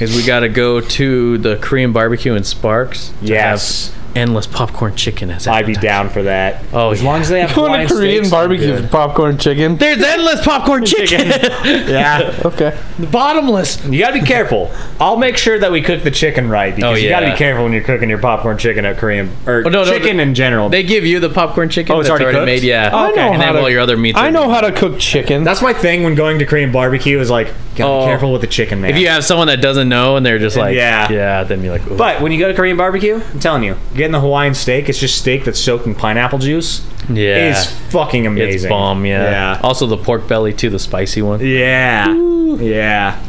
[SPEAKER 3] Is we got to go to the Korean barbecue and Sparks. to
[SPEAKER 4] Yes,
[SPEAKER 3] have endless popcorn chicken as
[SPEAKER 4] I'd be
[SPEAKER 3] appetizers.
[SPEAKER 4] down for that.
[SPEAKER 3] Oh,
[SPEAKER 4] as
[SPEAKER 3] yeah.
[SPEAKER 4] long
[SPEAKER 3] (laughs)
[SPEAKER 4] as they have
[SPEAKER 2] Going
[SPEAKER 4] Hawaiian
[SPEAKER 2] to Korean
[SPEAKER 4] steaks, I'm
[SPEAKER 2] barbecue
[SPEAKER 4] good.
[SPEAKER 2] for popcorn chicken.
[SPEAKER 3] There's endless popcorn chicken. (laughs)
[SPEAKER 4] Yeah. (laughs)
[SPEAKER 2] Okay.
[SPEAKER 3] Bottomless.
[SPEAKER 4] You gotta be careful. I'll make sure that we cook the chicken right because
[SPEAKER 3] Oh,
[SPEAKER 4] you gotta
[SPEAKER 3] yeah. Oh,
[SPEAKER 4] be careful when you're cooking your popcorn chicken at Korean or
[SPEAKER 3] no, no,
[SPEAKER 4] chicken
[SPEAKER 3] they-
[SPEAKER 4] in general.
[SPEAKER 3] They give you the popcorn chicken.
[SPEAKER 4] Oh, it's
[SPEAKER 3] that's
[SPEAKER 4] already cooked?
[SPEAKER 3] made. Yeah.
[SPEAKER 2] I know
[SPEAKER 3] And
[SPEAKER 2] how
[SPEAKER 3] then
[SPEAKER 2] to,
[SPEAKER 3] all your other meats.
[SPEAKER 2] I
[SPEAKER 3] are-
[SPEAKER 2] know how to cook chicken.
[SPEAKER 4] That's my thing when going to Korean barbecue is like gotta
[SPEAKER 3] Oh.
[SPEAKER 4] be careful with the chicken, man.
[SPEAKER 3] If you have someone that doesn't know and they're just like,
[SPEAKER 4] Yeah.
[SPEAKER 3] yeah, then you're like, ooh.
[SPEAKER 4] but when you go to Korean barbecue, I'm telling you, getting the Hawaiian steak, it's just steak that's soaked in pineapple juice.
[SPEAKER 3] yeah,
[SPEAKER 4] Is fucking amazing.
[SPEAKER 3] it's bomb. Yeah.
[SPEAKER 4] Yeah.
[SPEAKER 3] Also the pork belly too, the spicy one.
[SPEAKER 4] Yeah. Yeah.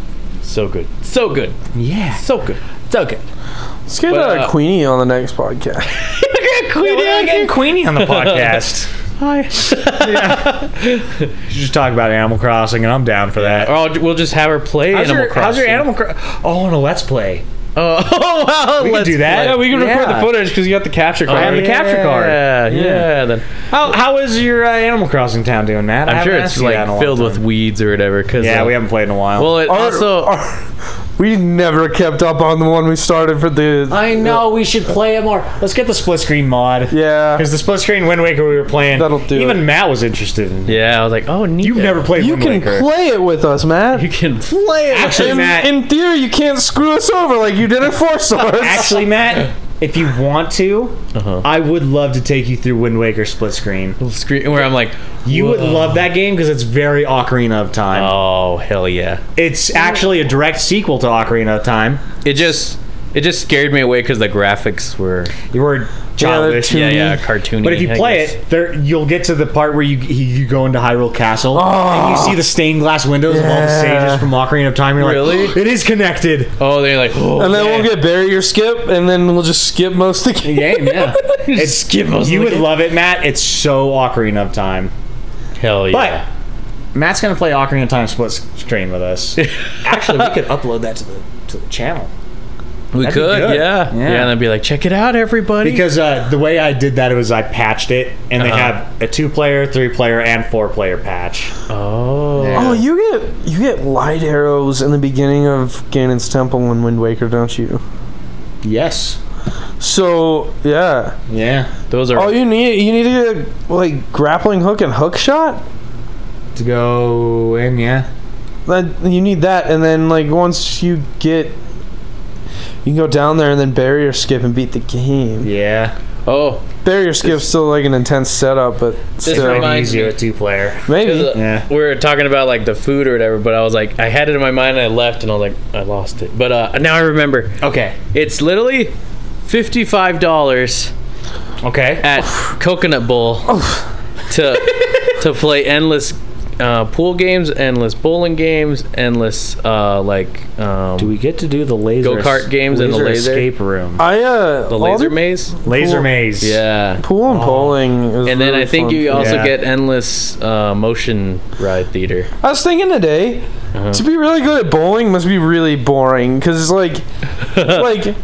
[SPEAKER 3] So good. So good.
[SPEAKER 4] Yeah.
[SPEAKER 3] So good.
[SPEAKER 4] So good.
[SPEAKER 2] Let's get
[SPEAKER 3] But,
[SPEAKER 2] uh,
[SPEAKER 3] uh,
[SPEAKER 2] Queenie on the next podcast.
[SPEAKER 4] We're getting Queenie (laughs) on the podcast.
[SPEAKER 2] Hi.
[SPEAKER 4] You just talk about Animal Crossing, and I'm down for that.
[SPEAKER 3] Or I'll- we'll just have her play
[SPEAKER 4] How's
[SPEAKER 3] Animal
[SPEAKER 4] your,
[SPEAKER 3] Crossing.
[SPEAKER 4] How's your Animal Crossing? Oh, on a Let's Play.
[SPEAKER 3] Oh, oh (laughs) wow!
[SPEAKER 4] We could
[SPEAKER 3] let's Oh,
[SPEAKER 4] do that.
[SPEAKER 2] yeah, we can record
[SPEAKER 4] Yeah.
[SPEAKER 2] the footage because you got the capture card.
[SPEAKER 4] I have the capture card.
[SPEAKER 3] Yeah, yeah.
[SPEAKER 4] Yeah.
[SPEAKER 3] Then
[SPEAKER 4] How, how is your uh, Animal Crossing town doing, Matt? I
[SPEAKER 3] I'm sure
[SPEAKER 4] haven't
[SPEAKER 3] it's
[SPEAKER 4] asked you that
[SPEAKER 3] like
[SPEAKER 4] in a long
[SPEAKER 3] filled with
[SPEAKER 4] time.
[SPEAKER 3] weeds or whatever. Cause
[SPEAKER 4] Yeah,
[SPEAKER 3] uh,
[SPEAKER 4] we haven't played in a while.
[SPEAKER 3] Well, it
[SPEAKER 2] Our-
[SPEAKER 3] also
[SPEAKER 2] our- we never kept up on the one we started for the.
[SPEAKER 4] I know we should play it more. Let's get the split screen mod.
[SPEAKER 2] yeah.
[SPEAKER 4] Because the split screen Wind Waker we were playing,
[SPEAKER 2] That'll do
[SPEAKER 4] even
[SPEAKER 2] it.
[SPEAKER 4] Matt was interested in.
[SPEAKER 3] yeah, I was like, oh, neat.
[SPEAKER 4] You've never played
[SPEAKER 2] You
[SPEAKER 4] Wind
[SPEAKER 2] can
[SPEAKER 4] (laughs) Waker.
[SPEAKER 2] play it with us, Matt.
[SPEAKER 3] you can
[SPEAKER 2] play it.
[SPEAKER 4] Actually,
[SPEAKER 2] in,
[SPEAKER 4] Matt-
[SPEAKER 2] in theory, you can't screw us over like you did at Four
[SPEAKER 4] (laughs)
[SPEAKER 2] Swords.
[SPEAKER 4] Actually, Matt, if you want to, I would love to take you through Wind Waker split screen.
[SPEAKER 3] screen where I'm like,
[SPEAKER 4] You would love that game because it's very Ocarina of Time.
[SPEAKER 3] oh hell yeah!
[SPEAKER 4] It's actually a direct sequel to Ocarina of Time.
[SPEAKER 3] It just it just scared me away because the graphics were
[SPEAKER 4] You were childish.
[SPEAKER 2] too-
[SPEAKER 3] yeah,
[SPEAKER 2] Cartoony.
[SPEAKER 3] yeah, cartoony.
[SPEAKER 4] But if you
[SPEAKER 3] I
[SPEAKER 4] play
[SPEAKER 3] guess.
[SPEAKER 4] it, there you'll get to the part where you you go into Hyrule Castle and you see the stained glass windows of all the
[SPEAKER 2] Yeah.
[SPEAKER 4] sages from Ocarina of Time. You're like,
[SPEAKER 3] Oh. Really?
[SPEAKER 4] (gasps) it is connected.
[SPEAKER 3] oh, they're like, oh,
[SPEAKER 2] And then
[SPEAKER 4] Yeah.
[SPEAKER 2] we'll get bury or skip, and then we'll just skip most of the game.
[SPEAKER 4] Game, yeah. it's
[SPEAKER 3] skip most of
[SPEAKER 4] You
[SPEAKER 3] the
[SPEAKER 4] would
[SPEAKER 3] game.
[SPEAKER 4] love it, Matt. It's so Ocarina of Time.
[SPEAKER 3] hell
[SPEAKER 4] But
[SPEAKER 3] yeah.
[SPEAKER 4] Matt's gonna play Ocarina of Time split screen with us. (laughs) Actually, we could upload that to the to the channel.
[SPEAKER 3] we
[SPEAKER 4] that'd be
[SPEAKER 3] could,
[SPEAKER 4] good.
[SPEAKER 3] yeah. yeah,
[SPEAKER 4] Yeah.
[SPEAKER 3] And I'd be like, check it out, everybody.
[SPEAKER 4] Because uh, the way I did that was I patched it, and they
[SPEAKER 3] Uh-huh.
[SPEAKER 4] have a two-player, three-player, and
[SPEAKER 3] (laughs)
[SPEAKER 4] four-player patch.
[SPEAKER 3] oh,
[SPEAKER 2] Oh, you get you get light arrows in the beginning of Ganon's Temple and Wind Waker, don't you?
[SPEAKER 4] Yes.
[SPEAKER 2] So yeah,
[SPEAKER 4] Yeah.
[SPEAKER 3] those are
[SPEAKER 2] all you need you need to get like grappling hook and hook shot.
[SPEAKER 4] To go in, yeah.
[SPEAKER 2] That you need that, and then like once you get, you can go down there and then barrier skip and beat the game.
[SPEAKER 4] Yeah.
[SPEAKER 3] oh.
[SPEAKER 2] Barrier skip's still like an intense setup, but still
[SPEAKER 3] reminds- Mine's
[SPEAKER 4] Easier
[SPEAKER 3] good.
[SPEAKER 4] at two-player.
[SPEAKER 2] maybe.
[SPEAKER 3] Because, uh,
[SPEAKER 4] Yeah.
[SPEAKER 3] We were talking about like the food or whatever, but I was like, I had it in my mind and I left, and I was like, I lost it. But uh, now I remember.
[SPEAKER 4] Okay.
[SPEAKER 3] It's literally fifty-five dollars
[SPEAKER 4] Okay.
[SPEAKER 3] at Coconut Bowl to to play endless uh, pool games, endless bowling games, endless uh, like um,
[SPEAKER 4] Do we get to do the laser
[SPEAKER 3] Go-kart games and the laser?
[SPEAKER 4] escape room?
[SPEAKER 2] I uh,
[SPEAKER 3] the
[SPEAKER 2] all
[SPEAKER 3] laser
[SPEAKER 2] the
[SPEAKER 3] maze.
[SPEAKER 4] Laser maze.
[SPEAKER 3] Yeah.
[SPEAKER 2] pool and bowling. Is
[SPEAKER 3] And then I think you also
[SPEAKER 4] Yeah.
[SPEAKER 3] get endless uh, motion ride theater.
[SPEAKER 2] I was thinking today,
[SPEAKER 3] Uh-huh.
[SPEAKER 2] to be really good at bowling must be really boring because it's like,
[SPEAKER 3] (laughs)
[SPEAKER 2] like.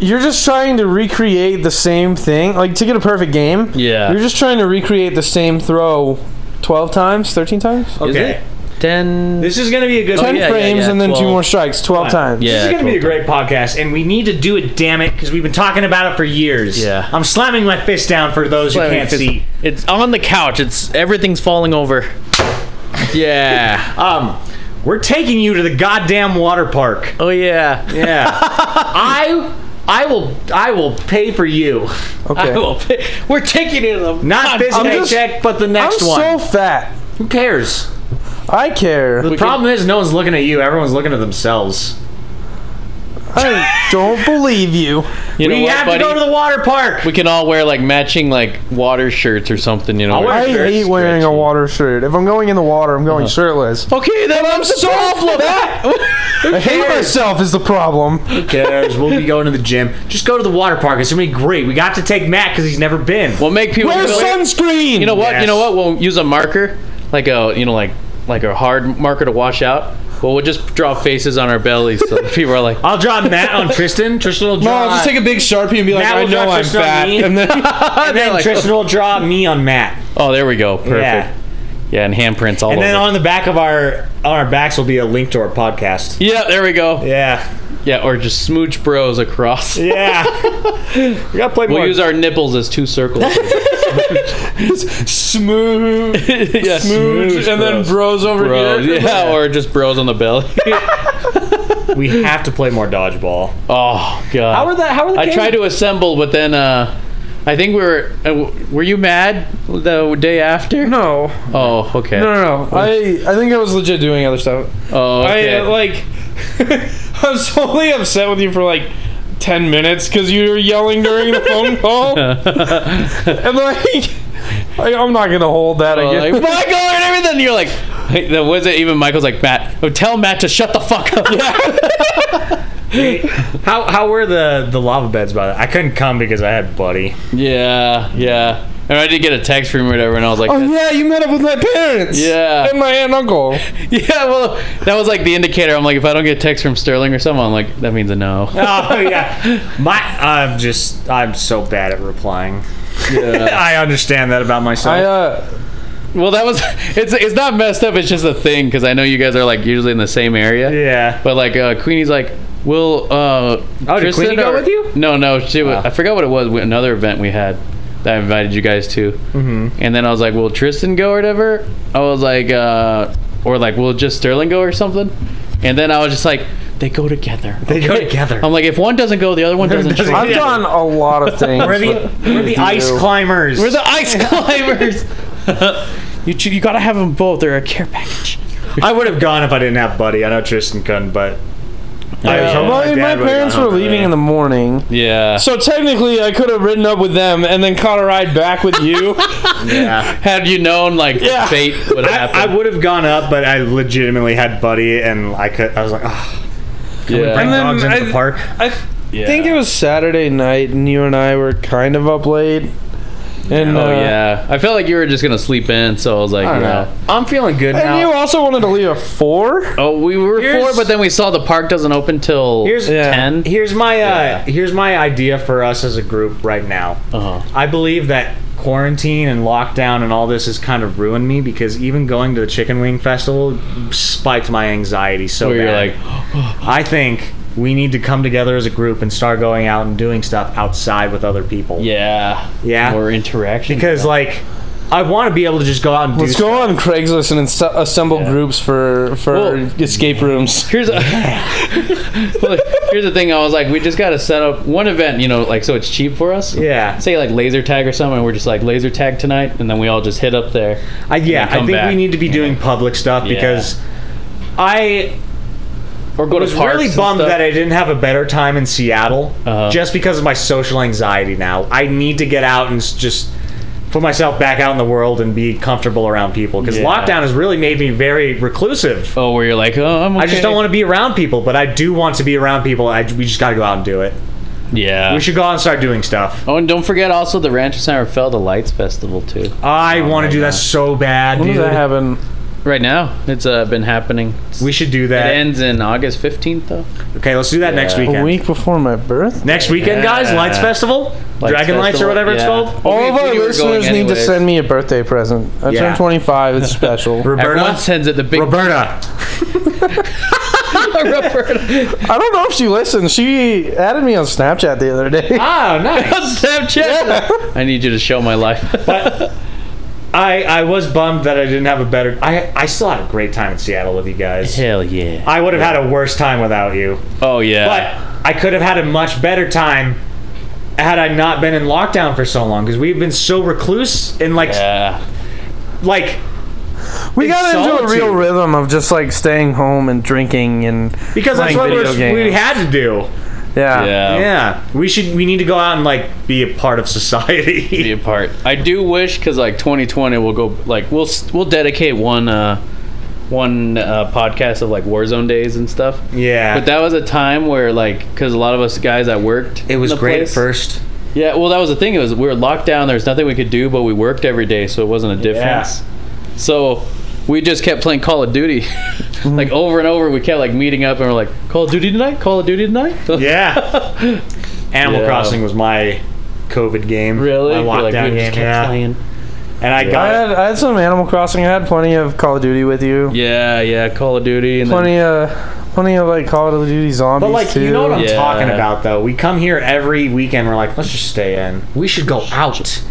[SPEAKER 2] You're just trying to recreate the same thing. Like to get a perfect game,
[SPEAKER 3] Yeah.
[SPEAKER 2] You're just trying to recreate the same throw, twelve times, thirteen times.
[SPEAKER 4] Okay.
[SPEAKER 3] Ten.
[SPEAKER 4] This is gonna be a good.
[SPEAKER 2] Ten
[SPEAKER 3] Oh, yeah, yeah,
[SPEAKER 2] frames
[SPEAKER 3] yeah,
[SPEAKER 2] and then two
[SPEAKER 3] 12.
[SPEAKER 2] more strikes, twelve times.
[SPEAKER 3] Yeah.
[SPEAKER 4] This is going to be a
[SPEAKER 3] totally.
[SPEAKER 4] great podcast, and we need to do it, damn it, because we've been talking about it for years.
[SPEAKER 3] Yeah.
[SPEAKER 4] I'm slamming my fist down for those who can't see.
[SPEAKER 3] It's on the couch. It's everything's falling over. Yeah.
[SPEAKER 4] Um, we're taking you to the goddamn water park.
[SPEAKER 3] oh yeah.
[SPEAKER 4] Yeah. I I will I will pay for you.
[SPEAKER 3] (laughs)
[SPEAKER 2] Okay.
[SPEAKER 3] I will pay- We're taking it. to the-
[SPEAKER 4] Not this
[SPEAKER 2] I'm just-
[SPEAKER 4] paycheck, but the
[SPEAKER 2] I'm
[SPEAKER 4] next
[SPEAKER 2] so
[SPEAKER 4] one.
[SPEAKER 2] fat.
[SPEAKER 4] who cares?
[SPEAKER 2] I care.
[SPEAKER 4] The problem is no one's looking at you. Everyone's looking at themselves.
[SPEAKER 2] I don't believe you.
[SPEAKER 3] You know
[SPEAKER 4] we
[SPEAKER 3] what,
[SPEAKER 4] have
[SPEAKER 3] buddy?
[SPEAKER 4] to go to the water park.
[SPEAKER 3] we can all wear like matching like water shirts or something. You know.
[SPEAKER 4] I'll
[SPEAKER 3] where-
[SPEAKER 4] wear-
[SPEAKER 2] I hate wearing a water shirt. If I'm going in the water, I'm going shirtless.
[SPEAKER 3] okay, then I'm so awful at
[SPEAKER 2] (laughs) I hate myself is the problem.
[SPEAKER 4] Who cares? We'll be going to the gym. Just go to the water park. It's gonna be great. We got to take Matt because he's never been.
[SPEAKER 3] We'll make people.
[SPEAKER 2] Wear
[SPEAKER 3] feel-
[SPEAKER 2] sunscreen.
[SPEAKER 3] you know what?
[SPEAKER 4] Yes.
[SPEAKER 3] You know what? We'll use a marker, like a you know like like a hard marker to wash out. Well, we'll just draw faces on our bellies so that people
[SPEAKER 2] (laughs)
[SPEAKER 3] are like,
[SPEAKER 4] I'll draw Matt on Tristan. Tristan will
[SPEAKER 2] No,
[SPEAKER 4] draw.
[SPEAKER 2] I'll just take a big sharpie and be like,
[SPEAKER 4] Now
[SPEAKER 2] I
[SPEAKER 4] we'll
[SPEAKER 2] know
[SPEAKER 4] draw
[SPEAKER 2] I'm
[SPEAKER 4] Tristan on
[SPEAKER 2] fat.
[SPEAKER 4] me.
[SPEAKER 2] And then (laughs)
[SPEAKER 4] and then
[SPEAKER 3] like-
[SPEAKER 4] Tristan will draw me on Matt.
[SPEAKER 3] oh, there we go, perfect.
[SPEAKER 4] Yeah.
[SPEAKER 3] Yeah, and handprints all
[SPEAKER 4] And
[SPEAKER 3] over.
[SPEAKER 4] then on the back of our on our backs will be a link to our podcast.
[SPEAKER 3] yeah, there we go.
[SPEAKER 4] Yeah.
[SPEAKER 3] Yeah, or just smooch bros across.
[SPEAKER 4] (laughs) Yeah. we gotta play
[SPEAKER 3] (laughs) We'll
[SPEAKER 4] more.
[SPEAKER 3] use our nipples as two
[SPEAKER 2] (laughs)
[SPEAKER 3] circles. (laughs)
[SPEAKER 2] smooth,
[SPEAKER 3] yeah,
[SPEAKER 2] smooth, and then bros over
[SPEAKER 3] bros.
[SPEAKER 2] here. (laughs)
[SPEAKER 3] Yeah, or just bros on the belly. (laughs)
[SPEAKER 4] we have to play more (laughs) dodgeball.
[SPEAKER 3] oh god.
[SPEAKER 2] How are the how are the
[SPEAKER 3] I
[SPEAKER 2] games-
[SPEAKER 3] tried to assemble, but then uh, I think we were. Uh, w- were you mad the day after?
[SPEAKER 2] No,
[SPEAKER 3] Oh, okay.
[SPEAKER 2] no, no, no. I I think I was legit doing other stuff.
[SPEAKER 3] Oh, okay.
[SPEAKER 2] I uh, like. (laughs) I was totally upset with you for like ten minutes because you were yelling during the
[SPEAKER 3] (laughs)
[SPEAKER 2] phone call, and like, I, I'm not gonna hold that
[SPEAKER 3] Oh, like,
[SPEAKER 2] again. (laughs)
[SPEAKER 3] Michael and everything. And you're like, hey, that was it. Even Michael's like, Matt, oh, tell Matt to shut the fuck up.
[SPEAKER 4] How how were the the lava beds by the I couldn't come because I had buddy.
[SPEAKER 3] yeah, yeah. And I did get a text from him or whatever, and I was like, (laughs)
[SPEAKER 2] oh yeah, you met up with my parents.
[SPEAKER 3] Yeah.
[SPEAKER 2] and my aunt and uncle.
[SPEAKER 3] yeah, well, that was like the indicator. I'm like, if I don't get a text from Sterling or someone, I'm like, that means a no.
[SPEAKER 4] Oh yeah. (laughs) My I'm just I'm so bad at replying. (laughs) I understand that about myself.
[SPEAKER 2] I uh,
[SPEAKER 3] (laughs) Well, that was (laughs) it's it's not messed up. It's just a thing because I know you guys are like usually in the same area.
[SPEAKER 4] yeah.
[SPEAKER 3] But like uh, Queenie's like, will uh, oh,
[SPEAKER 4] did Queenie go with you?
[SPEAKER 3] No, no, she. wa- I forgot what it was. Another event we had that I invited you guys to, mm-hmm. and then I was like, will Tristan go or whatever? I was like, uh, or like, will just Sterling go or something? And then I was just like, they go together.
[SPEAKER 4] They go together.
[SPEAKER 3] I'm like, if one doesn't go, the other one doesn't.
[SPEAKER 4] doesn't
[SPEAKER 3] join.
[SPEAKER 2] I've done a lot of things.
[SPEAKER 4] We're the, we're the ice climbers.
[SPEAKER 3] We're the (laughs) ice climbers. you ch- you gotta have them both. They're a care package.
[SPEAKER 4] I would have gone if I didn't have Buddy. I know Tristan couldn't, but I was hoping
[SPEAKER 2] well, I mean, my
[SPEAKER 4] dad would've
[SPEAKER 2] parents
[SPEAKER 4] gone
[SPEAKER 2] were
[SPEAKER 4] over
[SPEAKER 2] leaving
[SPEAKER 4] there.
[SPEAKER 2] in the morning.
[SPEAKER 3] Yeah.
[SPEAKER 2] So technically, I could have ridden up with them and then caught a ride back with
[SPEAKER 4] (laughs)
[SPEAKER 2] you.
[SPEAKER 4] Yeah.
[SPEAKER 3] Had you known, like,
[SPEAKER 2] Yeah.
[SPEAKER 3] fate would
[SPEAKER 4] I,
[SPEAKER 3] happen.
[SPEAKER 4] I would have gone up, but I legitimately had Buddy, and I could. I was like, oh, bring
[SPEAKER 2] And then
[SPEAKER 4] dogs into
[SPEAKER 2] Um, I-
[SPEAKER 4] the park.
[SPEAKER 2] I think it was Saturday night, and you and I were kind of up late. And,
[SPEAKER 3] Oh
[SPEAKER 2] uh,
[SPEAKER 3] yeah, I felt like you were just gonna sleep in, so I was like,
[SPEAKER 2] I
[SPEAKER 3] you
[SPEAKER 2] don't
[SPEAKER 3] know.
[SPEAKER 2] know.
[SPEAKER 4] I'm feeling good
[SPEAKER 2] And
[SPEAKER 4] now.
[SPEAKER 2] you also wanted to leave at four.
[SPEAKER 3] Oh, we were
[SPEAKER 4] Here's-
[SPEAKER 3] four, but then we saw the park doesn't open till
[SPEAKER 4] Here's- Yeah.
[SPEAKER 3] ten.
[SPEAKER 4] Here's my uh, here's my idea for us as a group right now.
[SPEAKER 3] Uh-huh.
[SPEAKER 4] I believe that quarantine and lockdown and all this has kind of ruined me because even going to the chicken wing festival spiked my anxiety so
[SPEAKER 3] Where you're
[SPEAKER 4] bad.
[SPEAKER 3] like,
[SPEAKER 4] I think we need to come together as a group and start going out and doing stuff outside with other people.
[SPEAKER 3] yeah,
[SPEAKER 4] Yeah.
[SPEAKER 3] more interaction
[SPEAKER 4] Ah, Because like, I want to be able to just go out and do.
[SPEAKER 2] Let's
[SPEAKER 4] stuff.
[SPEAKER 2] go on Craigslist and insta- assemble groups for for
[SPEAKER 3] Well-
[SPEAKER 2] escape
[SPEAKER 3] (laughs)
[SPEAKER 2] rooms.
[SPEAKER 3] Here's a, Well, here's the thing. I was like, we just gotta set up one event, you know, like so it's cheap for us.
[SPEAKER 4] Yeah.
[SPEAKER 3] Say like laser tag or something. And we're just like laser tag tonight, and then we all just hit up there.
[SPEAKER 4] I, yeah,
[SPEAKER 3] then
[SPEAKER 4] I
[SPEAKER 3] come
[SPEAKER 4] think
[SPEAKER 3] back.
[SPEAKER 4] we need to be doing public stuff
[SPEAKER 3] Yeah.
[SPEAKER 4] because I
[SPEAKER 3] Or go
[SPEAKER 4] I was
[SPEAKER 3] to parks.
[SPEAKER 4] really bummed that I didn't have a better time in Seattle
[SPEAKER 3] Uh-huh.
[SPEAKER 4] just because of my social anxiety now. I need to get out and s- just put myself back out in the world and be comfortable around people because
[SPEAKER 3] Yeah.
[SPEAKER 4] lockdown has really made me very reclusive.
[SPEAKER 3] oh, where you're like, oh, I'm. Okay.
[SPEAKER 4] I just don't want to be around people, but I do want to be around people. I, we just got to go out and do it.
[SPEAKER 3] to. Yeah.
[SPEAKER 4] We should go out and start doing stuff.
[SPEAKER 3] oh, and don't forget also the Rancho San Rafael, the Lights Festival too.
[SPEAKER 4] I want to
[SPEAKER 3] Oh my
[SPEAKER 4] do that
[SPEAKER 3] God.
[SPEAKER 4] so bad,
[SPEAKER 2] When does
[SPEAKER 4] dude.
[SPEAKER 2] that happen?
[SPEAKER 3] Right now, it's uh, been happening.
[SPEAKER 4] we should do
[SPEAKER 3] It
[SPEAKER 4] that.
[SPEAKER 3] ends in August 15th, though.
[SPEAKER 4] okay, let's do that next
[SPEAKER 3] Yeah.
[SPEAKER 4] weekend.
[SPEAKER 2] A week before my birth.
[SPEAKER 4] Next weekend, guys,
[SPEAKER 3] Yeah.
[SPEAKER 4] Lights Festival, Dragon Lights,
[SPEAKER 3] Festival,
[SPEAKER 4] or whatever it's
[SPEAKER 3] yeah.
[SPEAKER 4] called.
[SPEAKER 2] All of
[SPEAKER 3] We-
[SPEAKER 2] our
[SPEAKER 3] we were
[SPEAKER 2] listeners
[SPEAKER 3] going
[SPEAKER 2] need to
[SPEAKER 3] anyways.
[SPEAKER 2] send me a birthday present. I
[SPEAKER 4] Yeah.
[SPEAKER 2] turned 25.
[SPEAKER 3] (laughs)
[SPEAKER 2] It's special.
[SPEAKER 4] Roberta,
[SPEAKER 3] Everyone sends it the big (laughs)
[SPEAKER 4] Roberta,
[SPEAKER 3] Roberta
[SPEAKER 2] I don't know if she listens. She added me on Snapchat the other day.
[SPEAKER 3] Ah,
[SPEAKER 4] Oh, nice.
[SPEAKER 3] on Snapchat. I need you to show my life.
[SPEAKER 4] But I I was bummed that I didn't have a better. I I still had a great time in Seattle with you
[SPEAKER 3] (laughs)
[SPEAKER 4] guys.
[SPEAKER 3] Hell yeah.
[SPEAKER 4] I would have had a worse time without you,
[SPEAKER 3] Oh
[SPEAKER 4] but
[SPEAKER 3] yeah.
[SPEAKER 4] I could have had a much better time had I not been in lockdown for so long because we've been so recluse and like
[SPEAKER 3] yeah.
[SPEAKER 4] like
[SPEAKER 2] (laughs) we got into a
[SPEAKER 4] solitude.
[SPEAKER 2] real rhythm of just like staying home and drinking and
[SPEAKER 4] because that's
[SPEAKER 2] playing
[SPEAKER 4] what
[SPEAKER 2] video
[SPEAKER 4] we're,
[SPEAKER 2] games.
[SPEAKER 4] we had to do.
[SPEAKER 2] yeah.
[SPEAKER 3] Ah, Yeah.
[SPEAKER 4] yeah, we should we need to go out and like be a part of
[SPEAKER 3] Be
[SPEAKER 4] society. (laughs)
[SPEAKER 3] a part. I do wish because like 2020 we'll go like we'll s- we'll dedicate one uh one uh, podcast of like Warzone days and stuff.
[SPEAKER 4] yeah,
[SPEAKER 2] Ah.
[SPEAKER 3] But that was a time where like because a lot of us guys that worked
[SPEAKER 4] it was
[SPEAKER 3] in the
[SPEAKER 4] great
[SPEAKER 3] place-
[SPEAKER 4] at first.
[SPEAKER 3] Yeah, well, that was the thing. It was we were locked down. There was nothing we could do, but we worked every day, so it wasn't a difference. So we just kept playing Call of Duty, (laughs) like over and over. We kept like meeting up and we're like, Call of Duty tonight, Call of Duty tonight. (laughs)
[SPEAKER 4] Yeah, Animal
[SPEAKER 3] Yeah.
[SPEAKER 4] Crossing was my COVID game.
[SPEAKER 3] really?
[SPEAKER 4] my
[SPEAKER 3] We're like,
[SPEAKER 4] lockdown
[SPEAKER 3] we
[SPEAKER 4] game.
[SPEAKER 3] just kept
[SPEAKER 4] yeah.
[SPEAKER 3] playing.
[SPEAKER 4] And I
[SPEAKER 2] I
[SPEAKER 4] got
[SPEAKER 2] had, I had some Animal Crossing. I had plenty of Call of Duty with you.
[SPEAKER 3] Yeah, yeah, Call of Duty and
[SPEAKER 2] Plenty of plenty of like Call of Duty zombies
[SPEAKER 4] But like
[SPEAKER 2] too.
[SPEAKER 4] you know what I'm
[SPEAKER 3] Yeah.
[SPEAKER 4] talking about though. We come here every weekend. We're like, let's just stay in. We should go out.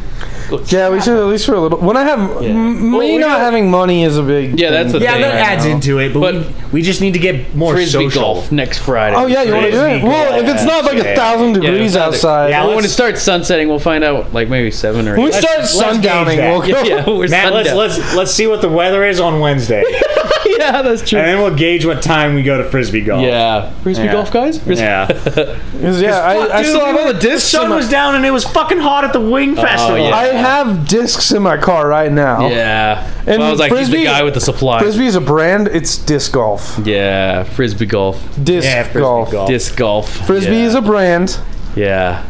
[SPEAKER 2] Yeah, we should at least for a little. When I have m-
[SPEAKER 3] Well,
[SPEAKER 2] me
[SPEAKER 3] we
[SPEAKER 2] not
[SPEAKER 3] got-
[SPEAKER 2] having money is a big.
[SPEAKER 3] Yeah, that's
[SPEAKER 2] thing.
[SPEAKER 3] the
[SPEAKER 4] Yeah,
[SPEAKER 3] thing.
[SPEAKER 4] that
[SPEAKER 3] right
[SPEAKER 4] adds
[SPEAKER 3] now.
[SPEAKER 4] into it. But,
[SPEAKER 3] But-
[SPEAKER 4] we, we just need to get more
[SPEAKER 3] Frisbee
[SPEAKER 4] social.
[SPEAKER 3] golf next Friday.
[SPEAKER 2] Oh yeah, you want to do it?
[SPEAKER 4] Frisbee
[SPEAKER 2] Well,
[SPEAKER 4] golf.
[SPEAKER 2] if it's not like a
[SPEAKER 4] Yeah.
[SPEAKER 2] thousand
[SPEAKER 3] Yeah,
[SPEAKER 2] degrees
[SPEAKER 3] it's not-
[SPEAKER 2] outside,
[SPEAKER 4] Yeah,
[SPEAKER 3] Well, when it
[SPEAKER 4] let's-
[SPEAKER 3] starts sunsetting, we'll find out like maybe seven or
[SPEAKER 2] when we
[SPEAKER 3] eight.
[SPEAKER 2] start
[SPEAKER 4] let's gauge
[SPEAKER 2] sundowning,
[SPEAKER 4] that.
[SPEAKER 2] we'll go.
[SPEAKER 3] (laughs) yeah, yeah, we're
[SPEAKER 4] Matt, let's,
[SPEAKER 3] sundown.
[SPEAKER 4] let's let's see what the weather is on Wednesday,
[SPEAKER 3] (laughs) yeah, that's true.
[SPEAKER 4] and then we'll gauge what time we go to frisbee golf.
[SPEAKER 3] yeah, frisbee
[SPEAKER 4] Yeah.
[SPEAKER 3] golf guys. Frisbee- (laughs)
[SPEAKER 2] (laughs)
[SPEAKER 4] yeah.
[SPEAKER 2] 'Cause, yeah,
[SPEAKER 4] Fuck,
[SPEAKER 2] I, I
[SPEAKER 4] dude,
[SPEAKER 2] still have all the discs. in
[SPEAKER 4] sun
[SPEAKER 2] my-
[SPEAKER 4] was down, and it was fucking hot at the Wing Festival.
[SPEAKER 3] Oh, yeah.
[SPEAKER 2] I have discs in my car right now.
[SPEAKER 3] Yeah.
[SPEAKER 2] And
[SPEAKER 3] And I was like, he's
[SPEAKER 2] frisbee-
[SPEAKER 3] the guy with the supply.
[SPEAKER 2] Frisbee is a brand. It's disc golf.
[SPEAKER 3] Yeah, frisbee golf,
[SPEAKER 2] Disc
[SPEAKER 4] Yeah, frisbee
[SPEAKER 2] golf.
[SPEAKER 4] golf.
[SPEAKER 3] disc golf.
[SPEAKER 2] Frisbee
[SPEAKER 3] yeah.
[SPEAKER 2] is a brand,
[SPEAKER 3] yeah.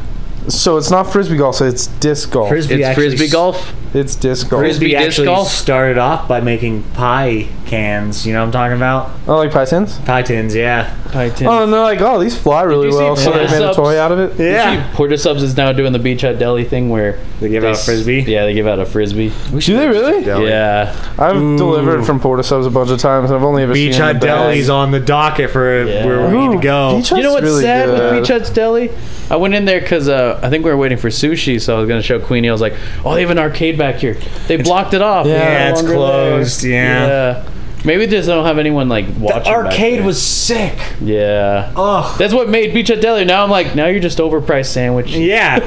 [SPEAKER 2] so it's not frisbee golf. So it's disc golf.
[SPEAKER 3] It's frisbee golf.
[SPEAKER 2] it's disc golf.
[SPEAKER 3] Frisbee
[SPEAKER 4] Frisbee
[SPEAKER 3] disc
[SPEAKER 4] actually
[SPEAKER 3] golf?
[SPEAKER 4] started off by making pie cans. You know what I'm talking about?
[SPEAKER 2] I Oh, like pie tins.
[SPEAKER 4] Pie tins, yeah.
[SPEAKER 2] Oh, and they're like, oh, these fly really
[SPEAKER 3] you see
[SPEAKER 2] well, so they
[SPEAKER 3] Porter
[SPEAKER 2] made a
[SPEAKER 3] Subs?
[SPEAKER 2] toy out of it.
[SPEAKER 4] Yeah.
[SPEAKER 3] Porta Subs is now doing the beach hut deli thing where
[SPEAKER 4] They give out a
[SPEAKER 3] s-
[SPEAKER 4] frisbee.
[SPEAKER 3] Yeah, they give out a frisbee.
[SPEAKER 2] Do they really?
[SPEAKER 3] Yeah.
[SPEAKER 2] I've delivered from Porta Subs a bunch of times. and I've only ever
[SPEAKER 4] Beach
[SPEAKER 2] seen
[SPEAKER 4] Hut
[SPEAKER 2] the bag.
[SPEAKER 4] Deli's on the docket for
[SPEAKER 3] Yeah.
[SPEAKER 4] where we need to go.
[SPEAKER 2] Beach Hut's
[SPEAKER 3] You know what's
[SPEAKER 2] really
[SPEAKER 3] sad
[SPEAKER 2] good.
[SPEAKER 3] with Beach Hut's Deli? I went in there because uh, I think we were waiting for sushi, so I was gonna show Queenie. I was like, "Oh, they have an arcade back here. They blocked it off.
[SPEAKER 2] Yeah,
[SPEAKER 3] They're no
[SPEAKER 4] it's
[SPEAKER 3] longer
[SPEAKER 4] closed, yeah.
[SPEAKER 3] yeah. Maybe they just don't have anyone like watching.
[SPEAKER 4] The
[SPEAKER 3] back
[SPEAKER 4] arcade
[SPEAKER 3] there.
[SPEAKER 4] was sick.
[SPEAKER 3] Yeah.
[SPEAKER 4] Ugh.
[SPEAKER 3] That's what made Beach at Deli. Now I'm like, now you're just overpriced sandwich.
[SPEAKER 4] Yeah.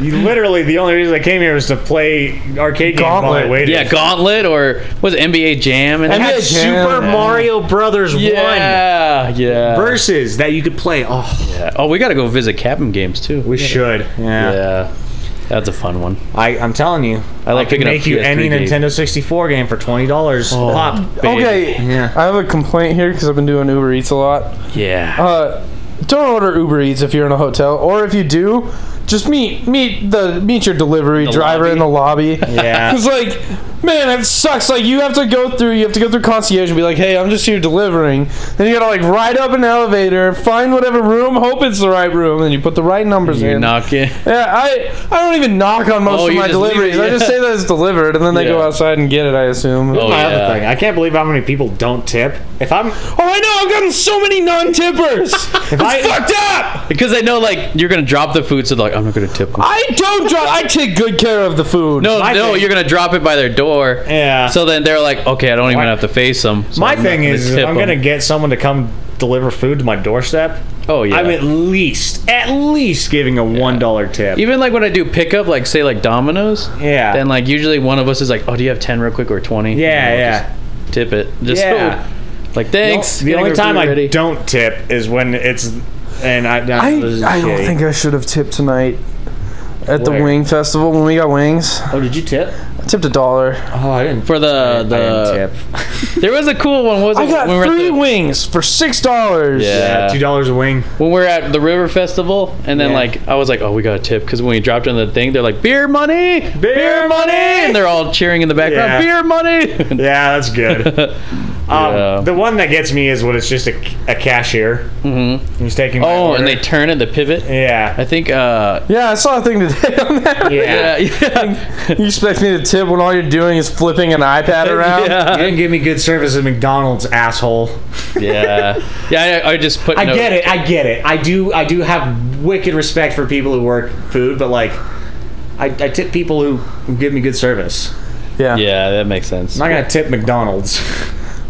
[SPEAKER 4] you literally the only reason I came here was to play arcade games while I
[SPEAKER 2] Gauntlet.
[SPEAKER 4] waited.
[SPEAKER 3] Yeah, Gauntlet or was it NBA Jam and
[SPEAKER 4] It had
[SPEAKER 2] NBA Jam,
[SPEAKER 4] Super
[SPEAKER 2] yeah.
[SPEAKER 4] Mario Brothers
[SPEAKER 3] yeah, yeah.
[SPEAKER 4] 1 versus that you could play. Oh,
[SPEAKER 3] Yeah. Oh, we gotta go visit Captain Games too.
[SPEAKER 4] we should. Yeah.
[SPEAKER 3] Yeah, that's a fun one.
[SPEAKER 4] I, I'm telling you.
[SPEAKER 3] I like
[SPEAKER 4] I could
[SPEAKER 3] picking up
[SPEAKER 4] make you
[SPEAKER 3] PS3
[SPEAKER 4] any
[SPEAKER 3] games.
[SPEAKER 4] Nintendo 64 game for $20 pop.
[SPEAKER 3] Babe.
[SPEAKER 2] Okay,
[SPEAKER 4] Yeah.
[SPEAKER 2] I have a complaint here because I've been doing Uber Eats a lot.
[SPEAKER 3] Yeah.
[SPEAKER 2] Uh, don't order Uber Eats if you're in a hotel, or if you do, just meet meet the meet your delivery driver in the lobby. (laughs)
[SPEAKER 4] Yeah.
[SPEAKER 2] It's like, man, it sucks. Like you have to go through, you have to go through concierge and be like, hey, I'm just here delivering. Then you gotta like ride up an elevator, find whatever room, hope it's the right room, and you put the right numbers
[SPEAKER 3] You're
[SPEAKER 2] in.
[SPEAKER 3] knocking.
[SPEAKER 2] yeah, I I don't even knock on most
[SPEAKER 3] Oh,
[SPEAKER 2] of
[SPEAKER 3] you
[SPEAKER 2] my
[SPEAKER 3] just leave it,
[SPEAKER 2] deliveries. I
[SPEAKER 3] yeah.
[SPEAKER 2] just say that it's delivered, and then they go
[SPEAKER 3] Yeah.
[SPEAKER 2] outside and get it. I assume.
[SPEAKER 3] Oh,
[SPEAKER 2] Oh,
[SPEAKER 4] My
[SPEAKER 3] yeah.
[SPEAKER 4] other thing, I can't believe how many people don't tip. If I'm
[SPEAKER 2] I know. I've gotten so many
[SPEAKER 3] (laughs)
[SPEAKER 2] non-tippers. it's
[SPEAKER 4] I-
[SPEAKER 2] fucked up.
[SPEAKER 3] Because they know like you're gonna drop the food, so they're like, I'm not gonna tip. Them.
[SPEAKER 2] I don't drop. I take good care of the food.
[SPEAKER 3] No,
[SPEAKER 4] My
[SPEAKER 3] no,
[SPEAKER 4] thing-
[SPEAKER 3] you're gonna drop it by their door.
[SPEAKER 4] Yeah.
[SPEAKER 3] So then they're like, okay, I don't even have to face them. so
[SPEAKER 4] My
[SPEAKER 3] I'm not
[SPEAKER 4] thing
[SPEAKER 3] gonna
[SPEAKER 4] is, if
[SPEAKER 3] tip
[SPEAKER 4] I'm
[SPEAKER 3] 'em.
[SPEAKER 4] gonna get someone to come deliver food to my doorstep.
[SPEAKER 3] Oh, yeah.
[SPEAKER 4] I'm at least, at least giving a one dollar tip.
[SPEAKER 3] Even like when I do pickup, like say like Domino's.
[SPEAKER 4] Yeah.
[SPEAKER 3] Then like usually one of us is like, oh, do you have ten real quick or twenty?
[SPEAKER 4] yeah,
[SPEAKER 3] You know,
[SPEAKER 4] yeah.
[SPEAKER 3] Just tip it. Just
[SPEAKER 4] Yeah.
[SPEAKER 3] so- (laughs) like thanks.
[SPEAKER 4] The
[SPEAKER 3] Getting
[SPEAKER 4] only
[SPEAKER 3] our
[SPEAKER 4] time
[SPEAKER 3] food
[SPEAKER 4] I
[SPEAKER 3] ready.
[SPEAKER 4] don't tip is when it's, and I,
[SPEAKER 2] I,
[SPEAKER 4] I, this is
[SPEAKER 2] I don't
[SPEAKER 4] shitty.
[SPEAKER 2] think I should have tipped tonight at the
[SPEAKER 4] Where?
[SPEAKER 2] wing festival when we got wings.
[SPEAKER 4] Oh, did you tip?
[SPEAKER 2] I tipped a dollar.
[SPEAKER 4] Oh, I didn't.
[SPEAKER 3] for the
[SPEAKER 4] I didn't
[SPEAKER 3] the.
[SPEAKER 4] tip.
[SPEAKER 3] (laughs) There was a cool one. What was
[SPEAKER 2] I
[SPEAKER 3] it?
[SPEAKER 2] got
[SPEAKER 3] when we were at
[SPEAKER 2] three
[SPEAKER 3] the,
[SPEAKER 2] wings for six dollars.
[SPEAKER 3] Yeah.
[SPEAKER 4] Yeah, two dollars a wing.
[SPEAKER 3] when we were at the River Festival, and then
[SPEAKER 4] Yeah.
[SPEAKER 3] like I was like, oh, we got a tip because when we dropped on the thing, they're like, beer money, beer,
[SPEAKER 4] money!"
[SPEAKER 3] and they're all cheering in the background,
[SPEAKER 4] Yeah.
[SPEAKER 3] beer money.
[SPEAKER 4] Yeah, that's good. (laughs) um,
[SPEAKER 3] (laughs) Yeah.
[SPEAKER 4] The one that gets me is when it's just a, a cashier. Mm-hmm. He's taking. My
[SPEAKER 3] oh, and they
[SPEAKER 4] order.
[SPEAKER 3] turn at the pivot.
[SPEAKER 4] Yeah.
[SPEAKER 3] I think. uh
[SPEAKER 2] Yeah, I saw a thing today (laughs) on that.
[SPEAKER 3] Yeah. yeah. (laughs)
[SPEAKER 4] (laughs)
[SPEAKER 2] You expect me to tip when all you're doing is flipping an iPad around?
[SPEAKER 4] You didn't give me good service at McDonald's, asshole.
[SPEAKER 3] Yeah, yeah. I, I just put.
[SPEAKER 4] I get it. I get it. I do. I do have wicked respect for people who work food, but like, I, I tip people who, who give me good service.
[SPEAKER 2] Yeah.
[SPEAKER 3] Yeah, that makes sense.
[SPEAKER 4] I'm not Oh. gonna tip McDonald's.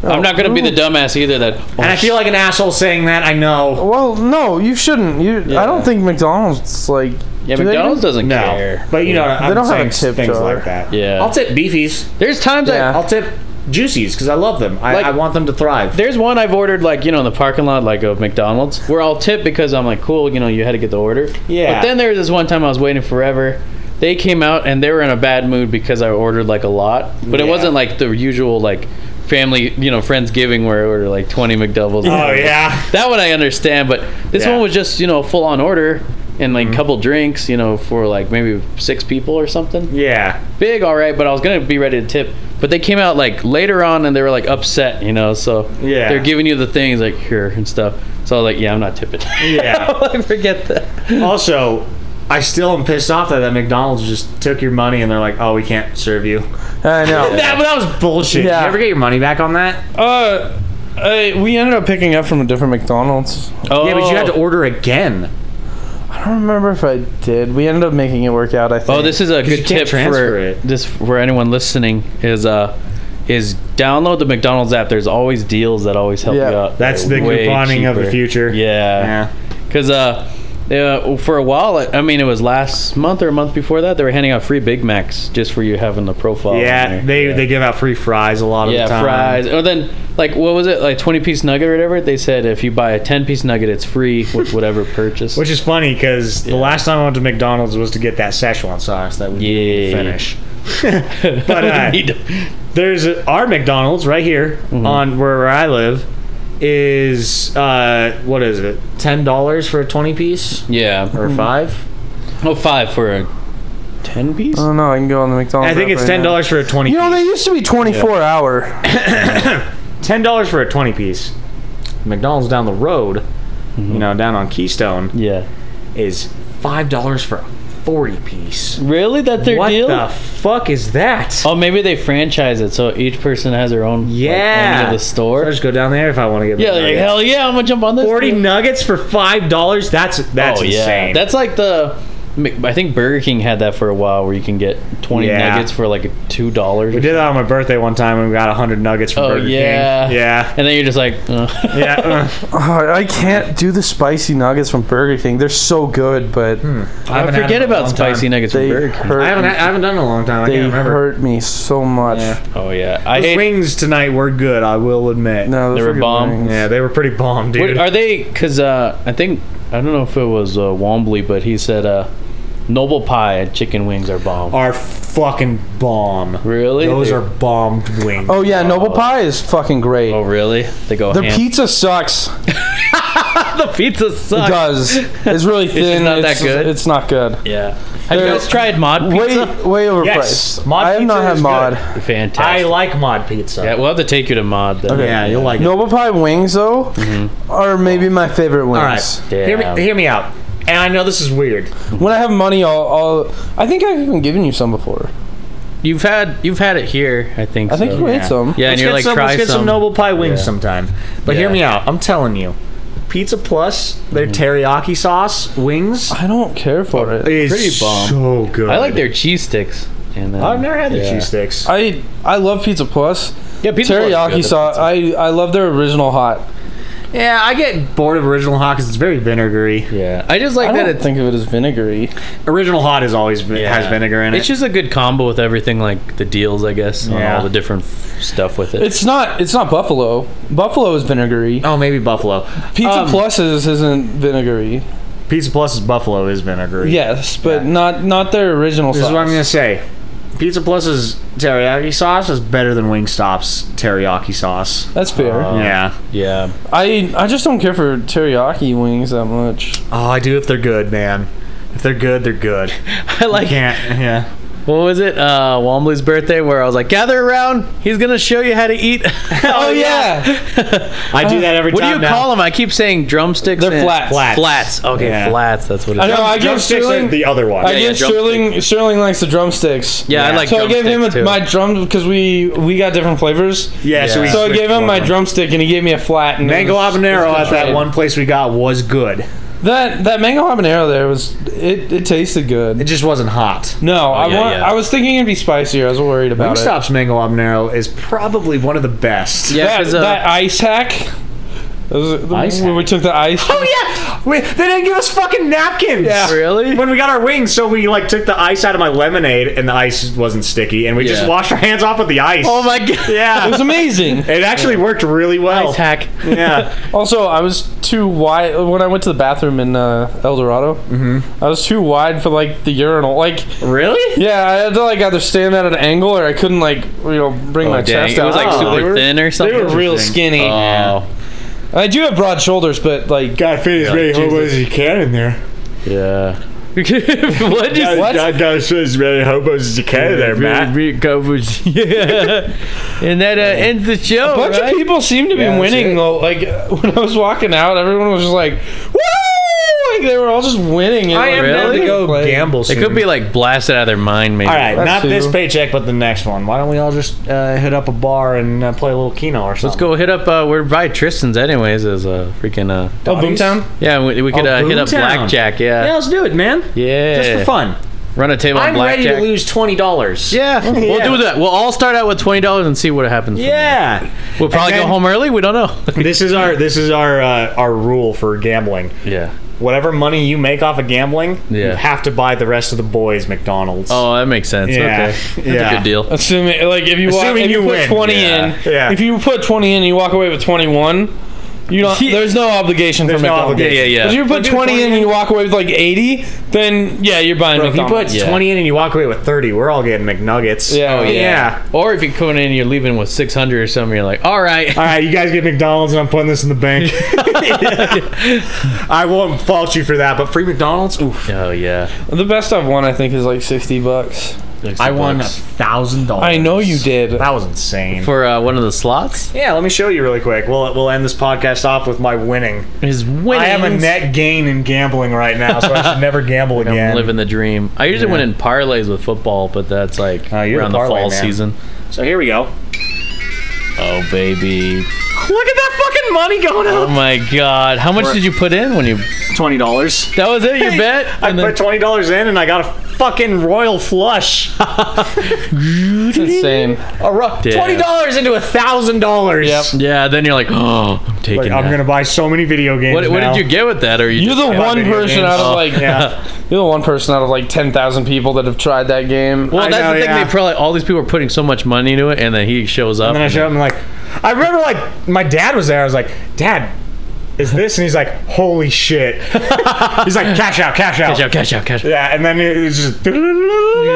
[SPEAKER 3] I'm not gonna be the dumbass either. That oh,
[SPEAKER 4] and I feel like an asshole saying that. I know.
[SPEAKER 2] Well, no, you shouldn't. You, I don't think McDonald's like.
[SPEAKER 3] yeah,
[SPEAKER 2] do they
[SPEAKER 3] McDonald's
[SPEAKER 2] even-
[SPEAKER 3] doesn't
[SPEAKER 4] No,
[SPEAKER 3] care.
[SPEAKER 4] but you know, I'm
[SPEAKER 2] don't have
[SPEAKER 4] saying
[SPEAKER 2] a tip
[SPEAKER 4] things
[SPEAKER 2] jar.
[SPEAKER 4] like that.
[SPEAKER 3] Yeah.
[SPEAKER 4] I'll tip beefies.
[SPEAKER 3] There's times I
[SPEAKER 2] Yeah.
[SPEAKER 4] I'll tip juicies because I love them. I,
[SPEAKER 3] Like-
[SPEAKER 4] I want them to thrive.
[SPEAKER 3] There's one I've ordered like you know in the parking lot like of McDonald's where I'll tip because I'm like cool you know you had to get the order.
[SPEAKER 4] Yeah.
[SPEAKER 3] But then there was this one time I was waiting forever. They came out and they were in a bad mood because I ordered like a lot, but it
[SPEAKER 4] Yeah.
[SPEAKER 3] wasn't like the usual like family you know friends giving where I order like 20 McDoubles.
[SPEAKER 4] Oh yeah.
[SPEAKER 3] That one I understand, but this
[SPEAKER 4] Yeah. Mm-hmm.
[SPEAKER 3] one was just you know full on order and like couple drinks you know for like maybe six people or something
[SPEAKER 4] Yeah.
[SPEAKER 3] big, all right, but I was gonna be ready to tip. But they came out like later on and they were like upset, you know. So
[SPEAKER 4] Yeah.
[SPEAKER 3] they're giving you the things like here and stuff. So I was like, yeah, I'm not tipping. (laughs)
[SPEAKER 4] Yeah.
[SPEAKER 3] I forget that.
[SPEAKER 4] also, I still am pissed off that that McDonald's just took your money and they're like, "Oh, we can't serve you."
[SPEAKER 2] I know.
[SPEAKER 3] (laughs)
[SPEAKER 4] That, that was bullshit.
[SPEAKER 2] Yeah.
[SPEAKER 4] You ever get your money back on that?
[SPEAKER 2] uh, I, we ended up picking up from a different McDonald's.
[SPEAKER 3] Oh,
[SPEAKER 4] Yeah, but you had to order again.
[SPEAKER 2] I don't remember if I did. We ended up making it work out. I think.
[SPEAKER 3] Oh, this is a
[SPEAKER 4] you
[SPEAKER 3] good
[SPEAKER 4] can't
[SPEAKER 3] tip
[SPEAKER 4] transfer
[SPEAKER 3] for
[SPEAKER 4] it.
[SPEAKER 3] this for anyone listening is uh is download the McDonald's app. There's always deals that always help
[SPEAKER 2] Yeah.
[SPEAKER 3] you out.
[SPEAKER 4] That's the
[SPEAKER 3] They're way
[SPEAKER 4] couponing of the
[SPEAKER 3] cheaper.
[SPEAKER 4] future.
[SPEAKER 3] Yeah.
[SPEAKER 4] Yeah.
[SPEAKER 3] Because uh, they, uh, for a while, I mean, it was last month or a month before that, they were handing out free Big Macs just for you having the profile. on
[SPEAKER 4] Yeah,
[SPEAKER 3] there.
[SPEAKER 4] they they give out free fries a lot of
[SPEAKER 3] yeah
[SPEAKER 4] the time.
[SPEAKER 3] fries. Or then like what was it like twenty piece nugget or whatever? They said if you buy a ten piece nugget, it's free
[SPEAKER 4] (laughs)
[SPEAKER 3] with whatever purchase.
[SPEAKER 4] Which is funny because the last time I went to McDonald's was to get that Szechuan sauce that we
[SPEAKER 3] Yeah. (laughs)
[SPEAKER 4] didn't finish. but uh,
[SPEAKER 3] Need to-
[SPEAKER 4] there's a, our McDonald's right here on where I live is uh, what is it? Ten dollars for a twenty piece
[SPEAKER 3] yeah,
[SPEAKER 4] or five?
[SPEAKER 3] oh five for a ten piece.
[SPEAKER 4] Uh,
[SPEAKER 2] I don't know. I can go on the McDonald's.
[SPEAKER 4] I think
[SPEAKER 2] app
[SPEAKER 4] it's
[SPEAKER 2] right
[SPEAKER 4] ten
[SPEAKER 2] now.
[SPEAKER 4] dollars for a twenty.
[SPEAKER 2] You know,
[SPEAKER 4] piece.
[SPEAKER 2] they used to be 24 hour.
[SPEAKER 4] ten dollars for a twenty piece. McDonald's down the road, you know, down on Keystone
[SPEAKER 3] yeah,
[SPEAKER 4] is five dollars for a forty piece.
[SPEAKER 3] really? That's their
[SPEAKER 4] what
[SPEAKER 3] deal?
[SPEAKER 4] the fuck is that?
[SPEAKER 3] oh, maybe they franchise it, so each person has their own like,
[SPEAKER 4] Yeah.
[SPEAKER 3] owning of the
[SPEAKER 4] I
[SPEAKER 3] store.
[SPEAKER 4] just go down there if I want to get.
[SPEAKER 3] Yeah, they're like
[SPEAKER 4] McNuggets.
[SPEAKER 3] hell yeah, I'm gonna jump on this.
[SPEAKER 4] Forty
[SPEAKER 3] deal.
[SPEAKER 4] nuggets for five dollars. That's that's
[SPEAKER 3] oh, yeah.
[SPEAKER 4] insane.
[SPEAKER 3] That's like the Mc- I think Burger King had that for a while, where you can get twenty
[SPEAKER 4] Yeah.
[SPEAKER 3] nuggets for like two dollars.
[SPEAKER 4] We did that on my birthday one time and we got 100 nuggets from
[SPEAKER 3] Oh,
[SPEAKER 4] Burger
[SPEAKER 3] yeah. (laughs)
[SPEAKER 4] King. Yeah.
[SPEAKER 3] and then you're just like, uh.
[SPEAKER 4] Yeah. uh,
[SPEAKER 2] Oh, I can't do the spicy nuggets from Burger King. They're so good, but
[SPEAKER 4] Hmm, (laughs)
[SPEAKER 3] (laughs) I,
[SPEAKER 4] haven't had
[SPEAKER 3] forget
[SPEAKER 4] them in a
[SPEAKER 3] about
[SPEAKER 4] long time.
[SPEAKER 3] spicy nuggets
[SPEAKER 2] they
[SPEAKER 3] from Burger King.
[SPEAKER 4] I
[SPEAKER 2] hurt.
[SPEAKER 4] haven't,
[SPEAKER 2] me.
[SPEAKER 4] I haven't done it in a long time. I
[SPEAKER 2] they
[SPEAKER 4] can't remember.
[SPEAKER 2] hurt me so much.
[SPEAKER 4] Yeah.
[SPEAKER 3] Oh yeah, I
[SPEAKER 4] Those
[SPEAKER 3] hate.
[SPEAKER 4] wings tonight were good, I will admit.
[SPEAKER 2] No, those
[SPEAKER 3] They
[SPEAKER 2] are
[SPEAKER 3] were
[SPEAKER 2] good
[SPEAKER 3] bomb.
[SPEAKER 2] wings.
[SPEAKER 4] Yeah, they were pretty bomb, dude.
[SPEAKER 3] Wait, are they? Because uh, I think I don't know if it was uh, Wombly, but he said uh, Noble Pie and chicken wings are bomb.
[SPEAKER 4] are fucking bomb.
[SPEAKER 3] Really?
[SPEAKER 4] Those
[SPEAKER 3] They-
[SPEAKER 4] are bombed wings.
[SPEAKER 2] Oh yeah, Noble Pie is fucking great.
[SPEAKER 3] Oh really? They go.
[SPEAKER 2] Their
[SPEAKER 3] ham.
[SPEAKER 2] pizza sucks.
[SPEAKER 3] (laughs) the pizza
[SPEAKER 2] It
[SPEAKER 3] sucks.
[SPEAKER 4] (laughs)
[SPEAKER 2] does. It's really thin.
[SPEAKER 3] not that good?
[SPEAKER 2] It's not good.
[SPEAKER 3] Yeah. Have you
[SPEAKER 2] They're-
[SPEAKER 3] guys tried mod
[SPEAKER 2] Way
[SPEAKER 3] pizza?
[SPEAKER 2] way overpriced.
[SPEAKER 4] Yes, mod
[SPEAKER 2] I have not
[SPEAKER 4] pizza
[SPEAKER 2] had
[SPEAKER 4] is
[SPEAKER 2] mod.
[SPEAKER 4] good. I
[SPEAKER 3] Fantastic.
[SPEAKER 4] like mod pizza.
[SPEAKER 3] yeah, we'll have to take you to mod. Then.
[SPEAKER 2] Okay.
[SPEAKER 4] Yeah, you'll like it.
[SPEAKER 2] Noble Pie wings though are maybe my favorite wings.
[SPEAKER 4] Mm-hmm. All right. Hear
[SPEAKER 3] Damn.
[SPEAKER 4] me, hear me out. And I know this is weird.
[SPEAKER 2] When I have money, I'll, I'll. I think I've even given you some before.
[SPEAKER 3] You've had you've had it here, I think.
[SPEAKER 2] I think
[SPEAKER 3] so.
[SPEAKER 2] you
[SPEAKER 3] yeah.
[SPEAKER 2] ate some.
[SPEAKER 3] and
[SPEAKER 4] Let's
[SPEAKER 3] you're
[SPEAKER 4] get
[SPEAKER 3] like
[SPEAKER 4] some,
[SPEAKER 3] try
[SPEAKER 4] let's get some.
[SPEAKER 3] some.
[SPEAKER 4] noble pie wings
[SPEAKER 3] Yeah.
[SPEAKER 4] sometime. But hear
[SPEAKER 3] Yeah. Mm.
[SPEAKER 4] me out. I'm telling you, Pizza Plus their teriyaki sauce wings
[SPEAKER 2] I don't care for it.
[SPEAKER 4] is
[SPEAKER 3] Ah, pretty bomb.
[SPEAKER 4] so good.
[SPEAKER 3] I like their cheese sticks. And uh, then,
[SPEAKER 4] I've never had the
[SPEAKER 3] yeah.
[SPEAKER 4] cheese sticks.
[SPEAKER 2] I I love Pizza Plus.
[SPEAKER 3] Yeah, pizza Plus is good,
[SPEAKER 2] teriyaki
[SPEAKER 3] the
[SPEAKER 2] sauce. I I love their original hot.
[SPEAKER 4] yeah, I get bored of original hot because it's very vinegary.
[SPEAKER 3] Yeah, I just like
[SPEAKER 2] I
[SPEAKER 3] that.
[SPEAKER 2] don't
[SPEAKER 3] It's,
[SPEAKER 2] think of it as vinegary.
[SPEAKER 4] Original hot is always vin- has
[SPEAKER 3] Yeah.
[SPEAKER 4] vinegar in it.
[SPEAKER 3] it's just a good combo with everything, like the deals, I guess, on
[SPEAKER 4] Yeah.
[SPEAKER 3] all the different f- stuff with it.
[SPEAKER 2] It's not it's not buffalo. Buffalo is vinegary.
[SPEAKER 4] oh, maybe buffalo.
[SPEAKER 2] Pizza
[SPEAKER 4] Um,
[SPEAKER 2] Plus is isn't vinegary.
[SPEAKER 4] Pizza Plus's buffalo is vinegary.
[SPEAKER 2] Yes, but not not their original
[SPEAKER 4] This
[SPEAKER 2] sauce.
[SPEAKER 4] is what I'm gonna say. Pizza Plus's teriyaki sauce is better than Wingstop's teriyaki sauce.
[SPEAKER 2] That's fair.
[SPEAKER 4] yeah.
[SPEAKER 3] yeah, (laughs)
[SPEAKER 2] I I just don't care for teriyaki wings that much.
[SPEAKER 4] Oh, I do if they're good, man. If they're good, they're good.
[SPEAKER 3] I like.
[SPEAKER 4] Can't. Yeah.
[SPEAKER 3] What was it? Uh, Wombly's birthday, where I was like, gather around. He's gonna show you how to eat. (laughs)
[SPEAKER 2] Oh, yeah.
[SPEAKER 4] I do that every
[SPEAKER 3] what do
[SPEAKER 4] time.
[SPEAKER 3] you
[SPEAKER 4] now.
[SPEAKER 3] call them? I keep saying drumsticks.
[SPEAKER 2] They're
[SPEAKER 3] and-
[SPEAKER 2] flats.
[SPEAKER 4] Flats.
[SPEAKER 3] Flats. Okay,
[SPEAKER 4] Yeah.
[SPEAKER 3] flats. That's what it
[SPEAKER 2] I
[SPEAKER 3] is.
[SPEAKER 2] know. I give
[SPEAKER 4] Drumsticks are
[SPEAKER 2] Sterling.
[SPEAKER 4] the other one.
[SPEAKER 2] I
[SPEAKER 3] yeah,
[SPEAKER 2] give Sterling. Sterling likes the drumsticks.
[SPEAKER 3] Yeah, I like.
[SPEAKER 2] So I gave him a,
[SPEAKER 3] drumsticks, too.
[SPEAKER 2] my drum because we we got different flavors.
[SPEAKER 4] yeah,
[SPEAKER 3] Yeah.
[SPEAKER 4] So, we
[SPEAKER 2] So I
[SPEAKER 4] switched
[SPEAKER 2] gave him
[SPEAKER 4] one
[SPEAKER 2] my
[SPEAKER 4] of them.
[SPEAKER 2] drumstick, and he gave me a flat. And it
[SPEAKER 4] Mango
[SPEAKER 2] was-
[SPEAKER 4] habanero at that
[SPEAKER 2] trade.
[SPEAKER 4] one place we got was good.
[SPEAKER 2] That that mango habanero there was it. It tasted
[SPEAKER 4] It
[SPEAKER 2] good.
[SPEAKER 4] just wasn't hot.
[SPEAKER 2] No, I
[SPEAKER 3] Oh, yeah,
[SPEAKER 2] want.
[SPEAKER 3] yeah.
[SPEAKER 2] I was thinking it'd be spicier. I was worried about it.
[SPEAKER 4] Wingstop's mango habanero is probably one of the best.
[SPEAKER 3] Yeah,
[SPEAKER 2] That,
[SPEAKER 3] 'cause, uh,
[SPEAKER 2] that ice hack. That was-
[SPEAKER 4] Ice
[SPEAKER 2] when we
[SPEAKER 4] hack?
[SPEAKER 2] took the ice.
[SPEAKER 4] Oh yeah, we, they didn't give us fucking napkins.
[SPEAKER 2] Yeah.
[SPEAKER 3] Really?
[SPEAKER 4] When we got our wings, so we like took the ice out of my lemonade, and the ice wasn't sticky, and we just
[SPEAKER 3] Yeah.
[SPEAKER 4] washed our hands off with the ice.
[SPEAKER 3] Oh my (laughs) god.
[SPEAKER 4] Yeah.
[SPEAKER 2] It was amazing.
[SPEAKER 4] (laughs) It actually worked really well.
[SPEAKER 3] Ice hack.
[SPEAKER 4] Yeah.
[SPEAKER 2] Also, I was too wide when I went to the bathroom in uh, El Dorado. Mm-hmm. I was too wide for like the urinal. Like,
[SPEAKER 4] really?
[SPEAKER 2] yeah, I had to like either stand at an angle or I couldn't like you know bring my
[SPEAKER 3] dang.
[SPEAKER 2] chest
[SPEAKER 3] It
[SPEAKER 2] out.
[SPEAKER 3] was like
[SPEAKER 4] Oh.
[SPEAKER 3] super
[SPEAKER 2] They were-
[SPEAKER 3] thin or something.
[SPEAKER 2] They were real skinny.
[SPEAKER 3] Oh.
[SPEAKER 2] I do have broad shoulders, but like
[SPEAKER 4] Gotta fit as
[SPEAKER 3] Yeah, many hobos
[SPEAKER 4] as you can in there.
[SPEAKER 3] (laughs) Yeah. what just
[SPEAKER 2] What?
[SPEAKER 4] Gotta fit as many hobos as you can in there,
[SPEAKER 3] (laughs)
[SPEAKER 4] Matt.
[SPEAKER 3] yeah. And that uh, ends the show.
[SPEAKER 4] Oh,
[SPEAKER 2] a bunch
[SPEAKER 3] right?
[SPEAKER 2] of people seemed to be
[SPEAKER 4] that's it.
[SPEAKER 2] winning though. Like (laughs) uh, when I was walking out, everyone was just like, "Woo!" Like they were all just winning. and,
[SPEAKER 4] I
[SPEAKER 2] like,
[SPEAKER 4] am down
[SPEAKER 3] Really?
[SPEAKER 4] to go
[SPEAKER 2] Like,
[SPEAKER 4] gamble.
[SPEAKER 3] They
[SPEAKER 4] Soon.
[SPEAKER 3] could be like blasted out of their mind, maybe.
[SPEAKER 4] All right,
[SPEAKER 2] That's
[SPEAKER 4] not this
[SPEAKER 2] true.
[SPEAKER 4] paycheck, but the next one. Why don't we all just uh, hit up a bar and uh, play a little Keno or something?
[SPEAKER 3] Let's go hit up. Uh, we're by Tristan's, anyways. As a freaking. Uh,
[SPEAKER 2] Oh, Boomtown.
[SPEAKER 3] yeah, we, we could
[SPEAKER 4] Oh,
[SPEAKER 3] uh, hit up
[SPEAKER 4] Boomtown.
[SPEAKER 3] blackjack.
[SPEAKER 4] Yeah,
[SPEAKER 3] Yeah.
[SPEAKER 4] let's do it, man.
[SPEAKER 3] Yeah.
[SPEAKER 4] Just for fun.
[SPEAKER 3] Run a table
[SPEAKER 4] I'm
[SPEAKER 3] on blackjack.
[SPEAKER 4] ready to lose twenty
[SPEAKER 3] (laughs)
[SPEAKER 4] dollars.
[SPEAKER 3] Yeah, we'll
[SPEAKER 4] Yeah.
[SPEAKER 3] do that. We'll all start out with twenty dollars and see what happens. from there.
[SPEAKER 4] Yeah.
[SPEAKER 3] we'll probably
[SPEAKER 4] And
[SPEAKER 3] go
[SPEAKER 4] then-
[SPEAKER 3] home early. We don't know.
[SPEAKER 4] this is our this is our uh, our rule for gambling.
[SPEAKER 3] yeah.
[SPEAKER 4] Whatever money you make off of gambling, you
[SPEAKER 3] Yeah.
[SPEAKER 4] have to buy the rest of the boys McDonald's.
[SPEAKER 3] (laughs) Oh, that makes sense.
[SPEAKER 4] Yeah.
[SPEAKER 3] Okay, that's
[SPEAKER 4] Yeah.
[SPEAKER 3] a good deal.
[SPEAKER 2] Assuming like if you walk,
[SPEAKER 4] Assuming
[SPEAKER 2] if you,
[SPEAKER 4] you
[SPEAKER 2] put
[SPEAKER 4] win.
[SPEAKER 2] twenty
[SPEAKER 3] Yeah.
[SPEAKER 2] in,
[SPEAKER 4] Yeah.
[SPEAKER 2] if you put twenty in, and you walk away with twenty one. You don't.
[SPEAKER 3] Yeah.
[SPEAKER 2] There's no obligation
[SPEAKER 4] There's
[SPEAKER 2] for
[SPEAKER 4] no
[SPEAKER 2] McDonald's.
[SPEAKER 4] obligation.
[SPEAKER 3] Yeah, yeah,
[SPEAKER 2] If you
[SPEAKER 3] yeah.
[SPEAKER 2] put
[SPEAKER 4] But do
[SPEAKER 2] 20 in
[SPEAKER 4] 20
[SPEAKER 2] and you walk away with like 80, then yeah, you're buying
[SPEAKER 4] Bro, if you put
[SPEAKER 2] McDonald's.
[SPEAKER 3] Yeah.
[SPEAKER 4] twenty in and you walk away with thirty, we're all getting McNuggets.
[SPEAKER 2] Yeah. Oh, yeah.
[SPEAKER 4] yeah.
[SPEAKER 3] Or if you're coming in, and you're leaving with six hundred or something. You're like, all right.
[SPEAKER 4] All right, you guys get McDonald's, and I'm putting this in the (laughs) bank. I won't fault you for that, but free McDonald's. Oof.
[SPEAKER 3] Oh yeah.
[SPEAKER 2] The best I've won, I think, is like 60 bucks.
[SPEAKER 4] I won a
[SPEAKER 3] Bucks.
[SPEAKER 4] thousand dollars.
[SPEAKER 2] I know you did.
[SPEAKER 4] That was insane.
[SPEAKER 3] for uh, one of the slots.
[SPEAKER 4] yeah, let me show you really quick. We'll we'll end this podcast off with my winning.
[SPEAKER 3] His winnings.
[SPEAKER 4] I am a net gain in gambling right now, so I should never gamble
[SPEAKER 3] I'm
[SPEAKER 4] again.
[SPEAKER 3] living the dream. I usually win in parlays with football, but that's like
[SPEAKER 4] Oh, you're
[SPEAKER 3] around
[SPEAKER 4] the
[SPEAKER 3] the
[SPEAKER 4] parlay
[SPEAKER 3] fall
[SPEAKER 4] man.
[SPEAKER 3] season.
[SPEAKER 4] so here we go.
[SPEAKER 3] Oh baby.
[SPEAKER 4] Look at that fucking money going
[SPEAKER 3] Oh
[SPEAKER 4] up.
[SPEAKER 3] my god! How much did you put in when you?
[SPEAKER 4] Twenty dollars.
[SPEAKER 3] That was it. Your bet.
[SPEAKER 4] I
[SPEAKER 3] And then-
[SPEAKER 4] put twenty dollars in, and I got a fucking royal (laughs) flush.
[SPEAKER 2] It's insane.
[SPEAKER 3] Yeah.
[SPEAKER 4] Twenty dollars into a thousand dollars.
[SPEAKER 2] Yep.
[SPEAKER 3] Yeah. Then you're like, oh, I'm taking.
[SPEAKER 4] Like, I'm
[SPEAKER 3] that."
[SPEAKER 4] gonna buy so many video games.
[SPEAKER 3] What, what
[SPEAKER 4] now.
[SPEAKER 3] did you get with that? Or you
[SPEAKER 2] You're
[SPEAKER 3] just
[SPEAKER 2] the
[SPEAKER 3] kept
[SPEAKER 2] one
[SPEAKER 3] it?
[SPEAKER 2] person out
[SPEAKER 3] Oh.
[SPEAKER 2] of like
[SPEAKER 4] Yeah.
[SPEAKER 2] (laughs) you're the one person out of like ten thousand people that have tried that game.
[SPEAKER 3] Well,
[SPEAKER 4] I
[SPEAKER 3] that's
[SPEAKER 4] know,
[SPEAKER 3] the thing.
[SPEAKER 4] yeah.
[SPEAKER 3] They probably all these people are putting so much money into it, and then he shows up.
[SPEAKER 4] And then I showed him like, I remember like my dad was there. I was like,
[SPEAKER 3] (laughs)
[SPEAKER 4] Dad, is this? And he's like, Holy shit! (laughs) he's like, Cash out, cash out,
[SPEAKER 3] Cash out, cash out, cash out.
[SPEAKER 4] Yeah, and then it was just.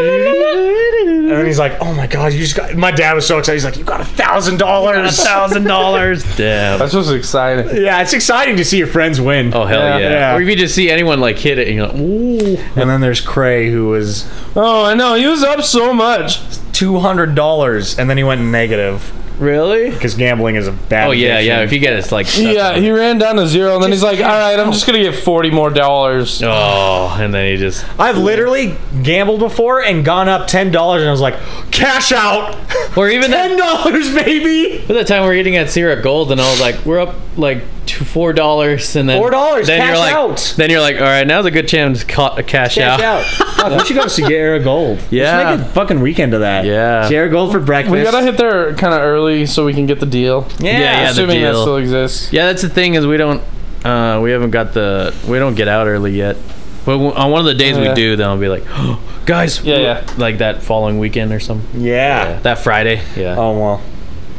[SPEAKER 4] And then he's like, "Oh my god, you just got!" My dad was so excited. He's like, "You got a thousand dollars!"
[SPEAKER 3] Thousand dollars. Damn.
[SPEAKER 2] That's just exciting.
[SPEAKER 4] (laughs) Yeah, it's exciting to see your friends win.
[SPEAKER 3] Oh hell yeah.
[SPEAKER 2] Yeah.
[SPEAKER 4] Yeah.
[SPEAKER 3] Or if you just see anyone like hit it, and you're like, ooh.
[SPEAKER 4] And then there's Cray, who was
[SPEAKER 2] Oh, I know. He was up so much.
[SPEAKER 4] two hundred dollars, and then he went negative
[SPEAKER 3] Really?
[SPEAKER 4] because gambling is a bad.
[SPEAKER 3] Oh yeah,
[SPEAKER 4] addiction.
[SPEAKER 3] yeah. If you get it, it's like.
[SPEAKER 2] Yeah, he ran down to zero, and then he's like, "All right, I'm just gonna get forty more dollars."
[SPEAKER 3] Oh, and then he just.
[SPEAKER 4] I've literally gambled before and gone up ten dollars, and I was like, "Cash out, (laughs)
[SPEAKER 3] Or even that.
[SPEAKER 4] ten dollars, baby!"
[SPEAKER 3] But that time we were eating at Sierra Gold, and I was like, "We're up like two, four dollars," and then
[SPEAKER 4] $4,
[SPEAKER 3] Then
[SPEAKER 4] cash
[SPEAKER 3] you're like,
[SPEAKER 4] out.
[SPEAKER 3] then you're like, "All right, now's a good chance to ca- cash,
[SPEAKER 4] Cash
[SPEAKER 3] out."
[SPEAKER 4] out. Fuck, we should go to Sierra Gold.
[SPEAKER 3] Yeah.
[SPEAKER 4] Let's make a fucking weekend of that.
[SPEAKER 3] Yeah.
[SPEAKER 4] Sierra Gold for breakfast.
[SPEAKER 2] We gotta hit there kind of early so we can get the deal.
[SPEAKER 3] Yeah, yeah, the
[SPEAKER 2] assuming that
[SPEAKER 3] deal.
[SPEAKER 2] still exists.
[SPEAKER 3] Yeah, that's the thing is we don't, uh, we haven't got the, we don't get out early yet. But w- on one of the days we
[SPEAKER 2] Yeah.
[SPEAKER 3] do, then I'll be like, oh, guys,
[SPEAKER 2] Yeah, yeah.
[SPEAKER 3] like that following weekend or something.
[SPEAKER 4] Yeah.
[SPEAKER 3] That Friday. Yeah.
[SPEAKER 4] Oh well,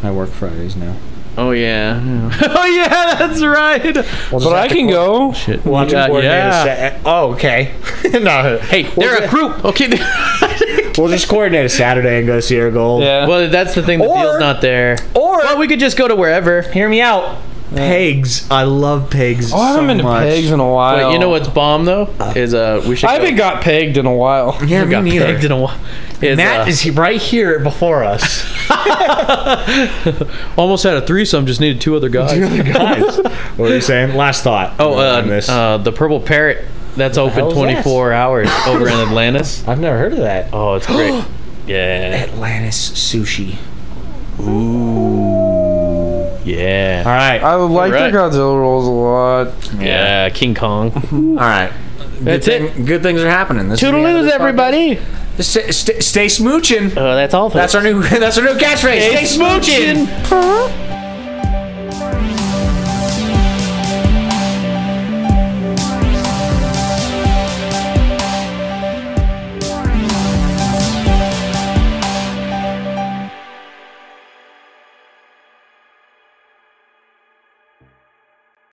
[SPEAKER 4] I work Fridays now.
[SPEAKER 3] Oh (laughs) yeah. oh yeah, (laughs) that's right.
[SPEAKER 2] But I can go.
[SPEAKER 3] Shit.
[SPEAKER 4] Watch
[SPEAKER 3] Yeah,
[SPEAKER 4] yeah,
[SPEAKER 3] yeah.
[SPEAKER 4] oh, okay. (laughs) no.
[SPEAKER 3] Hey, they're a
[SPEAKER 4] just-
[SPEAKER 3] group. Okay. (laughs) they-
[SPEAKER 4] We'll just coordinate a Saturday and go to Sierra Gold.
[SPEAKER 2] Yeah.
[SPEAKER 3] well, that's the thing. The
[SPEAKER 4] Or-
[SPEAKER 3] deal's not there.
[SPEAKER 4] Or
[SPEAKER 3] Well, we could just go to wherever.
[SPEAKER 4] hear me out. Pegs. I love pegs.
[SPEAKER 2] Oh, I haven't
[SPEAKER 4] so
[SPEAKER 2] been to
[SPEAKER 4] much.
[SPEAKER 2] pegs in a while.
[SPEAKER 3] But you know what's bomb though is uh we should.
[SPEAKER 2] I
[SPEAKER 3] go-
[SPEAKER 2] haven't got pegged in a while.
[SPEAKER 4] Yeah, me
[SPEAKER 3] got
[SPEAKER 4] neither.
[SPEAKER 3] pegged in a while. Is,
[SPEAKER 4] Matt
[SPEAKER 3] uh,
[SPEAKER 4] is he- right here before us.
[SPEAKER 3] almost had a threesome. Just needed two other
[SPEAKER 4] (laughs)
[SPEAKER 3] guys.
[SPEAKER 4] Guys, what are you saying? Last thought.
[SPEAKER 3] Oh, uh,
[SPEAKER 4] on this.
[SPEAKER 3] uh, the Purple Parrot. That's open
[SPEAKER 4] hell's
[SPEAKER 3] 24
[SPEAKER 4] (gasps)
[SPEAKER 3] hours over in Atlantis.
[SPEAKER 4] I've never heard of that.
[SPEAKER 3] Oh, it's
[SPEAKER 4] (gasps)
[SPEAKER 3] great. yeah,
[SPEAKER 4] Atlantis sushi.
[SPEAKER 3] yeah,
[SPEAKER 4] All right.
[SPEAKER 2] I like
[SPEAKER 3] Right.
[SPEAKER 2] the Godzilla rolls a lot.
[SPEAKER 3] yeah. King Kong.
[SPEAKER 4] All right.
[SPEAKER 3] That's it.
[SPEAKER 4] Good things are happening. This is the end of
[SPEAKER 3] Toodaloos,
[SPEAKER 4] the
[SPEAKER 3] everybody.
[SPEAKER 4] podcast. Stay, stay, stay smooching.
[SPEAKER 3] Uh, that's all.
[SPEAKER 4] (laughs) That's our new. That's our new catchphrase. Stay, smooching.